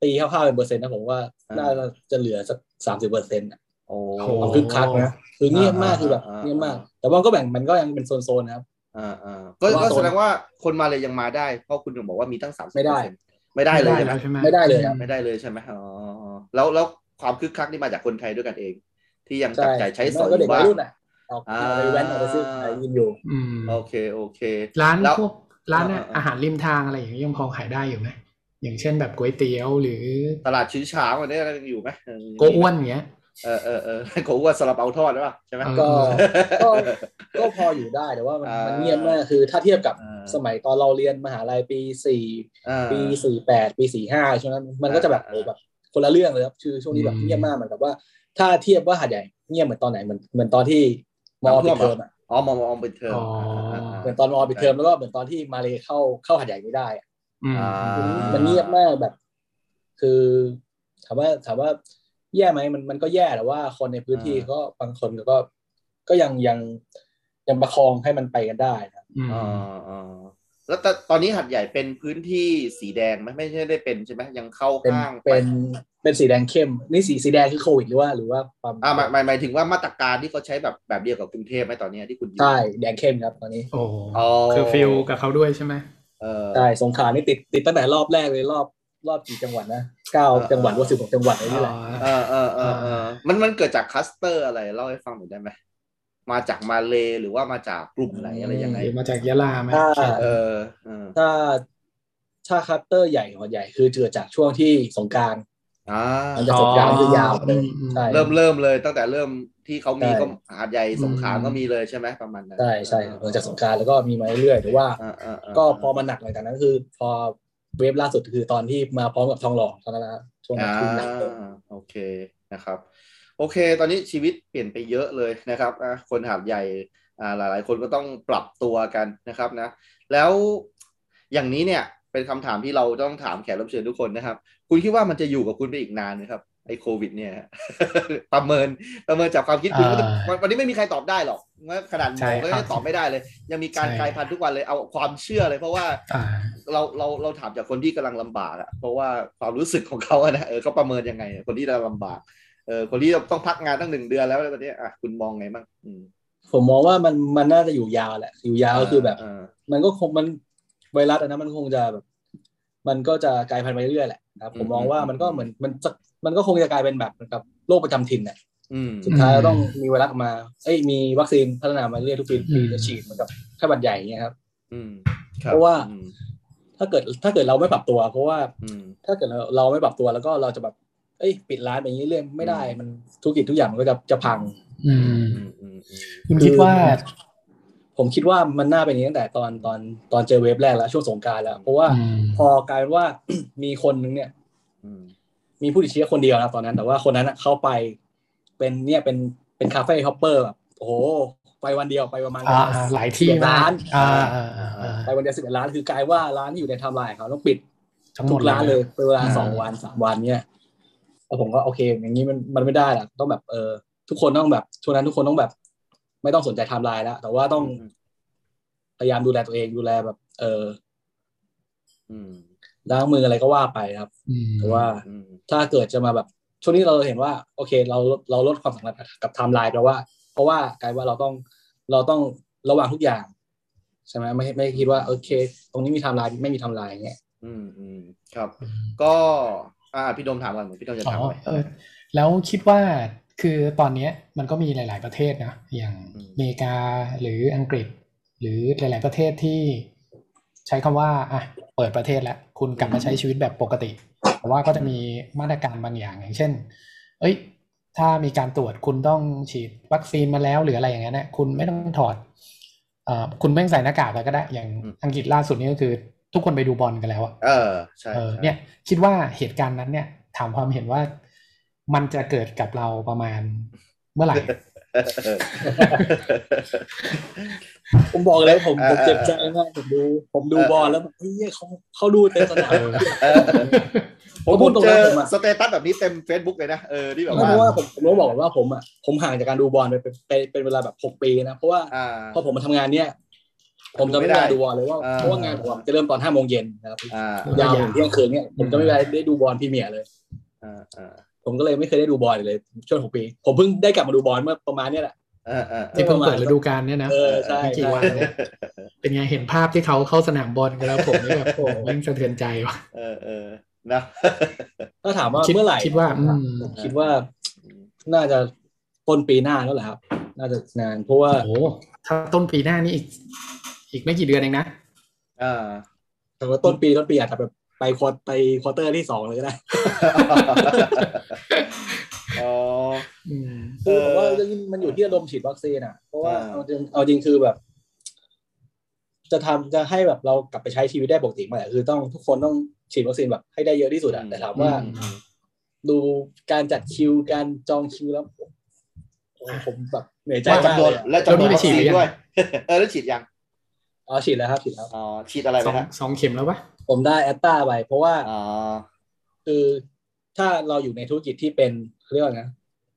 [SPEAKER 4] ตีคร่าวๆเป็นเปอร์เซ็นต์นะผมว่าน่าจะเหลือสักสามสิบเปอร์เซ็นต์
[SPEAKER 2] โอ้
[SPEAKER 3] โอ้
[SPEAKER 4] คึกคักนะคือเงียบมากคือแบบ
[SPEAKER 2] อ่า
[SPEAKER 4] เงียบมาก แต่ว่าก็แบ่งมันก็ยังเป็นโซนๆนะครับ
[SPEAKER 2] อ่าอ่าก็
[SPEAKER 4] ว่า
[SPEAKER 2] ก็
[SPEAKER 4] ตรง
[SPEAKER 2] แสดงว่าคนมาเลยยังมาได้เพราะคุณหนุ่มบอกว่ามีตั้งสามสิบ
[SPEAKER 4] ไม่ได้
[SPEAKER 2] ไม่ได้เลยใช่ไหม
[SPEAKER 3] แวใช่ไหม
[SPEAKER 4] ไม่ได้เลยอะ
[SPEAKER 2] ไม่ได้เลยใช่ไหมอ๋อ แล้วแล้วความคึกคักนี่มาจากคนไทยด้วยกันเอง ที่ยังจับจ่ายใช้สอย
[SPEAKER 4] แล้วก็เด็กวั
[SPEAKER 2] บ้าย ง
[SPEAKER 4] รุ่นอ่ะออก
[SPEAKER 2] อ่า
[SPEAKER 4] ไปแว้นออกไปซื้ออะไรกินอยู่
[SPEAKER 3] อืม
[SPEAKER 2] โอเคโอเค
[SPEAKER 3] ร้าน
[SPEAKER 2] แล้ว
[SPEAKER 3] พวกร้านอะ
[SPEAKER 2] อ่าอ่า
[SPEAKER 3] อาหารริมทางอะไรอย่างเงี้ยยังพอขายได้อยู่ไหมอย่างเช่นแบบก๋วยเตี๋ยวหรือ
[SPEAKER 2] ตลาดชื้อฉางวันนี้ยังอยู่ไหมเออ
[SPEAKER 3] โกอ้วนอย่างเงี้ย
[SPEAKER 2] เออเออเออโกอ้วนสลับเอาทอดหรือเปล่าใช่ไหม
[SPEAKER 3] เออ
[SPEAKER 4] ก็ ก็
[SPEAKER 2] เออ
[SPEAKER 4] ก็พออยู่ได้แต่ว่ามัน
[SPEAKER 2] อ่ามั
[SPEAKER 4] มันเงียบมากคือถ้าเทียบกับ
[SPEAKER 2] อ่า
[SPEAKER 4] สมัยตอนเราเรียนมหาลัยปีสี่
[SPEAKER 2] อ่า
[SPEAKER 4] ปีสี่แปดปีสี่ห้าช่วงนั้นมันก็จะแบบ
[SPEAKER 2] อ่า
[SPEAKER 4] โอ้แบบ คนละเรื่องเลยครับคือช่วงนี้แบบเงียบมากเหมือนกับว่า ถ้าเทียบว่าหาดใหญ่เงียบเหมือนตอนไหนเหมือนเหมือนตอนที่มอปิดเทอมอะ
[SPEAKER 2] อ๋อมองมองเป็นเทอม
[SPEAKER 3] อ๋อ
[SPEAKER 4] เหมือนตอนมอปิดเทอมแล้วก็เหมือนตอนที่มาเลยเข้าเข้าหาดใหญ่ไม่ได้
[SPEAKER 3] อืม
[SPEAKER 2] อ่า
[SPEAKER 4] มันเงียบมากแบบ คือถามว่าถามว่าแย่ไหมมันมันก็แย่แต่ว่าคนในพื้นที่ก็บางคนก็ ก็ยังยังยังประคองให้มันไปกันได้นะครับ
[SPEAKER 3] อืม
[SPEAKER 2] อ๋ออ๋อแล้วแต่ตอนนี้หัดใหญ่เป็นพื้นที่สีแดงไหมไม่ใช่ได้เป็นใช่ไหมยังเข้า
[SPEAKER 4] เป็น
[SPEAKER 2] ห้าง
[SPEAKER 4] เป็นเป็นสีแดงเข้ม นี่สีสีแดงคือโควิดหรือว่าหรือว่าความ
[SPEAKER 2] อ่าหมายหมายหมายถึงว่ามาตรการที่เขาใช้แบบแบบเดียวกับกรุงเทพไหมตอนเนี้ยที่คุณอยู่
[SPEAKER 4] ใช่แดงเข้มครับตอนนี้
[SPEAKER 3] โอ้
[SPEAKER 2] อ๋อ
[SPEAKER 3] คือฟิลกับเขาด้วยใช่ไหม
[SPEAKER 2] เออ
[SPEAKER 4] ใช่สงขลานี่ติดติดตั้งแต่รอบแรกเลยรอบรอบกี่จังหวัดนะเก้า
[SPEAKER 2] เออ
[SPEAKER 4] จังหวัดหรือว่าสิบหกจังหวัดอะไรนี่แหละ
[SPEAKER 3] อ๋อ
[SPEAKER 2] เออเออเออเออมันมันเกิดจากคลัสเตอร์อะไรเล่าให้ฟังหน่อยได้ไหมมาจากมาเลหรือว่ามาจากกลุ่มไหนอะไรยังไง
[SPEAKER 3] หรือมาจากยะลาไหม
[SPEAKER 4] ถ้า
[SPEAKER 2] เออเออ
[SPEAKER 4] ถ้าถ้าคัตเตอร์ใหญ่หัวใหญ่คือเกิดจากช่วงที่สงกราร
[SPEAKER 2] อ่า
[SPEAKER 4] มันจะ สงกรานต์คือยาวเลย
[SPEAKER 3] อืม
[SPEAKER 4] ใช่
[SPEAKER 2] เริ่มเริ่มเลยตั้งแต่เริ่มที่เขามี
[SPEAKER 4] ใช่
[SPEAKER 2] ก็หาดใหญ่สงขลาก็มีเลยใช่ไหมประมาณนั้น
[SPEAKER 4] ใช่ใช่หลังจากสงกรารแล้วก็มีมาเรื่อยๆหรือว่า
[SPEAKER 2] อ่าอ่าา
[SPEAKER 4] ก็พอมันหนักหลังจากนั้นคือ พอเวฟล่าสุดคือตอนที่มาพร้อมกับทองหล่อตอนนั้นนะครับช่วงนั้
[SPEAKER 2] อ่าน
[SPEAKER 4] คือหนักเลย
[SPEAKER 2] โอเคนะครับ โอเค ตอนนี้ชีวิตเปลี่ยนไปเยอะเลยนะครับอ่ะคนหาดใหญ่อ่าหลาย ๆ คนก็ต้องปรับตัวกันนะครับนะ แล้วอย่างนี้เนี่ยเป็นคำถามที่เราต้องถามแขกรับเชิญทุกคนนะครับ คุณคิดว่ามันจะอยู่กับคุณไปอีกนานไหมครับไอ้โควิดเนี่ย ประเมินประเมินจากความคิดคุณว่าวันวันนี้ไม่มีใครตอบได้หรอกเมื่อขนาดหมอก็ยังตอบไม่ได้เลย ยังมีการกลายพันธุ์ทุกวันเลยเอาความเชื่อเลยเพราะว่า
[SPEAKER 3] อ่า
[SPEAKER 2] เราเราเราถามจากคนที่กำลังลำบากอะเพราะว่าความรู้สึกของเขาอะนะเออเขาประเมินยังไงอะคนที่กำลังลำบากเออคนที่ต้องพักงานตั้งหนึ่งเดือนแล้วแล้วตอนนี้อ่ะคุณมองไงบ้างอืม
[SPEAKER 4] ผมมองว่ามันมันน่าจะอยู่ยาวแหละอยู่ยาวก็คือแบบ
[SPEAKER 2] เอ
[SPEAKER 4] มันก็คงมันไวรัสอันนั้นมันคงจะแบบ มันก็จะกลายพันธุ์ไปเรื่อยๆแหละนะครับผมมองว่ามันก็เหมือนมันสักมันก็คงจะกลายเป็นแบบเหมือนกับโรคประจำถิ่นน่ะ
[SPEAKER 2] อืม
[SPEAKER 4] สุดท้ายเราต้องมีไวรัสออกมาเอ้ยมีวัคซีนพัฒนามาเรื่อยๆทุกปี
[SPEAKER 3] อืม
[SPEAKER 4] จะฉีดเหมือนกับไข้หวัดใหญ่อย่างเงี้ยครับ
[SPEAKER 2] อืมคบ
[SPEAKER 4] เพราะว่า
[SPEAKER 2] อืม
[SPEAKER 4] ถ้าเกิดถ้าเกิดเราไม่ปรับตัว เพราะว่า
[SPEAKER 2] อืม
[SPEAKER 4] ถ้าเกิดเราเราไม่ปรับตัวแล้วก็เราจะแบบเอ้ยปิดร้านไปอย่างนี้เรื่อยไม่ได้
[SPEAKER 2] อืม
[SPEAKER 4] มันธุรกิจทุกอย่างมันก็จะจะพัง
[SPEAKER 3] อืม
[SPEAKER 2] อืมอืมอืม
[SPEAKER 3] คุณคิดว่า
[SPEAKER 4] ผมคิดว่ามันน่าเป็นอย่างนี้ตั้งแต่ตอนตอนตอนเจอเวฟแรกแล้วช่วงสงกรารแล้ว เพราะว่า
[SPEAKER 3] อืม
[SPEAKER 4] พอกลายเป็น ว่า มีคนนึงเนี่ย
[SPEAKER 2] อืม
[SPEAKER 4] มีผู้ติดเชื้อคนเดียวนะตอนนั้น แต่ว่าคนนั้นอะเข้าไป เป็นเนี่ยเป็นเป็นคาเฟ่ฮอปเปอร์แบบโอ้โหไปวันเดียวไปประมาณ
[SPEAKER 3] อ่าอ่าหลายที่
[SPEAKER 4] เสีย
[SPEAKER 3] มา
[SPEAKER 4] ร้าก น
[SPEAKER 3] อ่าอ่าอ่าอ่า
[SPEAKER 4] ไปวันเดียวสิบเอ็ดร้านคือกลายว่าร้านที่อยู่ในไทม์ไลน์ของเขาต้องปิด
[SPEAKER 3] ทั้งหม
[SPEAKER 4] ทุ
[SPEAKER 3] ด
[SPEAKER 4] กร้านเลยเป็นเวลา
[SPEAKER 3] า
[SPEAKER 4] สองวันสามวันเนี่ยแล้วผมก็โอเค อย่างนี้มันมันไม่ได้หรอกต้องแบบเออทุกคนต้องแบบช่วงนั้นทุกคนต้องแบบ ไม่ต้องสนใจไทม์ไลน์แล้วแต่ว่าต้องพยายามดูแลตัวเองดูแลแบบ เออ
[SPEAKER 2] อืม
[SPEAKER 4] ล้างมืออะไรก็ว่าไปครับ
[SPEAKER 3] อืม
[SPEAKER 4] แต่ว่า
[SPEAKER 2] อืม
[SPEAKER 4] ถ้าเกิดจะมาแบบ ช่วงนี้เราเห็นว่า โอเค เราเราลดความสำคัญกับไทม์ไลน์แปลว่า เพราะว่ากลายว่าเราต้องเราต้องระวังทุกอย่างใช่ไหมไม่ไม่คิดว่าโอเค ตรงนี้มีไทม์ไลน์ไม่มีไทม์ไลน์อย่างเงี้ย
[SPEAKER 2] อืมอืมครับ ก็อ่าพี่โดมถามก่อนเหมือนพี่โดมจะ
[SPEAKER 3] อ๋อ
[SPEAKER 2] ถามไหม
[SPEAKER 3] เออแล้วคิดว่าคือตอนเนี้ยมันก็มีหลาย ๆประเทศนะอย่าง
[SPEAKER 2] อืม
[SPEAKER 3] อเมริกาหรืออังกฤษ หรือหลาย ๆประเทศที่ใช้คำว่าอ่ะเปิดประเทศแล้วคุณกลับมาใช้ชีวิตแบบปกติ แต่ว่าก็จะมีมาตรการบางอย่างอย่างเช่น เอ้ย ถ้ามีการตรวจคุณต้องฉีดวัคซีนมาแล้วหรืออะไรอย่างนั้นนะคุณไม่ต้องถอดเอ่อคุณไม่ต้องใส่หน้ากากแล้วก็ได้ อย่างอังกฤษล่าสุดนี่ก็คือ ทุกคนไปดูบอลกันแล้วอะ
[SPEAKER 2] เออใช่
[SPEAKER 3] เออ
[SPEAKER 2] ใช่
[SPEAKER 3] เนี่ยคิดว่าเหตุการณ์นั้นเนี่ย ถามความเห็นว่ามันจะเกิดกับเราประมาณเมื่อไหร่
[SPEAKER 2] เออ
[SPEAKER 4] ผมบอกเลยผม
[SPEAKER 2] อ่า
[SPEAKER 4] ผมเจ็บใจ
[SPEAKER 2] อ่าม
[SPEAKER 4] ากผมดู ผมดู
[SPEAKER 2] อ่า
[SPEAKER 4] บอลแล้วแบบเฮ้ยเขาเขาดูเต็มสนาม
[SPEAKER 3] เออ
[SPEAKER 2] เออ
[SPEAKER 4] ผมพูดตรง
[SPEAKER 2] เจ
[SPEAKER 4] นั้น
[SPEAKER 2] อ
[SPEAKER 4] ผมอะ
[SPEAKER 2] สเตตัสแบบนี้เต็ม Facebook เลยนะเออที่แบบ
[SPEAKER 4] เพราะ
[SPEAKER 2] ว่า
[SPEAKER 4] ว่าผมผมต้องบอกก่อนว่าผมอะผมห่างจากการดูบอลไปเป็นเป็นเป็นเวลาแบบหกปีนะเพราะว่า
[SPEAKER 2] อ่า
[SPEAKER 4] พอผมมาทำงานเนี่ย ผมจะไม่ได้ดูบอลเลยว่า
[SPEAKER 2] อ่า
[SPEAKER 4] เพราะว่างานผมอะจะเริ่มตอนห้าโมงเย็นนะครับ
[SPEAKER 2] อ่าย
[SPEAKER 4] าวถึงเที่ยงคืนเนี่ยผมจะไม่ได้ได้ดูบอลพรีเมียร์เลย
[SPEAKER 2] อ่าอ่า
[SPEAKER 4] ผมก็เลยไม่เคยได้ดูบอลเลยช่วงหกปี ผมเพิ่งได้กลับมาดูบอลเมื่อประมาณเนี้ยแหละ
[SPEAKER 2] อ่าอ่า
[SPEAKER 3] ที่เพิ่งเปิดฤดูกาลเนี่ยนะ
[SPEAKER 4] เออใช่
[SPEAKER 3] ไม่กี่
[SPEAKER 4] ใช่
[SPEAKER 3] วันเนี่ยเป็นไงเห็นภาพที่เขาเข้าสนามบอลกันแล้วผมนี่แบบโอ้โหแม่งสะเทือนใจว่ะ
[SPEAKER 2] เออเออนะ
[SPEAKER 4] ถ้าถามว่า
[SPEAKER 3] คิด
[SPEAKER 4] เมื่อไหร่
[SPEAKER 3] คิดว่าอืม
[SPEAKER 4] ผมคิดว่าน่าจะต้นปีหน้าแล้วแหละครับ น่าจะนานเพราะว่า
[SPEAKER 3] โอ้โหถ้าต้นปีหน้านี่อีก อีกไม่กี่เดือนเองนะ
[SPEAKER 2] อ่า
[SPEAKER 4] แต่ว่าต้นปีต้นปีอาจจะแบบไปควอไปควอเตอร์ที่สองเลยก็ได้
[SPEAKER 2] อ๋อ
[SPEAKER 3] อืม
[SPEAKER 4] คือผมว่าเรื่องนี้มันอยู่ที่ระดมฉีดวัคซีนอ่ะ เพราะว่า
[SPEAKER 2] อ่า
[SPEAKER 4] เอาจริงเอาจริงคือแบบ จะทำจะให้แบบเรากลับไปใช้ชีวิตได้ปกติเมาแหละคือต้องทุกคนต้องฉีดวัคซีนแบบให้ได้เยอะที่สุดอ่ะแต่ถามว่า
[SPEAKER 3] อืม
[SPEAKER 4] ดูการจัดคิวการจองคิวแล้วโอ้โหผมแบบเหนื่อยใจ
[SPEAKER 2] และ
[SPEAKER 4] มาก
[SPEAKER 2] จำน
[SPEAKER 4] เล
[SPEAKER 2] วน
[SPEAKER 4] ยอะ
[SPEAKER 2] และจำนวนวั
[SPEAKER 3] แล้วนี่ไป
[SPEAKER 2] ค
[SPEAKER 3] ฉีด
[SPEAKER 2] ซีน
[SPEAKER 3] หรือยัง
[SPEAKER 2] ด้วย เออแล้วฉีดยัง
[SPEAKER 4] อ๋อฉีดแล้วครับฉีดแล้ว
[SPEAKER 2] อ๋อ ฉีดอะไร
[SPEAKER 3] ส
[SPEAKER 2] ไป
[SPEAKER 3] อง
[SPEAKER 2] ฮะ
[SPEAKER 3] สองเข็มแล้วปะ
[SPEAKER 4] ผมได้แอตตาไปเพราะว่า
[SPEAKER 2] อ๋อ
[SPEAKER 4] คือถ้าเราอยู่ในธุรกิจที่เป็นเขาเรียกว่าไงนะ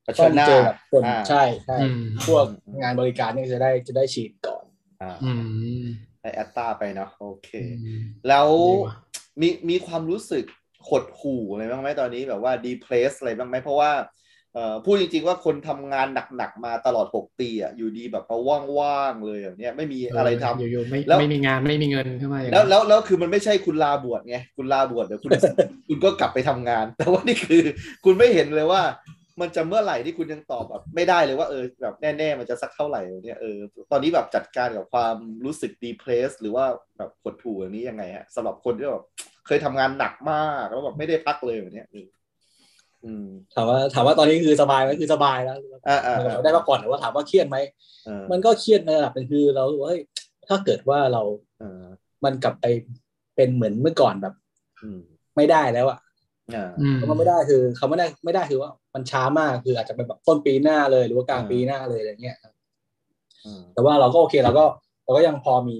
[SPEAKER 2] เผชิ
[SPEAKER 4] ต้อ
[SPEAKER 2] ญ
[SPEAKER 4] ง
[SPEAKER 2] หน้า
[SPEAKER 4] เจอกับคน
[SPEAKER 2] อ่า
[SPEAKER 4] ใช่ใช่
[SPEAKER 3] อืม
[SPEAKER 4] พวก
[SPEAKER 2] อืม
[SPEAKER 4] งานบริการเนี่ยจะได้จะได้ฉีดก่อน
[SPEAKER 2] อ่า
[SPEAKER 3] อืม
[SPEAKER 2] ได้แอตตาไปเนาะ โอเค
[SPEAKER 3] อืม
[SPEAKER 2] แล้ว
[SPEAKER 3] ดีว่ะ
[SPEAKER 2] มีมีความรู้สึกหดหู่อะไรบ้างไหมตอนนี้แบบว่า depressed อะไรบ้างไหมเพราะว่าเอ่อพูดจริงๆว่าคนทำงานหนักๆมาตลอด 6 ปีอ่ะอยู่ดีแบบมาว่างๆเลยแบบเนี้ยไม่มีอะไรทำ
[SPEAKER 3] อยู่ๆไม่
[SPEAKER 2] แล้ว
[SPEAKER 3] ไม่มีงานไม่มีเงินเข้ามาอย่าง
[SPEAKER 2] แล้ว
[SPEAKER 3] นั้น
[SPEAKER 2] แล้วแล้วคือมันไม่ใช่คุณลาบวชไงคุณลาบวชเดี๋ยวคุณ คุณก็กลับไปทำงาน แต่ว่านี่คือ คุณไม่เห็นเลยว่า มันจะเมื่อไหร่ที่คุณยังตอบแบบไม่ได้เลยว่าเออแบบแน่ๆมันจะสักเท่าไหร่เนี่ยเออตอนนี้แบบจัดการกับความรู้สึกดีเพลสหรือว่าแบบหดถู่อย่างนี้ยังไงฮะสำหรับคนที่แบบเคยทำงานหนักมากแล้วแบบไม่ได้พักเลยแบบเนี้ยอืมอืม
[SPEAKER 4] ถามว่าถามว่าตอนนี้คือสบายไหมคือสบายแล้ว
[SPEAKER 2] อ่าอ่าอ่า
[SPEAKER 4] ได้มาก่อนแต่ว่าถามว่าเครียดไหม
[SPEAKER 2] เออ
[SPEAKER 4] มันก็เครียดในระดับหนึงคือเราเฮ้ยถ้าเกิดว่าเรา
[SPEAKER 2] เออ
[SPEAKER 4] มันกลับไปเป็นเหมือนเมื่อก่อนแบบ
[SPEAKER 2] อืม
[SPEAKER 4] ไม่ได้แล้วอะ
[SPEAKER 2] อ่า
[SPEAKER 3] อืม
[SPEAKER 4] คำว่าไม่ได้คือคำว่าไม่ได้ไม่ได้คือว่ามันช้ามากคืออาจจะเป็นแบบต้นปีหน้าเลยหรือว่ากลาง
[SPEAKER 2] อ่า
[SPEAKER 4] ปีหน้าเลยอะไรเงี้ย
[SPEAKER 2] อืม
[SPEAKER 4] แต่ว่าเราก็โอเคเราก็เราก็ยังพอมี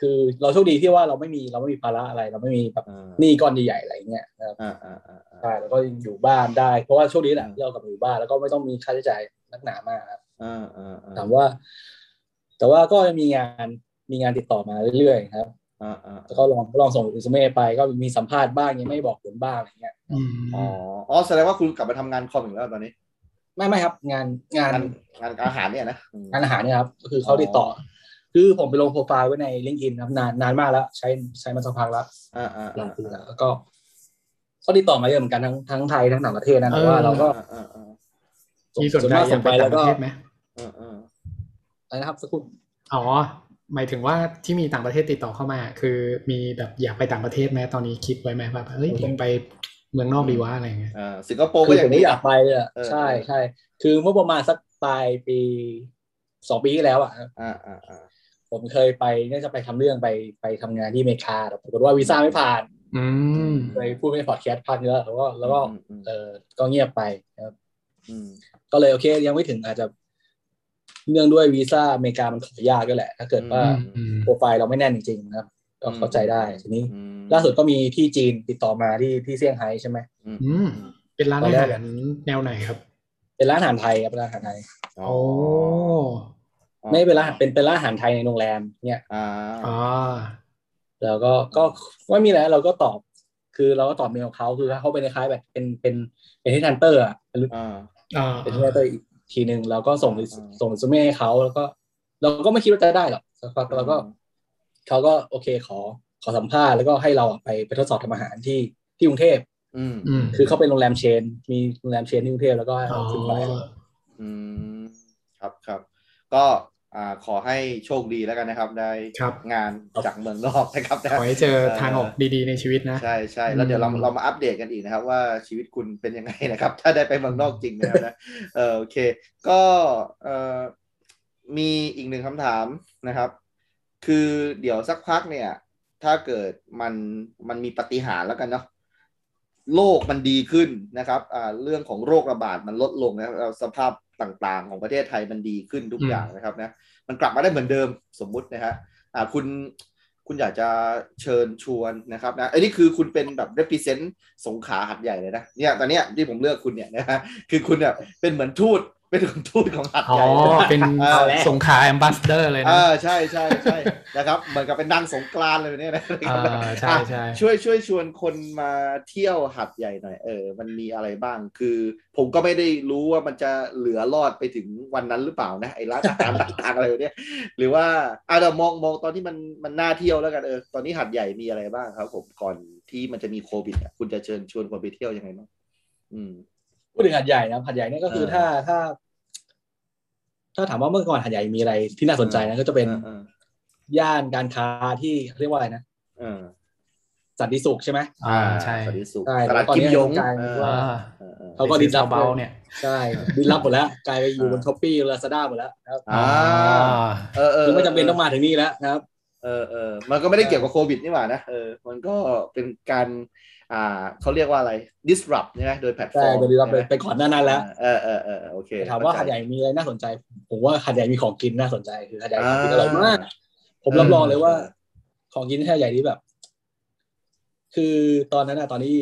[SPEAKER 4] คือเราโชคดีที่ว่าเราไม่มีเราไม่มีภาระอะไร เราไม่มีแบบ
[SPEAKER 2] อ่า
[SPEAKER 4] หนี้ก้อนใหญ่ๆอะไรเงี้ยนะครับ
[SPEAKER 2] อ่าอ่าอ่าอ่า
[SPEAKER 4] ใช่แล้วก็อยู่บ้านได้เพราะว่าช่วงนี้แหละ
[SPEAKER 2] อืม
[SPEAKER 4] เรากลับมาอยู่บ้านแล้วก็ไม่ต้องมีค่าใช้จ่ายนักหนามากครับ
[SPEAKER 2] อ่าอ่าอ่า
[SPEAKER 4] ถามว่า แต่ว่าก็ยังมีงานมีงานติดต่อมาเรื่อยๆครับ
[SPEAKER 2] อ่าอ่า
[SPEAKER 4] แล้วก็ลองลองส่งรีสูเม่ไปก็มีสัมภาษณ์บ้างยังไม่บอกผลบ้างอะไรเงี้ย
[SPEAKER 3] อืม
[SPEAKER 2] อ๋ออ๋อ แสดงว่าคุณกลับมาทำงานคอมอีกแล้วตอนนี้
[SPEAKER 4] ไม่ไม่ครับงานงาน
[SPEAKER 2] งานงานอาหารเนี่ยนะอืม
[SPEAKER 4] งานอาหารเนี่ยครับคือเขาติดต่ออคือผมไปลงโปรไฟล์ไว้ในลิงก์อินครับนานนานมากแล้ว ใช้ใช้มาสักพักแล้ว
[SPEAKER 2] อ่าอ่า
[SPEAKER 4] หลา
[SPEAKER 2] อ่าย
[SPEAKER 4] ปีแล้วแล้วก็ก็ติดต่อมาเยอะเหมือนกันทั้งทั้งไทยทั้งต่างประเทศนะแต่ว่าเราก็
[SPEAKER 2] อ่าอ่า
[SPEAKER 3] มีส่วนใด
[SPEAKER 4] มาก
[SPEAKER 3] อ
[SPEAKER 4] ส่
[SPEAKER 3] ยาง ก
[SPEAKER 4] ไป
[SPEAKER 3] ไป
[SPEAKER 4] แล้
[SPEAKER 3] ต่า
[SPEAKER 4] ว
[SPEAKER 3] งป
[SPEAKER 4] ก็
[SPEAKER 3] ระเทศไหม
[SPEAKER 2] อ่าอ่า
[SPEAKER 4] อะไรนะครับสักครู่
[SPEAKER 3] อ๋อ หมายถึงว่าที่มีต่างประเทศติดต่อเข้ามา คือมีแบบอยากไปต่างประเทศไหมตอนนี้คิดไว้ไหมว่าแบบเฮ้ยเดี๋ยวไปเมืองนอกดีวะอะไรอย่างเงี้ย
[SPEAKER 2] อ่าสิงคโปร์
[SPEAKER 4] คื
[SPEAKER 2] ก็
[SPEAKER 4] อ
[SPEAKER 2] อ
[SPEAKER 4] ผ
[SPEAKER 2] ย่าม ง
[SPEAKER 4] ก็
[SPEAKER 2] นี้
[SPEAKER 4] อยา
[SPEAKER 2] อ่ะ
[SPEAKER 4] กไปเลยอะ
[SPEAKER 2] เออ
[SPEAKER 4] ใช่ใช่คือเมื่อประมาณสักปลายปีสองปีที่แล้วอ่ะ
[SPEAKER 2] อ่าอ่าอ่า
[SPEAKER 4] ผมเคยไปเนี่ยจะไปทำเรื่องไปไปทำงานที่อเมริกาแต่ปรากฏว่าวีซ่าไม่ผ่าน
[SPEAKER 3] อืม
[SPEAKER 4] เลยพูดไม่พอดแคสต์พันเยอะแล้วก็แล้วก็
[SPEAKER 2] อืม
[SPEAKER 4] เออก็เงียบไปนะครับ
[SPEAKER 2] อืม
[SPEAKER 4] ก็เลยโอเค ยังไม่ถึงอาจจะเนื่องด้วยวีซ่าอเมริกามันขอยากด้วยแหละ ถ้าเกิดว่า
[SPEAKER 3] อื
[SPEAKER 2] อื
[SPEAKER 3] ม
[SPEAKER 2] ม
[SPEAKER 3] อืม
[SPEAKER 4] โปรไฟล์เราไม่แน่นจริงๆนะครับ ก็เข้าใจได้ทีนี้
[SPEAKER 2] อืม
[SPEAKER 4] ล่าสุดก็มีที่จีนติดต่อมาที่ที่เซี่ยงไฮ้ใช่ไหม
[SPEAKER 2] อืม
[SPEAKER 3] อืมเป็นร้านอาหารแนวไหนครับ
[SPEAKER 4] เป็นร้านอาหารไทยครับเป็นร้านอาหารไทย
[SPEAKER 2] โอ้
[SPEAKER 3] โอ้
[SPEAKER 4] ไม่เป็นร้านเป็นเป็นร้านอาหารไทยในโรงแรมเนี่ย
[SPEAKER 2] อ่า
[SPEAKER 3] อ๋อ
[SPEAKER 4] แล้วก็ก็ว่ามีแล้วเราก็ตอบ คือเราก็ตอบเมลเขาคือเขาเป็นคล้ายๆแบบเป็นเป็นเป็นที่ทันเตอร์อะเป็น
[SPEAKER 2] อ่า
[SPEAKER 3] อ่า
[SPEAKER 4] เป็นที่ทันเตอร์อีกทีหนึ่งเราก็ส่ง
[SPEAKER 2] อ่า
[SPEAKER 4] ส่งซูเม่ให้เขาแล้วก็ เราก็ไม่คิดว่าจะได้หรอกสักพักเราก็ เขาก็โอเคขอขอสัมภาษณ์แล้วก็ให้เราอะไปไปทดสอบทำอาหารที่ที่กรุงเทพ
[SPEAKER 2] อืม
[SPEAKER 3] อืม
[SPEAKER 4] คือเขาเป็นโรงแรมเชน มีโรงแรมเชนที่กรุงเทพแล้วก็ให้
[SPEAKER 3] อ๋อ
[SPEAKER 4] เราขึ้นไป
[SPEAKER 2] อืมครับครับ ก็อ่าขอให้โชคดีแล้วกันนะครับ ได้
[SPEAKER 3] ครับ
[SPEAKER 2] งานจากเมืองนอกนะครับนะ
[SPEAKER 3] ขอให้เจอทางออกดีๆในชีวิตนะ
[SPEAKER 2] ใช่ใช่แล้วเดี๋ยวเรา
[SPEAKER 3] อืม
[SPEAKER 2] เรามาอัปเดตกันอีกนะครับ ว่าชีวิตคุณเป็นยังไงนะครับ ถ้าได้ไปเมืองนอกจริงนะครับนะเออโอเค ก็เออมีอีกหนึ่งคำถามนะครับ คือเดี๋ยวสักพักเนี่ย ถ้าเกิดมันมันมีปฏิหารย์แล้วกันเนาะโลกมันดีขึ้นนะครับอ่าเรื่องของโรคระบาดมันลดลงนะเราสภาพต่างๆ ของประเทศไทยมันดีขึ้นทุก
[SPEAKER 3] อืม
[SPEAKER 2] อย่างนะครับนะมันกลับมาได้เหมือนเดิมสมมุตินะฮะอ่าคุณคุณอยากจะเชิญชวนนะครับนะไอ้ยนี่คือคุณเป็นแบบ represent สงขลาหัดใหญ่เลยนะเนี่ยตอนเนี้ยที่ผมเลือกคุณเนี่ยนะฮะคือคุณเนี่ยเป็นเหมือนทูตเป็นเหมือนทูตของหัด
[SPEAKER 3] อ๋อ
[SPEAKER 2] ใหญ่เลยนะ
[SPEAKER 3] เป็น
[SPEAKER 2] เออ
[SPEAKER 3] สงขลาแอมบาสเดอร์เลยนะ
[SPEAKER 2] อ่าใช่ใช่ใช่ นะครับเหมือนกับเป็นนางสงกรานต์เลยเนี่ยนะ
[SPEAKER 3] อ่าใช่ใช่
[SPEAKER 2] อ่ะช่วยช่วยชวนคนมาเที่ยวหัดใหญ่หน่อยเออมันมีอะไรบ้างคือ ผมก็ไม่ได้รู้ว่ามันจะเหลือรอดไปถึงวันนั้นหรือเปล่านะไอ้ร้านอาหารต่างๆอะไรเนี่ยหรือว่าอ่ะเรามองมองตอนที่มันมันน่าเที่ยวแล้วกันเออตอนนี้หัดใหญ่มีอะไรบ้างครับ ผมก่อนที่มันจะมีโควิดอ่ะคุณจะเชิญชวนคนไปเที่ยวยังไงบ้างอืม
[SPEAKER 4] พูดถึงหัดใหญ่นะหัดใหญ่เนี่ยก็คือ
[SPEAKER 2] เออ
[SPEAKER 4] ถ้าถ้า ถ้าถามว่าเมื่อก่อนหัดใหญ่มีอะไรที่น่าสนใจนะก็จะเป็น
[SPEAKER 2] เออย่
[SPEAKER 4] านการค้าที่เรียกว่าอะไรนะ
[SPEAKER 2] เออ
[SPEAKER 4] สันติสุขใช่ไหม
[SPEAKER 3] อ่าใช่
[SPEAKER 2] สวัสดีสุข
[SPEAKER 4] ใช่
[SPEAKER 2] ตลาดกิมยง
[SPEAKER 4] ตอนนี้
[SPEAKER 2] เอ
[SPEAKER 4] ว่า
[SPEAKER 2] อ
[SPEAKER 3] อ่า
[SPEAKER 2] เออเออ
[SPEAKER 4] เขาก็ดินรั
[SPEAKER 3] ซา
[SPEAKER 4] บ
[SPEAKER 3] เบาเนี่ย
[SPEAKER 4] ใช่ดินรับหมดแล้วกลายไปอยู่บน
[SPEAKER 2] อ่า
[SPEAKER 4] ช้อปปี้ลาซาด้าหมดแล้วนะครับ
[SPEAKER 2] อ่า เออเออ
[SPEAKER 4] คือไม่จำเป็นต้องมาถึงนี่แล้วนะครับ
[SPEAKER 2] เออเออมันก็ไม่ได้เกี่ยวกับโควิดนี่หว่านะเออมันก็เป็นการ อ่าเขาเรียกว่าอะไร disrupt ใช่ไหมโดยแพลตฟอ
[SPEAKER 4] ใช่
[SPEAKER 2] ร์ม
[SPEAKER 4] ไปดินรับไป
[SPEAKER 2] ใช่หม
[SPEAKER 4] ไปก่อนหน้านั้นแล้ว
[SPEAKER 2] เออเออเออเออโอเค
[SPEAKER 4] ถามว่า
[SPEAKER 2] เข้
[SPEAKER 4] หาด
[SPEAKER 2] ใจ
[SPEAKER 4] ใหญ่มีอะไรน่าสนใจ ผมว่าหาดใหญ่มีของกินน่าสนใจคือหาดใหญ่ของกิน
[SPEAKER 2] อ่า
[SPEAKER 4] อร่อยมากผมรับรองเลยว่า ของกินที่หาดใหญ่นี่แบบ คือตอนนั้นอะตอนที่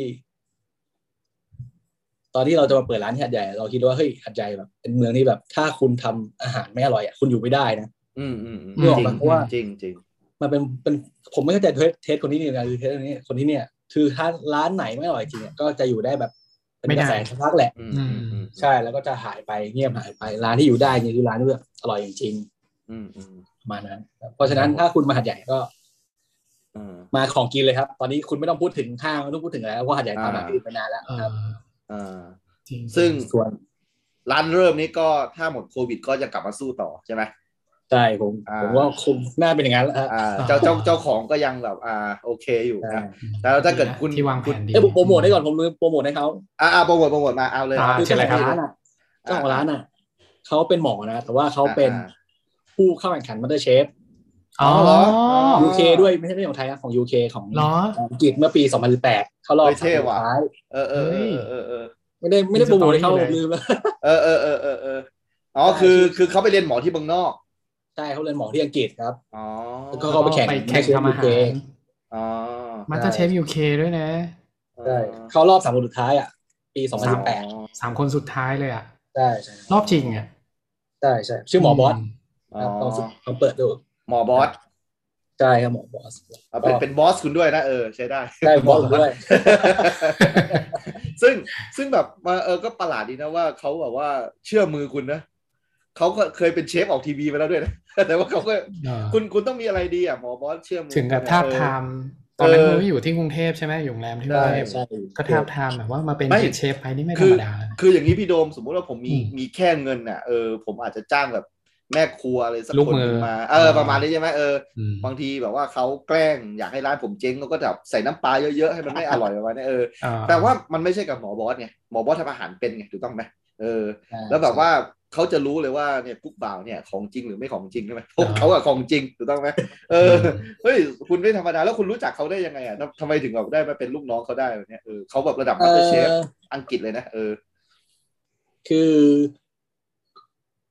[SPEAKER 4] ตอนที่เราจะมาเปิดร้านที่หาดใหญ่ เราคิดว่าเฮ้ยหาดใหญ่แบบ เป็นเมืองที่แบบ ถ้าคุณทำอาหารไม่อร่อยอะคุณอยู่ไม่ได้นะ
[SPEAKER 2] อืมอืมอืม
[SPEAKER 4] นึกออกปะเพราะว่า
[SPEAKER 2] จริงจริง
[SPEAKER 4] มันเป็นเป็นผมไม่เข้าใจเทสคนที่นี่นะคือเทสคนนี้คนที่เนี่ย คือถ้าร้านไหนไม่อร่อยจริงเนี่ยก็จะอยู่ได้แบบเป็นกระแสสักพักแหละ
[SPEAKER 2] อืมอืมอืม
[SPEAKER 4] ใช่แล้วก็จะหายไปเงียบหายไปร้านที่อยู่ได้เนี่ยคือร้านที่แบบอร่อยจริงๆ
[SPEAKER 2] อืมอืม
[SPEAKER 4] ประมาณนั้นครับเพราะฉะนั้นถ้าคุณมาหัดใหญ่ก็
[SPEAKER 2] อืม
[SPEAKER 4] มาของกินเลยครับ ตอนนี้คุณไม่ต้องพูดถึงข้างไม่ต้องพูดถึงอะไรแล้วเพราะหัดใหญ่
[SPEAKER 2] อ่า
[SPEAKER 4] ทำมาที่อื่นมานานแล้ว
[SPEAKER 3] เอ
[SPEAKER 4] ครับ
[SPEAKER 3] อ
[SPEAKER 2] อ่า
[SPEAKER 3] จริง
[SPEAKER 2] ซึ่ง
[SPEAKER 4] ส่วน
[SPEAKER 2] ร้านเริ่มนี้ก็ถ้าหมดโควิดก็จะกลับมาสู้ต่อใช่ไหม
[SPEAKER 4] ใช่ผม
[SPEAKER 2] อ่า
[SPEAKER 4] ผมว่าคุมน่าเป็นอย่างนั้นแล้วครับ
[SPEAKER 2] อ่าเจ้าเจ้าเจ้าของก็ยังแบบอ่าโอเคอยู่
[SPEAKER 4] ใช่
[SPEAKER 2] นะ แต่ถ้าเกิดคุณ
[SPEAKER 3] ที่วางแผนดี
[SPEAKER 4] เอ้ยผมโปรโมทให้ก่อนผมลืมโปรโมทให้เขา
[SPEAKER 2] อ่าอ่าโปรโมทโปรโมทมาเอาเลย
[SPEAKER 3] อ่า
[SPEAKER 4] คือ
[SPEAKER 3] เชิญ
[SPEAKER 4] เจ้า
[SPEAKER 3] เล
[SPEAKER 4] ขอ
[SPEAKER 3] ยครั
[SPEAKER 4] ง
[SPEAKER 3] บ
[SPEAKER 4] ร้านอ่ะเจ้าของร้านอ่ะเขาเป็นหมอนะแต่ว่าเขาเป็น
[SPEAKER 2] อ่า
[SPEAKER 4] ผู้เข้าแข่งขันมาสเตอร์เชฟ
[SPEAKER 3] อ๋อ
[SPEAKER 2] เหรอ
[SPEAKER 4] UK ด้วยไม่ใช่ของไทยนะของ UK ของ
[SPEAKER 3] เหรอ
[SPEAKER 4] อังกฤษเมื่อปี 2018 เขารอบ
[SPEAKER 2] เฮ้ยเท่
[SPEAKER 4] สามคนสุด
[SPEAKER 2] ว่ะ
[SPEAKER 4] ท้าย
[SPEAKER 2] เออเออเออเออ
[SPEAKER 4] ไม่ได้ไม่ได้โปรโมทให้เขาผมลืมแล้ว
[SPEAKER 2] เออเออเออเออเอออ๋อ คือ คือเขาไปเรียนหมอที่เมืองนอก
[SPEAKER 4] ใช่เขาเรียนหมอที่อังกฤษครับ
[SPEAKER 2] อ๋อ
[SPEAKER 4] แล้วก็ ไปแข่ง
[SPEAKER 3] ไปแข่งทำอาหาร
[SPEAKER 4] UK
[SPEAKER 2] อ๋อ
[SPEAKER 3] มาสเตอร์เชฟยูเคด้วยนะ
[SPEAKER 4] ใช่เข้ารอบสามคนสุดท้ายอ่ะปี 2018
[SPEAKER 3] สามคนสุดท้ายเลยอะ
[SPEAKER 4] ใช่ใช่
[SPEAKER 3] รอบจริงอะ
[SPEAKER 4] ใช่ใช่ชื่อหมอบอส
[SPEAKER 2] อ๋
[SPEAKER 4] ค
[SPEAKER 2] อ
[SPEAKER 4] รับลองสิลองเปิดดู
[SPEAKER 2] หมอบอส
[SPEAKER 4] ใช่ครับหมอบอส
[SPEAKER 2] เอาเป็น
[SPEAKER 4] ก็
[SPEAKER 2] เป็นบอสคุณด้วยนะ เออ ใช้ได้
[SPEAKER 4] ได้บอสด้วย
[SPEAKER 2] ซึ่ง ซึ่งแบบมาเออ ก็ประหลาดดีนะว่าเขาแบบว่าเชื่อมือคุณนะ เขาก็เคยเป็นเชฟออกทีวีไปแล้วด้วยนะ แต่ว่าเขาก็
[SPEAKER 3] เออ
[SPEAKER 2] คุณ คุณต้องมีอะไรดีอ่ะ หมอบอสเชื่อมือ
[SPEAKER 3] ถึงกับทาบทามตอนนั้นนุ้ยอยู่ที่กรุงเทพใช่ไหมอยู่โรงแรมที่กรุงเทพ
[SPEAKER 4] ใช่
[SPEAKER 3] ก็ทาบทามแบบว่ามาเป็นเชฟไปนี่ไม่ธร
[SPEAKER 2] คือ
[SPEAKER 3] รมดานะ
[SPEAKER 2] คืออย่างนี้พี่โดม สมมุติว่าผมมี
[SPEAKER 3] อืม
[SPEAKER 2] มีแค่เงินอ่ะ เออ ผมอาจจะจ้างแบบ แม่ครัวอะไรสัก
[SPEAKER 3] ลูก
[SPEAKER 2] คน
[SPEAKER 3] มือ
[SPEAKER 2] หนึ่งมาเออประมาณนี้ใช่ไหมเออ
[SPEAKER 3] อืม
[SPEAKER 2] บางทีแบบว่าเขาแกล้งอยากให้ร้านผมเจ๊งเขาก็แบบใส่น้ำปลาเยอะๆให้มันไม่อร่อยประมาณนี้เออ
[SPEAKER 3] อ่
[SPEAKER 2] แต่ว่ามันไม่ใช่กับหมอบอสไงหมอบอสทำอาหารเป็นไงถูกต้องไหมเออ
[SPEAKER 4] อ่า
[SPEAKER 2] แล้วแบบว่าเขาจะรู้เลยว่าเนี่ยกุ๊กบ่าวเนี่ยของจริงหรือไม่ของจริงใช่ไหมพวกเขาอะของจริงถูกต้องไหมเออ เฮ้ยคุณไม่ธรรมดาแล้วคุณรู้จักเขาได้ยังไงอ่ะทำทำไมถึงแบบได้มาเป็นลูกน้องเขาได้แบบเนี้ยเออเขาแบบระดับ
[SPEAKER 4] เอ
[SPEAKER 2] มาสเตอร์เชฟ
[SPEAKER 4] อ
[SPEAKER 2] อังกฤษเลยนะเออ
[SPEAKER 4] คือ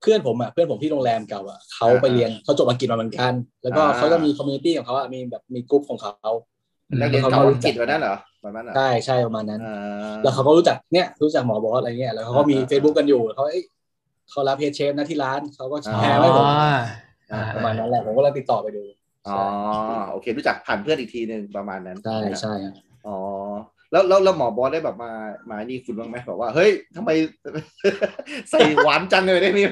[SPEAKER 4] เพื่อนผมอ่ะเพื่อนผมที่โรงแรมเก่าอ่ะเขาไปเรียนเขาจบอังกฤษมาเหมือนกัน แล้วก็เขาก็มีคอมมูนิตี้ของเขาอ่ะมีแบบมีกลุ่มของเขา
[SPEAKER 3] อืม
[SPEAKER 2] นักเรียนเก่าอังกฤษวันนั้นเหรอวันนั้นเหรอ
[SPEAKER 4] ใช่ใช่ประมาณนั้น
[SPEAKER 2] อ่า
[SPEAKER 4] แล้วเขาก็รู้จักเนี่ยรู้จักหมอบอสอะไรเงี้ยแล้วเขาก็มี
[SPEAKER 2] อ่า
[SPEAKER 4] Facebook กันอยู่เขาเอ้ยเขารับเพจเชฟนะที่ร้านเขาก็
[SPEAKER 3] อ๋อ
[SPEAKER 4] แชร์ไว้ผม
[SPEAKER 3] อ่
[SPEAKER 4] ประมาณนั้นแหละผมก็เลยติดต่อไปดู
[SPEAKER 2] อ๋อโอเค รู้จักผ่านเพื่อนอีกทีหนึ่งประมาณนั้น
[SPEAKER 4] ใช่ใช่ครับ
[SPEAKER 2] อ๋อแล้วแล้วแล้วหมอบอสได้แบบมามานี่คุณบ้างไหมแบบว่าเฮ้ยทำไม ใส่ หวานจังเลยได้มี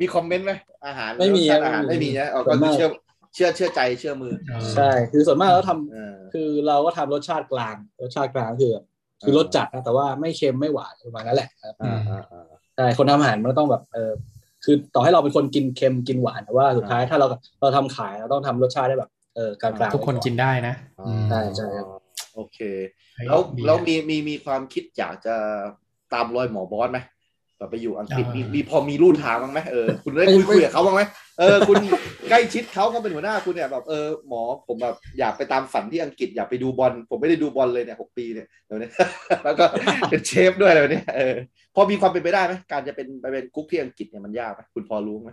[SPEAKER 2] มีคอมเมนต์ไหมอาหาร
[SPEAKER 4] ไม่มี
[SPEAKER 2] รสชาติอาหารไม่มีนะเอาก็คือเชื่อเชื่อเชื่อใจเชื่อมือ
[SPEAKER 4] ใช่คือส่วนมากเราทำ
[SPEAKER 2] เออ
[SPEAKER 4] คือเราก็ทำรสชาติกลางรสชาติกลางก็คือแบบคือรสจัดนะแต่ว่าไม่เค็มไม่หวานประมาณนั้นแหละครับ
[SPEAKER 2] อ่าอ่าอ่า
[SPEAKER 4] ใช่คนทำอาหารมันก็ต้องแบบเออคือต่อให้เราเป็นคนกินเค็มกินหวานแต่ว่าสุดท้ายถ้าเราเราทำขายเราต้องทำรสชาติได้แบบเออกลางๆ
[SPEAKER 3] ทุกคนกินได้นะอืม
[SPEAKER 4] ใช่ใช่ครับ
[SPEAKER 2] โอเค
[SPEAKER 3] เฮ้ย
[SPEAKER 2] แล้ว
[SPEAKER 3] ดี
[SPEAKER 2] แล้ว
[SPEAKER 3] นะ
[SPEAKER 2] มีมีมีความคิดอยากจะตามรอยหมอบอสไหมแบบไปอยู่อังกฤษ
[SPEAKER 3] อ่ามี
[SPEAKER 2] มีมีพอมีลู่ทางบ้างไหม เออคุณได้คุยคุยกับเขาบ้างไหมเออคุณ ใกล้ชิดเขาเขาเป็นหัวหน้าคุณเนี่ยแบบเออหมอผมแบบอยากไปตามฝันที่อังกฤษอยากไปดูบอลผมไม่ได้ดูบอลเลยเนี่ยหกปีเนี่ยเดี๋ยวนี้ แล้วก็เป็นเชฟด้วยอะไรแบบเนี้ยเออพอมีความเป็นไปได้ไหมการจะเป็นไปเป็นกุ๊กที่อังกฤษเนี่ยมันยากไหมคุณพอรู้ไหม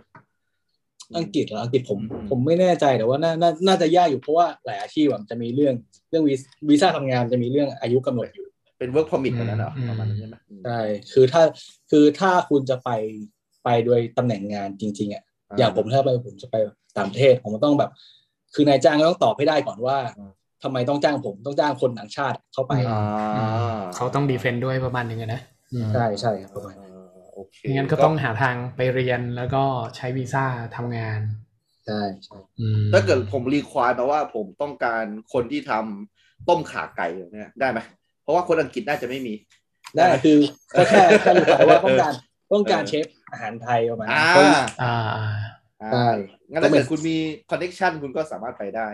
[SPEAKER 4] อังกฤษเหรออังกฤษผม
[SPEAKER 2] อืม
[SPEAKER 4] ผมไม่แน่ใจแต่ว่าน่านาน่าจะยากอยู่เพราะว่าหลายอาชีพอะมันจะมีเรื่องเรื่องวีซวีซ่าทำงานจะมีเรื่องอายุกำหนดอยู่
[SPEAKER 2] เป็นเวิร์กพอมิตแบบนั้นเหรอ
[SPEAKER 3] อืม
[SPEAKER 2] ประมาณนั้นใช่ไหมอืม
[SPEAKER 4] ใช่คือถ้าคือถ้าคุณจะไปไปโดยตำแหน่งงานจริง ๆอ่ะอย่างผมถ้าไปผมจะไปต่างประเทศผมต้องแบบ คือนายจ้างก็ต้องตอบให้ได้ก่อนว่าทำไมต้องจ้างผมต้องจ้างคนต่างชาติเข้าไป
[SPEAKER 3] อ่
[SPEAKER 2] อ่า
[SPEAKER 3] เขาต้องดีเฟนต์ด้วยประมาณหนึงอะนะอืม
[SPEAKER 4] ใช่ใช่ครับประมาณนั้น
[SPEAKER 2] อ่าโอเค
[SPEAKER 3] ไม่งั้นก็ต้องหาทางไปเรียนแล้วก็ใช้วีซ่าทำงาน
[SPEAKER 4] ใช่ใช่
[SPEAKER 3] อืม
[SPEAKER 2] ถ้าเกิดผมรีควายแปลว่าผมต้องการคนที่ทำต้มขาไก่เนี่ยได้ไหมเพราะว่าคนอังกฤษน่าจะไม่มี
[SPEAKER 4] ได้คือก็แค่แค่รู้สึกว่าต้องการต้องการ
[SPEAKER 2] เออ
[SPEAKER 4] เชฟอาหารไทยประมาณ
[SPEAKER 2] อ่า
[SPEAKER 4] นั้นคน
[SPEAKER 3] อ่าอ่า
[SPEAKER 2] อ่า
[SPEAKER 4] ใช่
[SPEAKER 2] งั้นถ้าเกิดคุณมีคอนเน็ชันคุณก็สามารถไปได้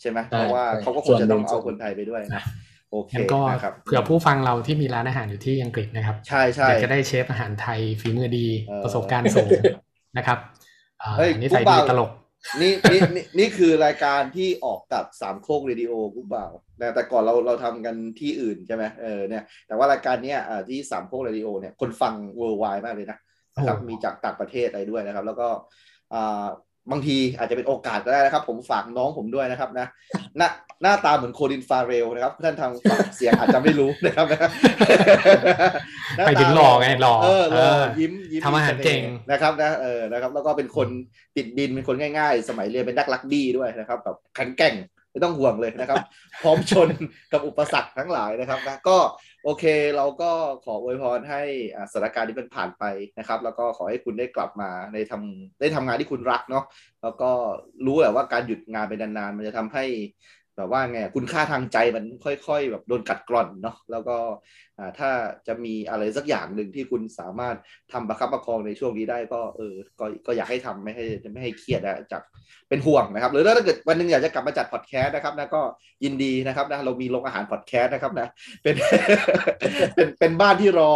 [SPEAKER 2] ใช่ไหม
[SPEAKER 4] ใช่
[SPEAKER 2] เพราะว่า
[SPEAKER 4] ใช่
[SPEAKER 2] เขาก็คงจะต้องเอาคนไทยไปด้วย
[SPEAKER 3] นะ
[SPEAKER 2] โอเค
[SPEAKER 3] งั้นก็
[SPEAKER 2] นะครับ
[SPEAKER 3] เผื่อผู้ฟังเราที่มีร้านอาหารอยู่ที่อังกฤษนะครับ
[SPEAKER 2] ใช่ใช่
[SPEAKER 3] อยากจะได้เชฟอาหารไทยฝีมือดี
[SPEAKER 2] เออ
[SPEAKER 3] ประสบการณ์สูง นะครับอ่า
[SPEAKER 2] เฮ้ย
[SPEAKER 3] นิสัย
[SPEAKER 2] กูเป
[SPEAKER 3] ดี
[SPEAKER 2] ล่า
[SPEAKER 3] ตลก
[SPEAKER 2] นี่นี่นี่นี่คือรายการที่ออกกับสามโคกเรดิโอกูบ่าวนะแต่ก่อนเราเราทำกันที่อื่นใช่ไหมเออเนี่ยแต่ว่ารายการเนี้ยอ่าที่สามโคกเรดิโอเนี่ยคนฟัง worldwide มากเลยนะนะครับ
[SPEAKER 3] โอ้
[SPEAKER 2] มีจากต่างประเทศอะไรด้วยนะครับ แล้วก็อ่าบางทีอาจจะเป็นโอกาสก็ได้นะครับ ผมฝากน้องผมด้วยนะครับนะหน้าหน้าตาเหมือนโคลินฟาเรลนะครับท่านทางฝั่งเสียงอาจจะไม่รู้นะครับนะน้า
[SPEAKER 3] ไป
[SPEAKER 2] ตา
[SPEAKER 3] ถึงหล่อไงหล่อ
[SPEAKER 2] เออ
[SPEAKER 3] เอ
[SPEAKER 2] รอ
[SPEAKER 3] อ
[SPEAKER 2] ยิ้มยิ้ม
[SPEAKER 3] ทำอาหารเก่ง
[SPEAKER 2] นะครับนะเออนะครับ แล้วก็เป็นคนติดดินเป็นคนง่ายๆ สมัยเรียนเป็นนักลักบี้ด้วยนะครับแบบแข็งแกร่งไม่ต้องห่วงเลยนะครับ พร้อมชนกับอุปสรรคทั้งหลายนะครับนะก็โอเคเราก็ขออวยพรให้อ่าสถานการณ์ที่มันผ่านไปนะครับ แล้วก็ขอให้คุณได้กลับมาในทำได้ทำงานที่คุณรักเนาะแล้วก็รู้แหละว่าการหยุดงานไปนานๆมันจะทำให้ แบบว่าไงคุณค่าทางใจมันค่อย ๆ แบบโดนกัดกร่อนเนาะแล้วก็อ่าถ้าจะมีอะไรสักอย่างหนึ่งที่คุณสามารถทำประคับประคองในช่วงนี้ได้ก็เออก็ก็อยากให้ทำไม่ให้ไม่ให้เครียดนะจากเป็นห่วงนะครับ หรือถ้าเกิดวันหนึงอยากจะกลับมาจัดพอดแคสต์นะครับนะก็ยินดีนะครับนะเรามีโรงอาหารพอดแคสต์นะครับนะเป็น เป็นเป็นบ้านที่รอ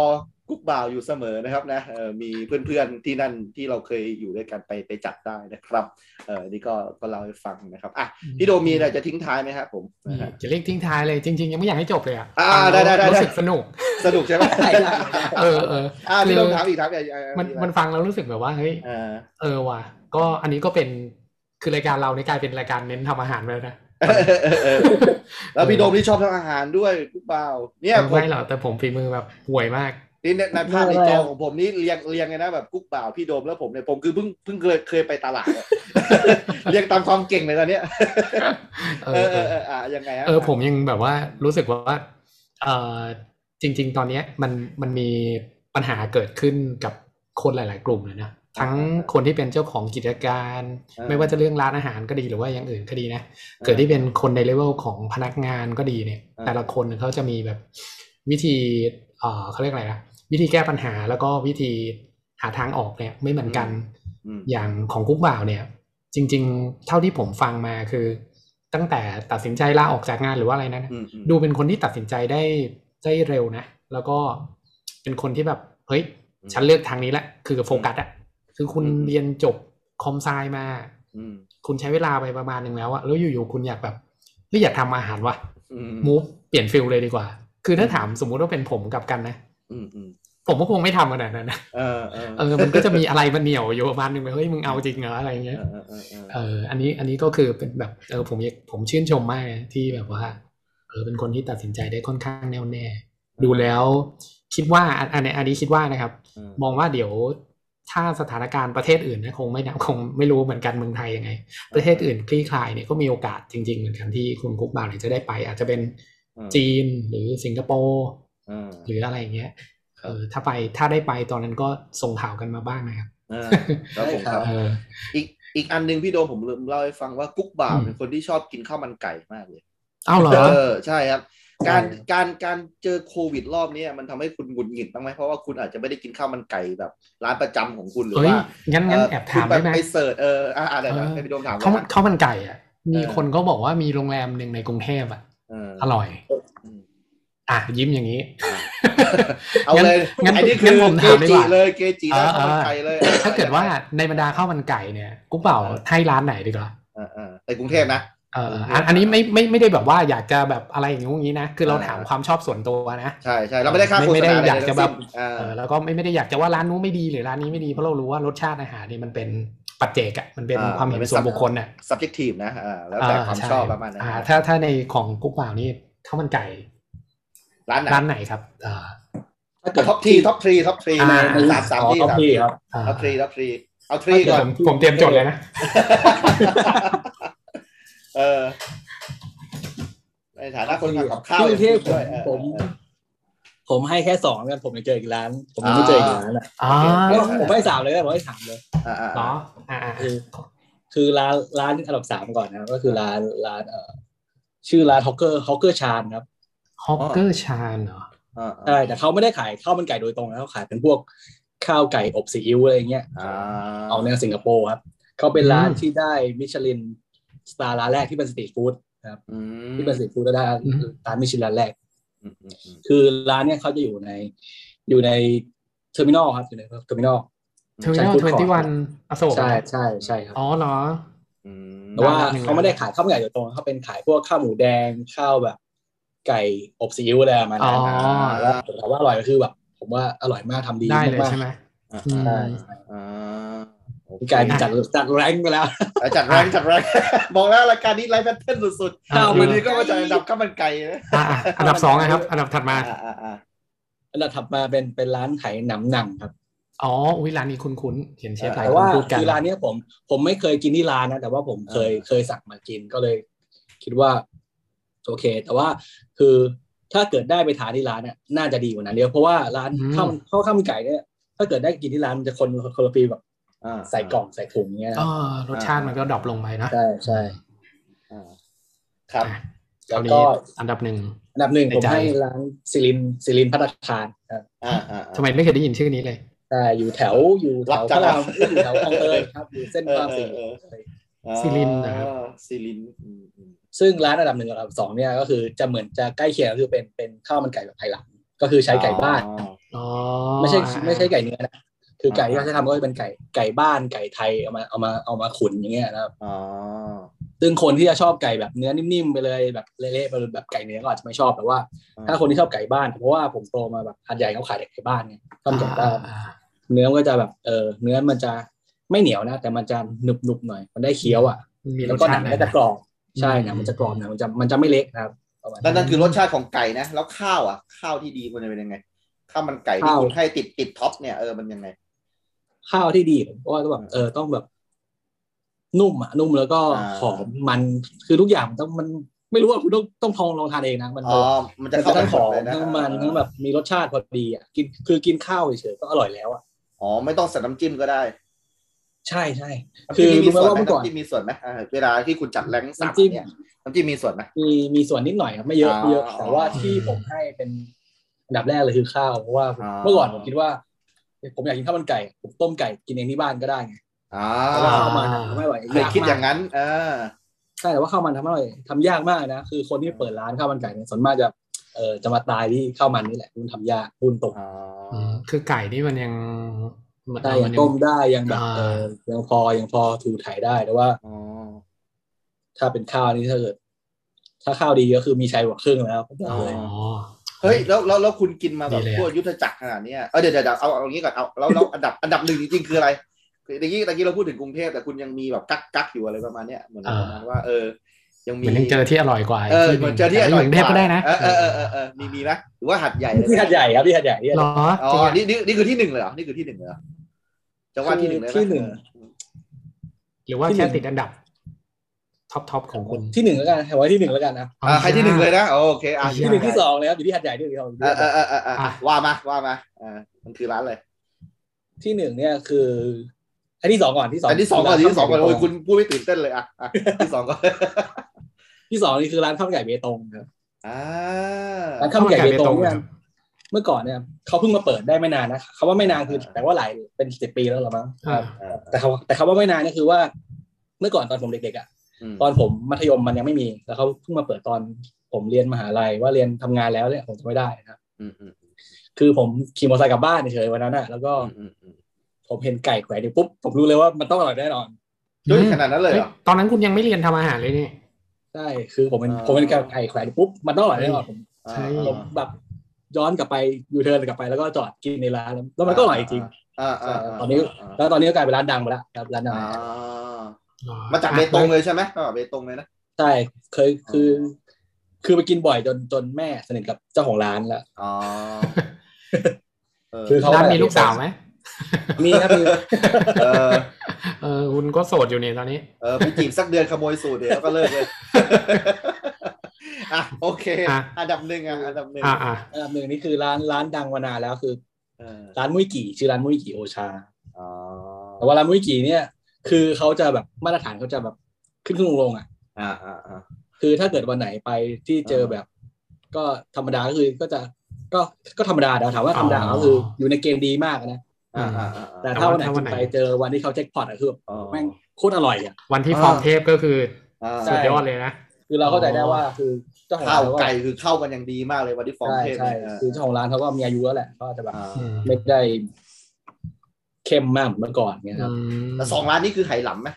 [SPEAKER 2] กุ๊กบ่าวอยู่เสมอนะครับนะเออมีเพื่อนๆที่นั่นที่เราเคยอยู่ด้วยกันไปไปจัดได้นะครับเออนี่ก็ก็เล่าให้ฟังนะครับอ่ะ พี่โดมีอะไรจะทิ้งท้ายไหมครับผม
[SPEAKER 3] อืมจะเรียกทิ้งท้ายเลยจริง ๆ ยังไม่อยากให้จบเลยอ่ะ
[SPEAKER 2] อ่า
[SPEAKER 3] ฟังแล้ว
[SPEAKER 2] ได้ได้ได้
[SPEAKER 3] รู้สึกสนุก
[SPEAKER 2] สนุกใช่ไหม
[SPEAKER 3] เออเออ
[SPEAKER 2] อ่า
[SPEAKER 3] คือ
[SPEAKER 2] พี่โดมถามอีกถามอีกอ่ะ
[SPEAKER 3] มันมันฟังแล้วรู้สึกแบบว่าเฮ้ย
[SPEAKER 2] อ่า
[SPEAKER 3] เออว่ะก็อันนี้ก็เป็นคือรายการเราในยกลายเป็นรายการเน้นทำอาหารไปแล้วนะ
[SPEAKER 2] แล้วพี่โดมที่ชอบทำอาหารด้วยกุ๊กบ่าว เนี่ยผม
[SPEAKER 3] ไม่หรอกแต่ผมฝีมือแบบห่วยมาก
[SPEAKER 2] นี่ในในภาพในจอของผมนี่เรียงเรียงเลยนะแบบกุ๊กบ่าวพี่โดมแล้วผมเนี่ยผมคือเพิ่งเพิ่งเคยเคยไปตลาด อะเรียงตามความเก่งเลยตอนเนี้ย
[SPEAKER 3] เอ
[SPEAKER 2] เอ
[SPEAKER 3] อ
[SPEAKER 2] อ
[SPEAKER 3] เอ
[SPEAKER 2] เอ
[SPEAKER 3] อ
[SPEAKER 2] อเอออ่ะยังไงฮะ
[SPEAKER 3] เออผมยังแบบว่ารู้สึกว่าเออจริง ๆ ตอนเนี้ยมันมันมีปัญหาเกิดขึ้นกับคนหลาย ๆ กลุ่มเลยนะทั้งคนที่เป็นเจ้าของกิจการ ไม่ว่าจะเรื่องร้านอาหารก็ดีหรือว่าอย่างอื่นก็ดีนะ เกิดที่เป็นคนในเลเวลของพนักงานก็ดีเนี่ย แต่ละคนเขาจะมีแบบวิธีเออเขาเรียกอะไรนะวิธีแก้ปัญหาแล้วก็วิธีหาทางออกเนี่ยไม่เหมือนกัน
[SPEAKER 2] อืม
[SPEAKER 3] อย่างของกุ๊กบ่าวเนี่ย จริง ๆ เท่าที่ผมฟังมาคือ ตั้งแต่ตัดสินใจลาออกจากงานหรือว่าอะไรนั้น
[SPEAKER 2] อืมอืม
[SPEAKER 3] ดูเป็นคนที่ตัดสินใจได้ได้เร็วนะ แล้วก็เป็นคนที่แบบเฮ้ย ฉันเลือกทางนี้แหละคือโฟกัสอะคือคุณเรียนจบคอมไซมา
[SPEAKER 2] อืม
[SPEAKER 3] คุณใช้เวลาไปประมาณหนึ่งแล้วอะแล้วอยู่ๆคุณอยากแบบไม่อยากทำอาหารวะ
[SPEAKER 2] อืม
[SPEAKER 3] มูฟเปลี่ยนฟิลเลยดีกว่า คือถ้าถามสมมุติว่าเป็นผมกับกันนะ
[SPEAKER 2] อืมอืม
[SPEAKER 3] ผมก็คงไม่ทำขนาดนั้นนะ
[SPEAKER 2] เออเออ
[SPEAKER 3] เออมันก็จะมีอะไรมันเหนียวอยู่ประมาณหนึงแบบเฮ้ยมึงเอาจริงเหรออะไรเงี้ย
[SPEAKER 2] เออเออเออ
[SPEAKER 3] เอออันนี้อันนี้ก็คือเป็นแบบเออผมผมชื่นชมมากนะที่แบบว่าเออเป็นคนที่ตัดสินใจได้ค่อนข้างแน่วแน่ ดูแล้วคิดว่าอันอันอันนี้คิดว่านะครับ
[SPEAKER 2] เออ
[SPEAKER 3] มองว่าเดี๋ยวถ้าสถานการณ์ประเทศอื่นนะคงไม่นะคงไม่รู้เหมือนกันเมืองไทยยังไง ประเทศอื่นคลี่คลายเนี่ยก็มีโอกาสจริง ๆ เหมือนกันที่คุณกุ๊กบาวเนี่ยจะได้ไป อาจจะเป็นจีนหรือสิงคโปร์
[SPEAKER 2] เออ
[SPEAKER 3] หรืออะไรอย่างเงี้ย
[SPEAKER 2] ครับ
[SPEAKER 3] เออถ้าไปถ้าได้ไปตอนนั้นก็ส่งข่าวกันมาบ้างนะครับ
[SPEAKER 2] เออครับผมครับ
[SPEAKER 3] เออ
[SPEAKER 2] อีกอีกอันหนึ่งพี่โดมผมลืมเล่าให้ฟังว่ากุ๊กบ่าว
[SPEAKER 3] อืม
[SPEAKER 2] เป็นคนที่ชอบกินข้าวมันไก่มากเลย
[SPEAKER 3] เอ้าเหรอ
[SPEAKER 2] เออใช่ครับ การ
[SPEAKER 3] ใช่
[SPEAKER 2] การการเจอโควิดรอบเนี้ยมันทำให้คุณหงุดหงิดบ้างไหมเพราะว่าคุณอาจจะไม่ได้กินข้าวมันไก่แบบร้านประจำของคุณหรือ
[SPEAKER 3] เฮ้ย
[SPEAKER 2] ว่า
[SPEAKER 3] งั้นงั้นแอบถามได้
[SPEAKER 2] คุณ
[SPEAKER 3] ไหม
[SPEAKER 2] ไปเสิร์ชเอออ่ะอะไรนะ
[SPEAKER 3] เออ
[SPEAKER 2] ให้พี่โดมถาม
[SPEAKER 3] ข้าวมัน
[SPEAKER 2] นะ
[SPEAKER 3] ข้าวมันไก่อ่ะ มี
[SPEAKER 2] เออ
[SPEAKER 3] คนก็บอกว่ามีโรงแรมหนึ่งในกรุงเทพอ่ะ
[SPEAKER 2] เออ
[SPEAKER 3] อ
[SPEAKER 2] อ่ะ
[SPEAKER 3] ร่อย
[SPEAKER 2] อืม
[SPEAKER 3] อ่ะ ยิ้มอย่างนี้
[SPEAKER 2] เอาเลย
[SPEAKER 3] งั้น
[SPEAKER 2] อันนี้คือ
[SPEAKER 3] งั้นผม
[SPEAKER 2] เก
[SPEAKER 3] ถามดีก
[SPEAKER 2] จิ
[SPEAKER 3] ว่า
[SPEAKER 2] เลยเกจิร้าน
[SPEAKER 3] เออ
[SPEAKER 2] ข้าวมันไก่เลย
[SPEAKER 3] ถ้าเกิดว่าในบรรดาข้าวมันไก่เนี่ยกุ๊กเป่าให้ร้านไหนดีกว่า
[SPEAKER 2] เออเออในกรุงเทพนะ
[SPEAKER 3] เอออันอันนี้ไม่ไม่ไม่ได้แบบว่าอยากจะแบบอะไรอย่างงู้งี้นะ คือเรา
[SPEAKER 2] เออ
[SPEAKER 3] ถามความชอบส่วนตัวนะ
[SPEAKER 2] ใช่ใช่เราไม่ได้ค่าโฆ
[SPEAKER 3] ไม่
[SPEAKER 2] ษ
[SPEAKER 3] ได้
[SPEAKER 2] ณาอะไร
[SPEAKER 3] อยากจะแบบ
[SPEAKER 2] ทั้งสิ้นอ่า
[SPEAKER 3] เออแล้วก็ไม่ไม่ได้อยากจะว่าร้านนู้นไม่ดีหรือร้านนี้ไม่ดีเพราะเรารู้ว่ารสชาติอาหารเนี่ยมันเป็นปัจเจกอ่ะมันเป็นความเห็นส่วนบุคคลน่ะ
[SPEAKER 2] subjective นะอ่าแล้วแต่ความชอบประมาณนั้น
[SPEAKER 3] อ่าถ้าถ้าในของกุ๊กเป่านี่ข้าวมันไก่
[SPEAKER 2] ร้านไหน
[SPEAKER 3] ร้านไหนครับเออ
[SPEAKER 4] ถ้าเกิด
[SPEAKER 2] ท็อปทีท็อปทรีท็อปทรี
[SPEAKER 3] อ่า
[SPEAKER 4] ใน
[SPEAKER 2] สามสามที่
[SPEAKER 4] ท็อป
[SPEAKER 2] สาม
[SPEAKER 4] ที
[SPEAKER 2] ที่
[SPEAKER 4] ครับ
[SPEAKER 3] เอ่อ
[SPEAKER 2] ท็อปทรีท็อปทรีเอาทรีก่อน
[SPEAKER 3] ผมผมเตรียมจดเลยนะ
[SPEAKER 2] เออในฐานะคนทำกับข้าว
[SPEAKER 4] กรุงเทพ
[SPEAKER 2] อย่างคุณ
[SPEAKER 4] ผม
[SPEAKER 2] ด้วยเออเออ
[SPEAKER 4] ผมให้แค่สองกันผมยังเจออีกร้าน ผมยังไม่เจออีกร้านอ่ะ
[SPEAKER 3] อ๋อ
[SPEAKER 2] อ่า
[SPEAKER 4] เอ้ยผมให้สามเลยนะผมให้สามเลย
[SPEAKER 2] อ่าอ่า
[SPEAKER 3] เหรออ่าอ่า
[SPEAKER 4] คือคือร้านร้านอันดับสามก่อนนะครับก็คือร้านร้านเอ่อชื่อร้านฮอกเกอร์ฮอกเกอร์ชานครับ
[SPEAKER 3] ฮอกเกอร์ชาญเหรอ
[SPEAKER 2] อ่า
[SPEAKER 4] ใช่แต่เขาไม่ได้ขายข้าวมันไก่โดยตรงนะเขาขายเป็นพวกข้าวไก่อบซีอิ๊วอะไรอย่างเงี้ย
[SPEAKER 2] อ่า
[SPEAKER 4] เอาในวสิงคโปร์ครับเขาเป็นร้าน
[SPEAKER 3] อืม
[SPEAKER 4] ที่ได้มิชลินสตาร์ร้านแรกที่เป็นสตรีทฟู้ด
[SPEAKER 2] อืม
[SPEAKER 4] ที่เป็นสตรีทฟู้ดได้ร้านมิชลินร้านแรก
[SPEAKER 2] อืมอืมอืม
[SPEAKER 4] คือร้านเนี่ยเขาจะอยู่ในอยู่ในเทอร์มินอลครับอยู่ในเทอร์มินอล
[SPEAKER 3] เทอร์มินอล
[SPEAKER 4] ใช่
[SPEAKER 3] ทเวนตี้วัน
[SPEAKER 4] food
[SPEAKER 3] อโศก
[SPEAKER 4] ใช่ใช่ใช่ครับ
[SPEAKER 3] อ๋อเหรอ
[SPEAKER 2] อืม
[SPEAKER 4] แต่ว่า
[SPEAKER 3] ร้านหนึ่ง
[SPEAKER 4] เขาไม่ได้ขายข้าวมันไก่โดยตรงเขาเป็นขายพวกข้าวหมูแดงข้าวแบบ ไก่อบซีอิ๊วอะไรประมาณ
[SPEAKER 3] อ๋อ
[SPEAKER 4] นั้นนะแต่ว่าอร่อยก็คือแบบ ผมว่าอร่อยมากทำดี
[SPEAKER 3] ได้เลย
[SPEAKER 4] มากๆ
[SPEAKER 3] ใช่ไหม
[SPEAKER 2] อ่า
[SPEAKER 3] อืม
[SPEAKER 4] ใช่
[SPEAKER 2] อ่าโอเค
[SPEAKER 4] พี่กายมีจัดจัดแรงไปแล้ว
[SPEAKER 2] อ่ะจัดแรงจัดแรง บอกแล้วรายการนี้ไลฟ์แพทเทิร์นสุด
[SPEAKER 3] อ่า
[SPEAKER 4] ข้าว
[SPEAKER 2] ๆ
[SPEAKER 4] มั
[SPEAKER 2] วันนี้ก็มาจัดอันดับข้าวมันไก่นะ
[SPEAKER 3] อ่าอ่าอันดับสองนะครับ อันดับถัดมา
[SPEAKER 2] อ่าอ่าอ่า
[SPEAKER 4] อันดับถัดมาเป็นเป็นร้านขายหนังหนังครับ
[SPEAKER 3] อ๋อ อุ้ยร้านนี้คุ้นๆเห็นเชฟหลาย
[SPEAKER 4] แต่
[SPEAKER 3] ค
[SPEAKER 4] ว่าน
[SPEAKER 3] พูดกัน
[SPEAKER 4] คือร้านเนี้ยผม ผมไม่เคยกินที่ร้านนะแต่ว่าผมเคยเคยสั่งมากินก็เลย คิดว่าโอเค แต่ว่าคือถ้าเกิดได้ไปทานที่ร้านเนี่ยน่าจะดีกว่านั้นเยอะเพราะว่าร้านข้าวมันข้าวข้าวมันไก่เนี่ยถ้าเกิดได้กินที่ร้านมันจะคนคนละฟีลแบบ
[SPEAKER 2] อ่า
[SPEAKER 4] ใส่กล่องใส่ถุงเงี้ยนะ
[SPEAKER 3] อ๋อรสชาติมันก็ดรอปลงไปนะ
[SPEAKER 4] ใช่ใช่
[SPEAKER 2] อ่าครับ
[SPEAKER 3] อ่ะ
[SPEAKER 4] แล้
[SPEAKER 3] คราว
[SPEAKER 4] วก็
[SPEAKER 3] นี้อันดับหนึ่ง
[SPEAKER 4] อันดับหนึ่ง
[SPEAKER 3] ใน
[SPEAKER 4] ผม
[SPEAKER 3] ใจ
[SPEAKER 4] ให้ร้านซิลินซิลินพัตตาคารครับ
[SPEAKER 2] อ่าอ่าอ่า
[SPEAKER 3] ทำไมไม่เคยได้ยินชื่อนี้เลย
[SPEAKER 4] ใช่อยู่แถวอยู่แถวพ
[SPEAKER 2] รับจัง
[SPEAKER 4] ระราม
[SPEAKER 2] หวะ
[SPEAKER 4] อยู่แถวคลองเตยครับอยู่เส้นพระรามสี่
[SPEAKER 2] เออเออเออ
[SPEAKER 3] ซิลินนะครับ
[SPEAKER 2] อ่าซิลินอืมอืม
[SPEAKER 4] ซึ่งร้านอันดับหนึ่งกับอันดับสองเนี่ยก็คือจะเหมือนจะใกล้เคียงก็คือเป็นเป็นข้าวมันไก่แบบไทยหลังก็คือใช้ไก่บ้าน
[SPEAKER 2] อ๋อ
[SPEAKER 3] อ๋อ
[SPEAKER 4] ไม่ใช่
[SPEAKER 3] อ่า
[SPEAKER 4] ไม่ใช่ไก่เนื้อนะคือไก่ที่
[SPEAKER 2] อ่า
[SPEAKER 4] เขาใช้ทำก็จะเป็นไก่ไก่บ้านไก่ไทยเอามาเอามาเอามาขุนอย่างเงี้ยนะครับ
[SPEAKER 2] อ๋อ
[SPEAKER 4] ซึ่งคนที่จะชอบไก่แบบเนื้อนิ่มๆไปเลยแบบเละๆไปเลยแบบไก่เนื้อก็อาจจะไม่ชอบแต่ว่า ถ้าคนที่ชอบไก่บ้าน เพราะว่าผมโตมาแบบหัดใหญ่เขาขายแต่ไก่บ้านไงชอบไก่บ้าน
[SPEAKER 3] อ่า
[SPEAKER 4] เนื้อมันก็จะแบบเออเนื้อมันจะไม่เหนียวนะ แต่มันจะหนึบหนุบๆหน่อย มันได้เคี้ยวอ่ะ
[SPEAKER 3] มีร
[SPEAKER 4] แล้
[SPEAKER 3] ส
[SPEAKER 4] วก็หนั
[SPEAKER 3] ชาติ
[SPEAKER 4] ง
[SPEAKER 3] ห
[SPEAKER 4] ก็
[SPEAKER 3] อย
[SPEAKER 4] จะ
[SPEAKER 3] นะ
[SPEAKER 4] กรอบใช่
[SPEAKER 3] อืม
[SPEAKER 4] หนังมันจะกรอบหนังมันจะมันจะไม่เละนะครับประมาณ
[SPEAKER 2] แล้
[SPEAKER 4] นั้
[SPEAKER 2] วน นั่นคือรสชาติของไก่นะ แล้วข้าวอ่ะ ข้าวที่ดีมันเป็นยังไง ข้าวมันไก่ที่
[SPEAKER 4] ข้าว
[SPEAKER 2] คุณให้ติดติดท็อปเนี่ยเออมันยังไง
[SPEAKER 4] ข้าวที่ดีผมว่าแบบเออต้องแบบ นุ่มอ่ะนุ่มแล้วก็
[SPEAKER 2] อ่า
[SPEAKER 4] หอมมันคือทุกอย่างมันต้องมันไม่รู้ว่าคุณต้องต้องทองลองทานเองนะมัน
[SPEAKER 2] อ๋อ มันจะเข้า
[SPEAKER 4] ทั้งหอม
[SPEAKER 2] เลยนะ
[SPEAKER 4] ทั้งมันทั้งแบบมีรสชาติพอดีอ่ะกินคือกินข้าวเฉยๆก็อร่อยแล้วอ่ะ
[SPEAKER 2] อ๋อ ไม่ต้องใส่น้ำจิ้มก็ได้
[SPEAKER 4] ใช่ใช่คือ
[SPEAKER 2] น้ำจิ้มมี
[SPEAKER 4] รู้ไหม
[SPEAKER 2] ส่วน
[SPEAKER 4] ว่า
[SPEAKER 2] ไหม
[SPEAKER 4] เมื่อก่อน
[SPEAKER 2] น้ำจิ้มมีส่วนไหมอ่าเวลาที่คุณจัดแรงค์สาม
[SPEAKER 4] น้ำจิ้ม
[SPEAKER 2] เนี่ยน้ำจิ้มมีส่วนไหม
[SPEAKER 4] มีมีส่วนนิดหน่อยครับไม่เยอะ
[SPEAKER 2] อ๋อ
[SPEAKER 4] ไม่เยอะ แต่ว่า
[SPEAKER 2] อ๋อ
[SPEAKER 4] ที่ผมให้เป็นอันดับแรกเลยคือข้าวเพราะว่าผม
[SPEAKER 2] อ๋อ
[SPEAKER 4] เมื่อก่อนผมคิดว่า ผมอยากกินข้าวมันไก่ผมต้มไก่กินเองที่บ้านก็ได้ไง
[SPEAKER 2] อ่า
[SPEAKER 4] แต่ว่าเข้ามาทำไม่ไหว
[SPEAKER 2] เคยคิดอย่าง
[SPEAKER 4] นั้น
[SPEAKER 2] นั้นเออ
[SPEAKER 4] ใช่แต่ว่าข้าวมันทำไม่ไหวทำยากมากนะคือคนที่เปิดร้านข้าวมันไก่เนี่ยส่วนมากจะเออจะมาตายที่ข้าวมันนี่แหละมันทำยากพูดตรง
[SPEAKER 2] อ๋อ
[SPEAKER 3] อืมคือไก่นี่มันยังมัน
[SPEAKER 4] ได้
[SPEAKER 3] มั
[SPEAKER 4] ยัง
[SPEAKER 3] น
[SPEAKER 4] ต้มได้ยังแบบ
[SPEAKER 3] อ่า
[SPEAKER 4] เออยังพอยังพอถูถ่ายได้แต่ว่า
[SPEAKER 2] อ๋อ
[SPEAKER 4] ถ้าเป็นข้าวนี่ถ้าเกิด ถ้าข้าวดีก็คือมีชัยกว่าครึ่งแล้วผมบอก
[SPEAKER 3] อ๋อ
[SPEAKER 4] เลย
[SPEAKER 2] เฮ้ยแล้วแล้วแล้วคุณกินมาแบบ
[SPEAKER 3] ดีเลยอะ
[SPEAKER 2] พวกยุทธจักรขนาดเนี้ยเออเดี๋ยวเดี๋ยวเดี๋ยวเอาเอาอย่างนี้ก่อนเอาแล้วแล้วอันดับอันดับหนึ่งจริงๆคืออะไรตะกี้ตะกี้เราพูดถึงกรุงเทพแต่คุณยังมีแบบกักกักอยู่อะไรประมาณเนี้ยเหมือนประมาณว่าเออ ยัง
[SPEAKER 3] เห
[SPEAKER 2] มี
[SPEAKER 3] มือนยังเจอที่อร่อยกว่า
[SPEAKER 2] เออ
[SPEAKER 3] ที่
[SPEAKER 2] เหมือนเจอที่อร่อย
[SPEAKER 3] เหมืนเทพก็ได้นะ
[SPEAKER 2] เออเออเออเออเออมีมีไหมหรือว่าหัดใหญ่เลย
[SPEAKER 4] ที่หัดใหญ่ครับที่หัดใหญ่ที่หัด
[SPEAKER 3] หร
[SPEAKER 4] ใหญ่
[SPEAKER 3] อ
[SPEAKER 2] อ๋อ
[SPEAKER 3] จริงอะ
[SPEAKER 2] นี่นี่นี่คือที่หนึ่งเลยเหรอนี่คือที่หนึ่งเลยเหรอจะว่าที่หนึ่งเลยไม
[SPEAKER 4] ที่หนึ่ง
[SPEAKER 3] หรือว่า
[SPEAKER 4] ที่หนึ่
[SPEAKER 3] แค่
[SPEAKER 4] ง
[SPEAKER 3] ติดอันดับ ท็อปทอปของคุณ
[SPEAKER 4] ที่หนึ่งแล้วกันไว้ที่หนึ่งแล้วกันนะ
[SPEAKER 2] อ่าใครที่หนึ่งเลยนะอ๋อโอเคอ่ะ
[SPEAKER 4] ที่หนึ่งที่สองเลยครับอยู่ที่หัดใหญ่ที่หนึ่งที่สองอยู่ที่
[SPEAKER 2] เอ
[SPEAKER 4] หั
[SPEAKER 2] อ
[SPEAKER 4] ดใหญ่
[SPEAKER 2] เออเออเอออ่ะว่ามาว่ามาอ่ามันคือร้านอะไร
[SPEAKER 4] ที่หนึ่งเนี่ยคืออันที่สองก่อนที่สอง
[SPEAKER 2] อันที่สองก่อนอันที่สองก่อนโอ้ยคุณพูดไม่ตื่นเต้นเลยอ่ะอ่ะที่สองก่อน
[SPEAKER 4] ที่สองนี่คือร้านข้าวมันไก่เบตงครับ
[SPEAKER 2] อ่า
[SPEAKER 4] ร้านข้าวมันไก่เบตงเนี่ย
[SPEAKER 3] ครับ
[SPEAKER 4] เมื่อก่อนเนี่ยเขาเพิ่งมาเปิดได้ไม่นานนะคำว่าไม่นานคือแปลว่าหลายเป็นสิบปีแล้วเหรอมั้ง
[SPEAKER 3] อ่า
[SPEAKER 4] แต่เขาแต่คำว่าไม่นานเนี่ยคือว่า เมื่อก่อนตอนผมเด็กๆอ่ะ
[SPEAKER 2] ม
[SPEAKER 4] ตอนผมมัธยมมันยังไม่มี แล้วเขาเพิ่งมาเปิดตอนผมเรียนมหาลัยว่าเรียนทำงานแล้วเนี่ยผมจะไม่ได้นะครับ
[SPEAKER 2] อืมอืม
[SPEAKER 4] คือผมขี่มอเตอร์ไซค์กลับบ้านเฉยๆวันนั้นน่ะแล้วก็
[SPEAKER 2] อืมอืมอืม
[SPEAKER 4] ผมเห็นไก่แขวนอยู่ปุ๊บผมรู้เลยว่ามันต้องอร่อยแน่นอน
[SPEAKER 2] ด้วยขนาดนั้นเลยเหรอ
[SPEAKER 3] ฮ้ตอนนั้นคุณยังไม่เรียนทำอาหารเลยนี่
[SPEAKER 4] ใช่คือผมเป็น
[SPEAKER 2] อ่า
[SPEAKER 4] ผมเป็นไก่แขวนอยู่ปุ๊บมันต้องอร่อยแน่นอนผม
[SPEAKER 3] ใช่
[SPEAKER 2] อ่า
[SPEAKER 4] ผมแบบย้อนกลับไปยูเทิร์นกลับไปแล้วก็จอดกินในร้านแล้วแล้วมันก็อร่อยจริง
[SPEAKER 2] อ่าอ่าา
[SPEAKER 4] ตอนนี้ แล้วตอนนี้ก็กลายเป็นร้านดังไปแล้วครับร้านดัง
[SPEAKER 2] อ่า
[SPEAKER 3] หรอ
[SPEAKER 2] มาจากเบตงเลยใช่ไหมมาจากเบตงเลยนะ
[SPEAKER 4] ใช่เคยคือ คือไปกินบ่อยจนจนแม่สนิทกับเจ้าของร้านแล้ว
[SPEAKER 2] อ๋อเออ
[SPEAKER 4] คือเขา
[SPEAKER 3] ร้านมีลูกสาวไหม
[SPEAKER 4] มีครับมี
[SPEAKER 2] เออ
[SPEAKER 3] เออคุณก็โสดอยู่นี่ตอนนี้
[SPEAKER 2] เออไปจีบสักเดือนขโมยสูตรเดี๋ยวก็เลิกเลย อ่ะโอเค
[SPEAKER 3] อ่ะ
[SPEAKER 2] อันดับหนึ่งอ่ะอันดับหนึ่ง
[SPEAKER 3] อ่าอ่า
[SPEAKER 4] อันดับหนึ่งนี่คือร้านร้านดังมานานแล้วคือ
[SPEAKER 2] เออ
[SPEAKER 4] ร้านมุ้ยกี่ชื่อร้านมุ้ยกี่โอชา
[SPEAKER 2] อ๋อ
[SPEAKER 4] แต่ว่าร้านมุ้ยกี่เนี่ย คือเขาจะแบบมาตรฐานเขาจะแบบขึ้นขึ้นลงลงอ่ะ
[SPEAKER 2] อ่าอ่าอ่า
[SPEAKER 4] คือถ้าเกิดวันไหนไปที่เจอ
[SPEAKER 2] อ่า
[SPEAKER 4] แบบ ก็ธรรมดาก็คือก็จะก็ก็ธรรมดาแต่ถามว่าธรรมดาก็คืออยู่ในเกณฑ์ดีมากนะ
[SPEAKER 2] อ่าอ่าอ่า
[SPEAKER 4] แต่
[SPEAKER 2] อ่า
[SPEAKER 4] ถ้าวันไหนคุณไปเจอวันที่เขาแจ็คพอตอะคือแบบ
[SPEAKER 2] อ๋อ
[SPEAKER 4] แม่งโคตรอร่อยอ่ะ
[SPEAKER 3] วันที่ฟอร์มเทพก็คือ
[SPEAKER 2] อ่า
[SPEAKER 4] ใช่
[SPEAKER 3] สุดยอดเลยนะ
[SPEAKER 4] คือเราเข้าใจได้ว่าคือเจ้าของร้า
[SPEAKER 2] ข้าวน
[SPEAKER 4] เขา
[SPEAKER 2] ไก่คือเข้ากันอย่างดีมากเลยวันที่ฟอร์ม
[SPEAKER 4] ใช่
[SPEAKER 2] เทพ
[SPEAKER 4] ใช่
[SPEAKER 2] เนี่ย
[SPEAKER 4] คือเจ้าของร้านเขาก็มีอายุแล้วแหละก็จะแบบ
[SPEAKER 2] อ่า
[SPEAKER 3] อืม
[SPEAKER 4] ไม่ได้เข้มมากเหมือนเมื่อก่อนเงี้ยครับ
[SPEAKER 2] แต่สองร้านนี้คือไหหลำไหม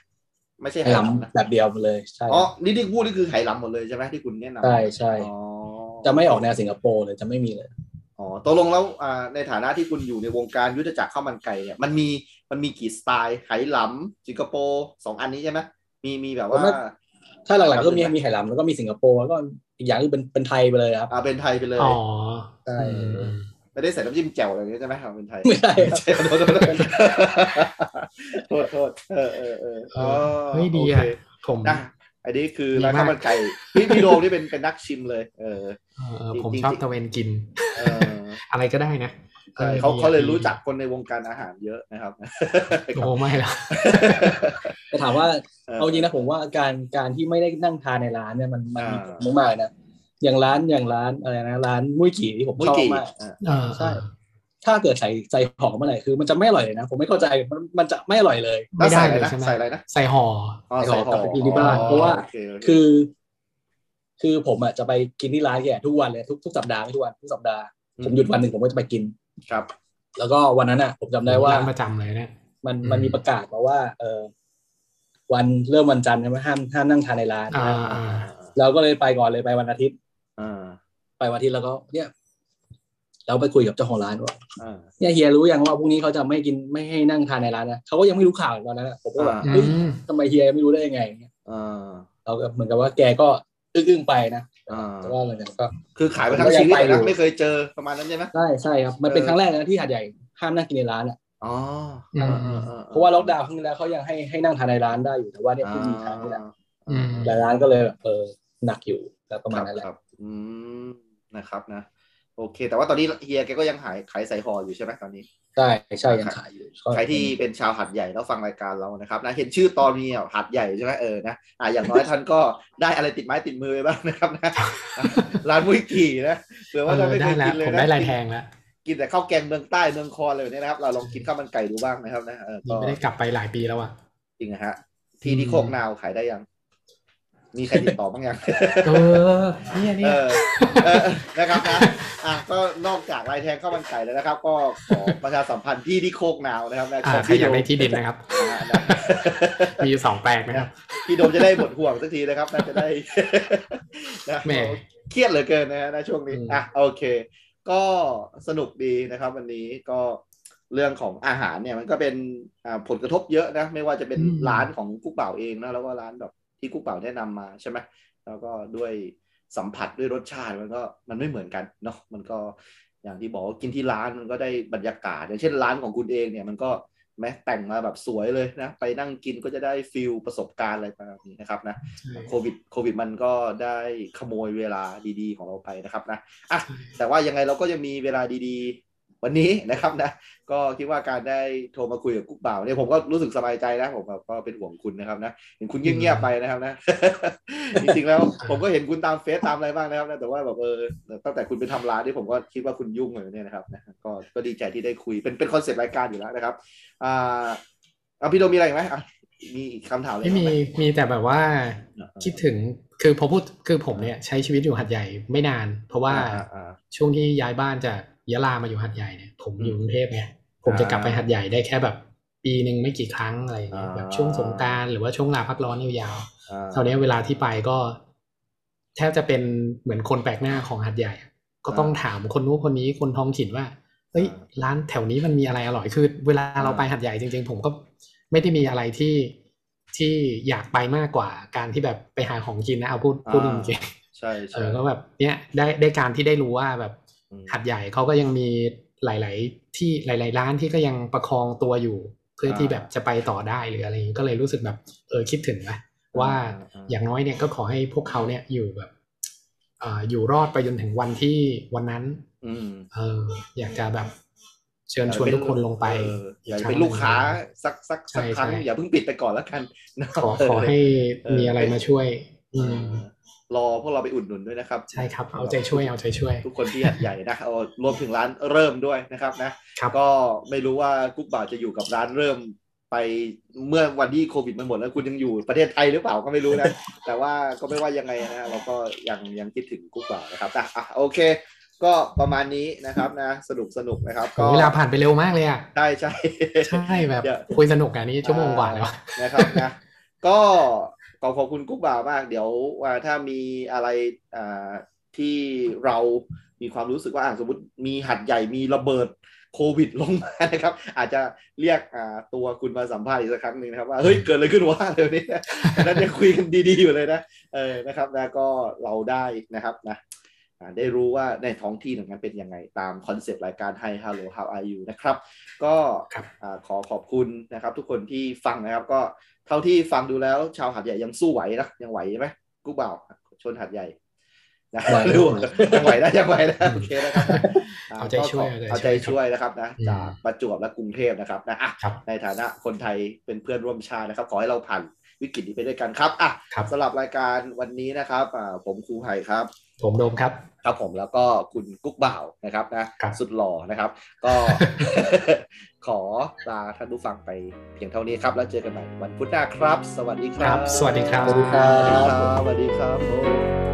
[SPEAKER 2] ไม่ใช่ไห
[SPEAKER 4] ไอ้ห
[SPEAKER 2] หลำนะ
[SPEAKER 4] ลำแบบเดียวเลย ใช่
[SPEAKER 2] อ๋อนี่ที่พูดนี่คือไหหลำหมดเลยใช่ไหมที่คุณแนะนำ
[SPEAKER 4] ใช่ใช่
[SPEAKER 2] อ๋อ
[SPEAKER 4] จะไม่ออกแนวสิงคโปร์เลยจะไม่มีเลย
[SPEAKER 2] อ๋อตกลงแล้วอ่าในฐานะที่คุณอยู่ในวงการยุทธจักรข้าวมันไก่เนี่ยมันมีมันมีกี่สไตล์ไหหลำสิงคโปร์สองอันนี้ใช่ไหมมีมีแบบว่า
[SPEAKER 4] ผมว่า ถ้าหลักๆก็มีมีไหหลำแล้วก็มีสิงคโปร์แล้วก็อีกอย่างคือเป็นเป็นไทยไปเลยครับ
[SPEAKER 2] อ่าเป็นไทยไปเลย
[SPEAKER 3] อ๋อ
[SPEAKER 4] ใช่
[SPEAKER 3] อืม
[SPEAKER 2] ไม่ได้ใส่น้ำจิ้มแจ่วอะไรอย่างเงี้ยใช่ไหมอ่าเป็นไทย
[SPEAKER 4] ไม่ใช่ครับ
[SPEAKER 2] ใช่โทษโทษ โทษโทษเออเออเอออ๋อ
[SPEAKER 3] เฮ้ยดี
[SPEAKER 2] โอ
[SPEAKER 3] อ่ะ
[SPEAKER 2] เค
[SPEAKER 3] ผม
[SPEAKER 2] นะอันนี้คือร้ามน
[SPEAKER 3] ดีาก
[SPEAKER 2] ข้าวมันไก่พี่พี่โดมนี่เป็นเป็นนักชิมเลย เออ
[SPEAKER 3] เออเออ
[SPEAKER 2] จริง
[SPEAKER 3] ผม
[SPEAKER 2] จริง
[SPEAKER 3] ชอบตะเวนกิน
[SPEAKER 2] เออ
[SPEAKER 3] อะไรก็ได้นะ
[SPEAKER 2] ใช่เขา
[SPEAKER 3] ออ
[SPEAKER 2] เขาเลย
[SPEAKER 3] ดี
[SPEAKER 2] รู้จักคนในวงการอาหารเยอะนะครับ
[SPEAKER 3] โอ้ ไม่ละ
[SPEAKER 4] แต่ถามว่าเอาจริงนะผมว่าการการที่ไม่ได้นั่งทานในร้านเนี่ยมันมันมีผลมากๆเลยนะอย่างร้านอย่างร้านอะไรนะร้านมุ้ยกี่ที่ผม
[SPEAKER 2] มุ้ย
[SPEAKER 4] ชอบ
[SPEAKER 2] กี่
[SPEAKER 4] มาก
[SPEAKER 2] อ่า
[SPEAKER 3] เออ
[SPEAKER 4] ใช่ ถ้าเกิดใส่ใส่หอมเมื่อไหร่คือ มันจะไม่อร่อยเลยนะผมไม่เข้าใจมันมันจะไม่อร่อยเลย
[SPEAKER 2] แล้
[SPEAKER 3] ไม่
[SPEAKER 2] ว
[SPEAKER 3] ได้
[SPEAKER 2] ใส่อะไร
[SPEAKER 3] เลย
[SPEAKER 2] นะ
[SPEAKER 3] ใช่ไหม
[SPEAKER 2] ใส่อะไรนะ
[SPEAKER 3] ใส่ห่อ
[SPEAKER 2] อ๋อ
[SPEAKER 4] ใส่ห่อกลับไปกินที่บ้าน
[SPEAKER 2] อ๋อ
[SPEAKER 4] เพราะว่า
[SPEAKER 2] โอคโเ
[SPEAKER 4] คือ คือผมอ่ะจะไปกินที่ร้านแกทุกวันเลยทุกทุกสัปดาห์ไม่ทุกวันทุกสัปดาห์ผมหยุดวันหนึ่งผมก็จะไปกิน
[SPEAKER 2] ครับ
[SPEAKER 4] แล้วก็วันนั้นอ่ะผมจำได้ว่า
[SPEAKER 3] ร้นประจำเลยเนี่ย
[SPEAKER 4] มัน
[SPEAKER 3] อืม
[SPEAKER 4] มันมีประกาศมาว่า เออวันเริ่มวันจันทร์ใช่ไหมห้ามห้ามนั่งทานในร้าน
[SPEAKER 3] อ่า
[SPEAKER 4] นะ
[SPEAKER 3] อ่า
[SPEAKER 4] เราก็เลยไปก่อนเลยไปวันอาทิตย์
[SPEAKER 2] อ่า
[SPEAKER 4] ไปวันอาทิตย์แล้วก็ เนี่ย เราไปคุยกับเจ้าของร้านว่า
[SPEAKER 2] อ่า
[SPEAKER 4] เนี่ยเฮียรู้ยังว่าพรุ่งนี้เขาจะไม่กินไม่ให้นั่งทานในร้านนะเขาก็ยังไม่รู้ข่าวตอนนั้นอะผมก็แบบ
[SPEAKER 2] อ่า
[SPEAKER 3] อื
[SPEAKER 4] เฮ้ย
[SPEAKER 3] ม
[SPEAKER 4] ทำไมเฮียไม่รู้ได้ยังไงเงี้ย
[SPEAKER 2] อ่า
[SPEAKER 4] เราก็เหมือนกับว่าแกก็อึ้งๆไปนะ
[SPEAKER 2] อ่า
[SPEAKER 4] แต่ว่าอะไรเนี่ยก็
[SPEAKER 2] คือขายไปทั้งชีวิตเลยนะไม่เคยเจอประมาณนั้นใช่ไหม
[SPEAKER 4] ใช่ใช่ครับมันเป็นครั้งแรกนะที่หาดใหญ่ห้ามนั่งกินในร้านอ่ะ
[SPEAKER 2] อ๋อ
[SPEAKER 3] อื
[SPEAKER 2] อ่าม อ่าอ่
[SPEAKER 4] เพราะว่าล็อกดาวน์ครั้งที่แล้วเขายังให้ให้นั่งทานในร้านได้อยู่แต่ว่าเนี่ยเพิ่งมีทานนี่แหละ
[SPEAKER 3] อืม
[SPEAKER 4] หลายร้านก็เลยแบบเออหนักอยู่แล้วประมาณนั้นแหละ
[SPEAKER 2] ครับครับอืมนะครับนะ โอเค แต่ว่าตอนนี้เฮียแกก็ยังขายขายใส่ห่ออยู่ใช่ไหมตอนนี้
[SPEAKER 4] ใช่ใช่ยังขายอยู่ก็
[SPEAKER 2] ใครที่เป็นชาวหัดใหญ่แล้วฟังรายการเรานะครับนะเห็นชื่อตอนนี้อ่ะหัดใหญ่ใช่ไหมเออนะอ่ะอย่างน้อยท่านก็ ได้อะไรติดไม้ติดมือไปบ้างนะครับนะ ร้านมุ้ยกี่นะเผื่อว่า
[SPEAKER 3] เอ
[SPEAKER 2] เรา
[SPEAKER 3] อ
[SPEAKER 2] ไม่เคย
[SPEAKER 3] ได้แล้
[SPEAKER 2] กิ
[SPEAKER 3] วน
[SPEAKER 2] เลย
[SPEAKER 3] ผม
[SPEAKER 2] นะ
[SPEAKER 3] ได้ลายแทงแล้ว
[SPEAKER 2] กินแต่ข้าวแกงเมืองใต้เมืองคอนเลยเนี่ยนะครับ เราลองกินข้าวมันไก่ดูบ้างนะครับนะเออ
[SPEAKER 3] ยั
[SPEAKER 2] ก็
[SPEAKER 3] งไม่ได้กลับไปหลายปีแล้วอ่ะ
[SPEAKER 2] จริงนะฮะ ที่ที่โคกนาวขายได้ยัง มีใครติดต่อบ้างยัง
[SPEAKER 5] เออเนี่ยเนี่
[SPEAKER 2] เอย อเออนะครับนะอ่ะก็นอกจากลายแทงข้าวมันไก่แล้วนะครับ ก็ขอประชาสัมพันธ์ที่ที่โคกนาวนะครับนะ
[SPEAKER 3] อ่าใครอยากได้ที่ดินนะครับ
[SPEAKER 2] อ่านะ
[SPEAKER 3] มีอยู่สองแปลงนะครับ
[SPEAKER 2] พี่โดมจะได้หมดห่วงสักทีนะครับน่าจะได้ นะ
[SPEAKER 3] แหม
[SPEAKER 2] เครียดเหลือเกินนะฮะณช่วงนี้อ่ะโอเค ก็สนุกดีนะครับ วันนี้ก็เรื่องของอาหารเนี่ยมันก็เป็นอ่าผลกระทบเยอะนะ ไม่ว่าจะเป็นร้านของกุ๊กเป่าเองนะแล้วก็ร้านแบบที่กุ๊กเป่าแนะนำมาใช่ไหม แล้วก็ด้วยสัมผัสด้วยรสชาติมันก็มันไม่เหมือนกันเนาะมันก็อย่างที่บอกว่ากินที่ร้านมันก็ได้บรรยากาศ อย่างเช่นร้านของคุณเองเนี่ยมันก็แม้แต่งมาแบบสวยเลยนะไปนั่งกินก็จะได้ฟิลประสบการณ์อะไรแบบนี้นะครับนะโควิดโควิดมันก็ได้ขโมยเวลาดีๆ ของเราไปนะครับนะอ่ะแต่ว่ายังไงเราก็ยังมีเวลาดีๆ วันนี้นะครับนะ ก็คิดว่าการได้โทรมาคุยกับกุ๊กบ่าวเนี่ยผมก็รู้สึกสบายใจนะผมแบบก็เป็นห่วงคุณนะครับนะเห็นคุณเงียบๆไปนะครับ นะ จริงๆแล้วผมก็เห็นคุณตามเฟซตามอะไรบ้างนะครับนะแต่ว่าแบบเออตั้งแต่คุณไปทำร้านนี่ผมก็คิดว่าคุณยุ่งเลยเนี่ยนะครับนะก็ก็ดีใจที่ได้คุยเป็นเป็นคอนเซปต์รายการอยู่แล้วนะครับอ่าเอาพี่โดมมีอะไรอีกไหมอ่ะมีอีกคำถามเลย
[SPEAKER 3] ไม่มีมีแต่แบบว่าคิดถึงคือพอพูดคือผมเนี่ยใช้ชีวิตอยู่หัดใหญ่ไม่นาน เพราะว่า
[SPEAKER 2] อ่อ่อ่า
[SPEAKER 3] ช่วงที่ย้ายบ้านจากยะลามาอยู่หัดใหญ่เนี่ยผมอยู่
[SPEAKER 2] อืม
[SPEAKER 3] กรุงเทพไงผมจะกลับไป
[SPEAKER 2] อ่า
[SPEAKER 3] หัดใหญ่ได้แค่แบบปีหนึ่งไม่กี่ครั้งอะไรอย่างเงี้ย
[SPEAKER 2] อ่า
[SPEAKER 3] แบบช่วงสงกรารหรือว่าช่วงลาพักร้อนยาว
[SPEAKER 2] อ่า
[SPEAKER 3] ๆคราวเนี้ยเวลาที่ไปก็ แทบจะเป็นเหมือนคนแปลกหน้าของหัดใหญ่อะก็ต้องถามคนนู้นคนนี้คนท้องถิ่นว่า เฮ้ย
[SPEAKER 2] อ่า
[SPEAKER 3] ร้านแถวนี้มันมีอะไรอร่อยคือเวลาเรา
[SPEAKER 2] อ่า
[SPEAKER 3] ไปหัดใหญ่จริง ๆ ผมก็ไม่ได้มีอะไรที่ที่อยากไปมากกว่าการที่แบบไปหาของกินนะเอาพูดพูดจริง
[SPEAKER 2] ใช่
[SPEAKER 3] ๆเอ
[SPEAKER 2] ใช่
[SPEAKER 3] อก็แบบเนี้ยได้ได้การที่ได้รู้ว่าแบบหัดใหญ่เขาก็ยังมีหลาย ๆ ที่หลาย ๆ ร้านที่ก็ยังประคองตัวอยู่ เพื่ออา ที่แบบจะไปต่อได้หรืออะไรอย่างงี้ก็เลยรู้สึกแบบเออคิดถึงนะว่า
[SPEAKER 2] อ่า
[SPEAKER 3] อย่างน้อยเนี่ยก็ขอให้พวกเขาเนี่ยอยู่แบบเอ่ออยู่รอดไปจนถึงวันที่วันนั้น
[SPEAKER 2] อืม
[SPEAKER 3] เอออยากจะแบบเชิญชวนทุกคนลงไป
[SPEAKER 2] เอออยากจะเป็นลูกค้าสักสักสัก
[SPEAKER 3] ใช่
[SPEAKER 2] ครั้ง
[SPEAKER 3] ใช่
[SPEAKER 2] อย่าเพิ่งปิดไปก่อนแล้วกันนะ
[SPEAKER 3] ขอขอให้มีอะไรมาช่วย
[SPEAKER 2] เอ
[SPEAKER 3] อื
[SPEAKER 2] อ
[SPEAKER 3] ม
[SPEAKER 2] รอพวกเราไปอุดหนุนด้วยนะครับ
[SPEAKER 3] ใช่ครับเอาใจช่วยเอาใจช่วย
[SPEAKER 2] ทุกคนที่หัดใหญ่นะเอารวมถึงร้านเริ่มด้วยนะครับนะครับ ก็ไม่รู้ว่ากุ๊กบ่าวจะอยู่กับร้านเริ่มไปเมื่อวันที่โควิดมันหมดแล้วคุณยังอยู่ประเทศไทยหรือเปล่าก็ไม่รู้ นะ แต่ว่าก็ไม่ว่ายังไงนะเราก็ยังยังคิดถึงกุ๊กบ่าวนะครับอ่ะอ่ะโอเค ก็ประมาณนี้นะครับนะสนุกสนุกนะครับ ก็
[SPEAKER 3] เวลาผ่านไปเร็วมากเลยอ่ะ
[SPEAKER 2] ใช่ใช่
[SPEAKER 3] ใช่แบบ
[SPEAKER 2] เดี๋ยว
[SPEAKER 3] คุยสนุกอ่ะนี่ชั่วโมงกว่าแล้ว
[SPEAKER 2] นะครับนะ ก็ขอขอบคุณกุ๊กบ่าวมาก เดี๋ยวว่าถ้ามีอะไรอ่าที่เรามีความรู้สึกว่าอ่ะสมมติมีหัดใหญ่มีระเบิดโควิดลงมานะครับ อาจจะเรียกอ่าตัวคุณมาสัมภาษณ์อีกสักครั้งหนึ่งนะครับว่าเฮ้ยเกิดอะไรขึ้นวะเดี๋ยวนี้ตอนนั้นยังคุยกันดีๆอยู่เลยนะเออนะครับนะก็เราได้นะครับนะอ่าได้รู้ว่าในท้องที่ของมันเป็นยังไงตามคอนเซปต์รายการ Hi Hello How Are You นะครับ ก็
[SPEAKER 3] ครับ
[SPEAKER 2] อ่าขอขอบคุณนะครับ ทุกคนที่ฟังนะครับ ก็เท่าที่ฟังดูแล้วชาวหัดใหญ่ยังสู้ไหวนะยังไหวใช่ไหมกูบ่าวชนหัดใหญ่นะ
[SPEAKER 4] ไหว
[SPEAKER 2] รู้ยังไหวนะยังไหวนะโอเคนะครับอ่
[SPEAKER 3] เอาใจช่วย
[SPEAKER 2] ก็ขอเอาใจช่วยนะครับนะ
[SPEAKER 3] อืม
[SPEAKER 2] จากประจวบและกรุงเทพนะครับนะอ่ะ
[SPEAKER 3] ครับ
[SPEAKER 2] ในฐานะคนไทยเป็นเพื่อนร่วมชาตินะครับ ขอให้เราผ่านวิกฤตนี้ไปด้วยกันครับอ่ะ
[SPEAKER 3] ครับ
[SPEAKER 2] สำหรับรายการวันนี้นะครับอ่าผมครูไผ่ครับ
[SPEAKER 3] ผมโดมครับ
[SPEAKER 2] ครับผมแล้วก็คุณกุ๊กบ่าวนะครับนะครับ สุดหล่อนะครับ ก็ ขอลาท่านผู้ฟังไปเพียงเท่านี้ครับ แล้วเจอกันใหม่วันพุธหน้าครับ สวัสดี
[SPEAKER 3] ค
[SPEAKER 2] ค
[SPEAKER 3] รั
[SPEAKER 2] รับ บ
[SPEAKER 3] สวัสดีครับ
[SPEAKER 2] สวัสดีครับสวัสดีครับผม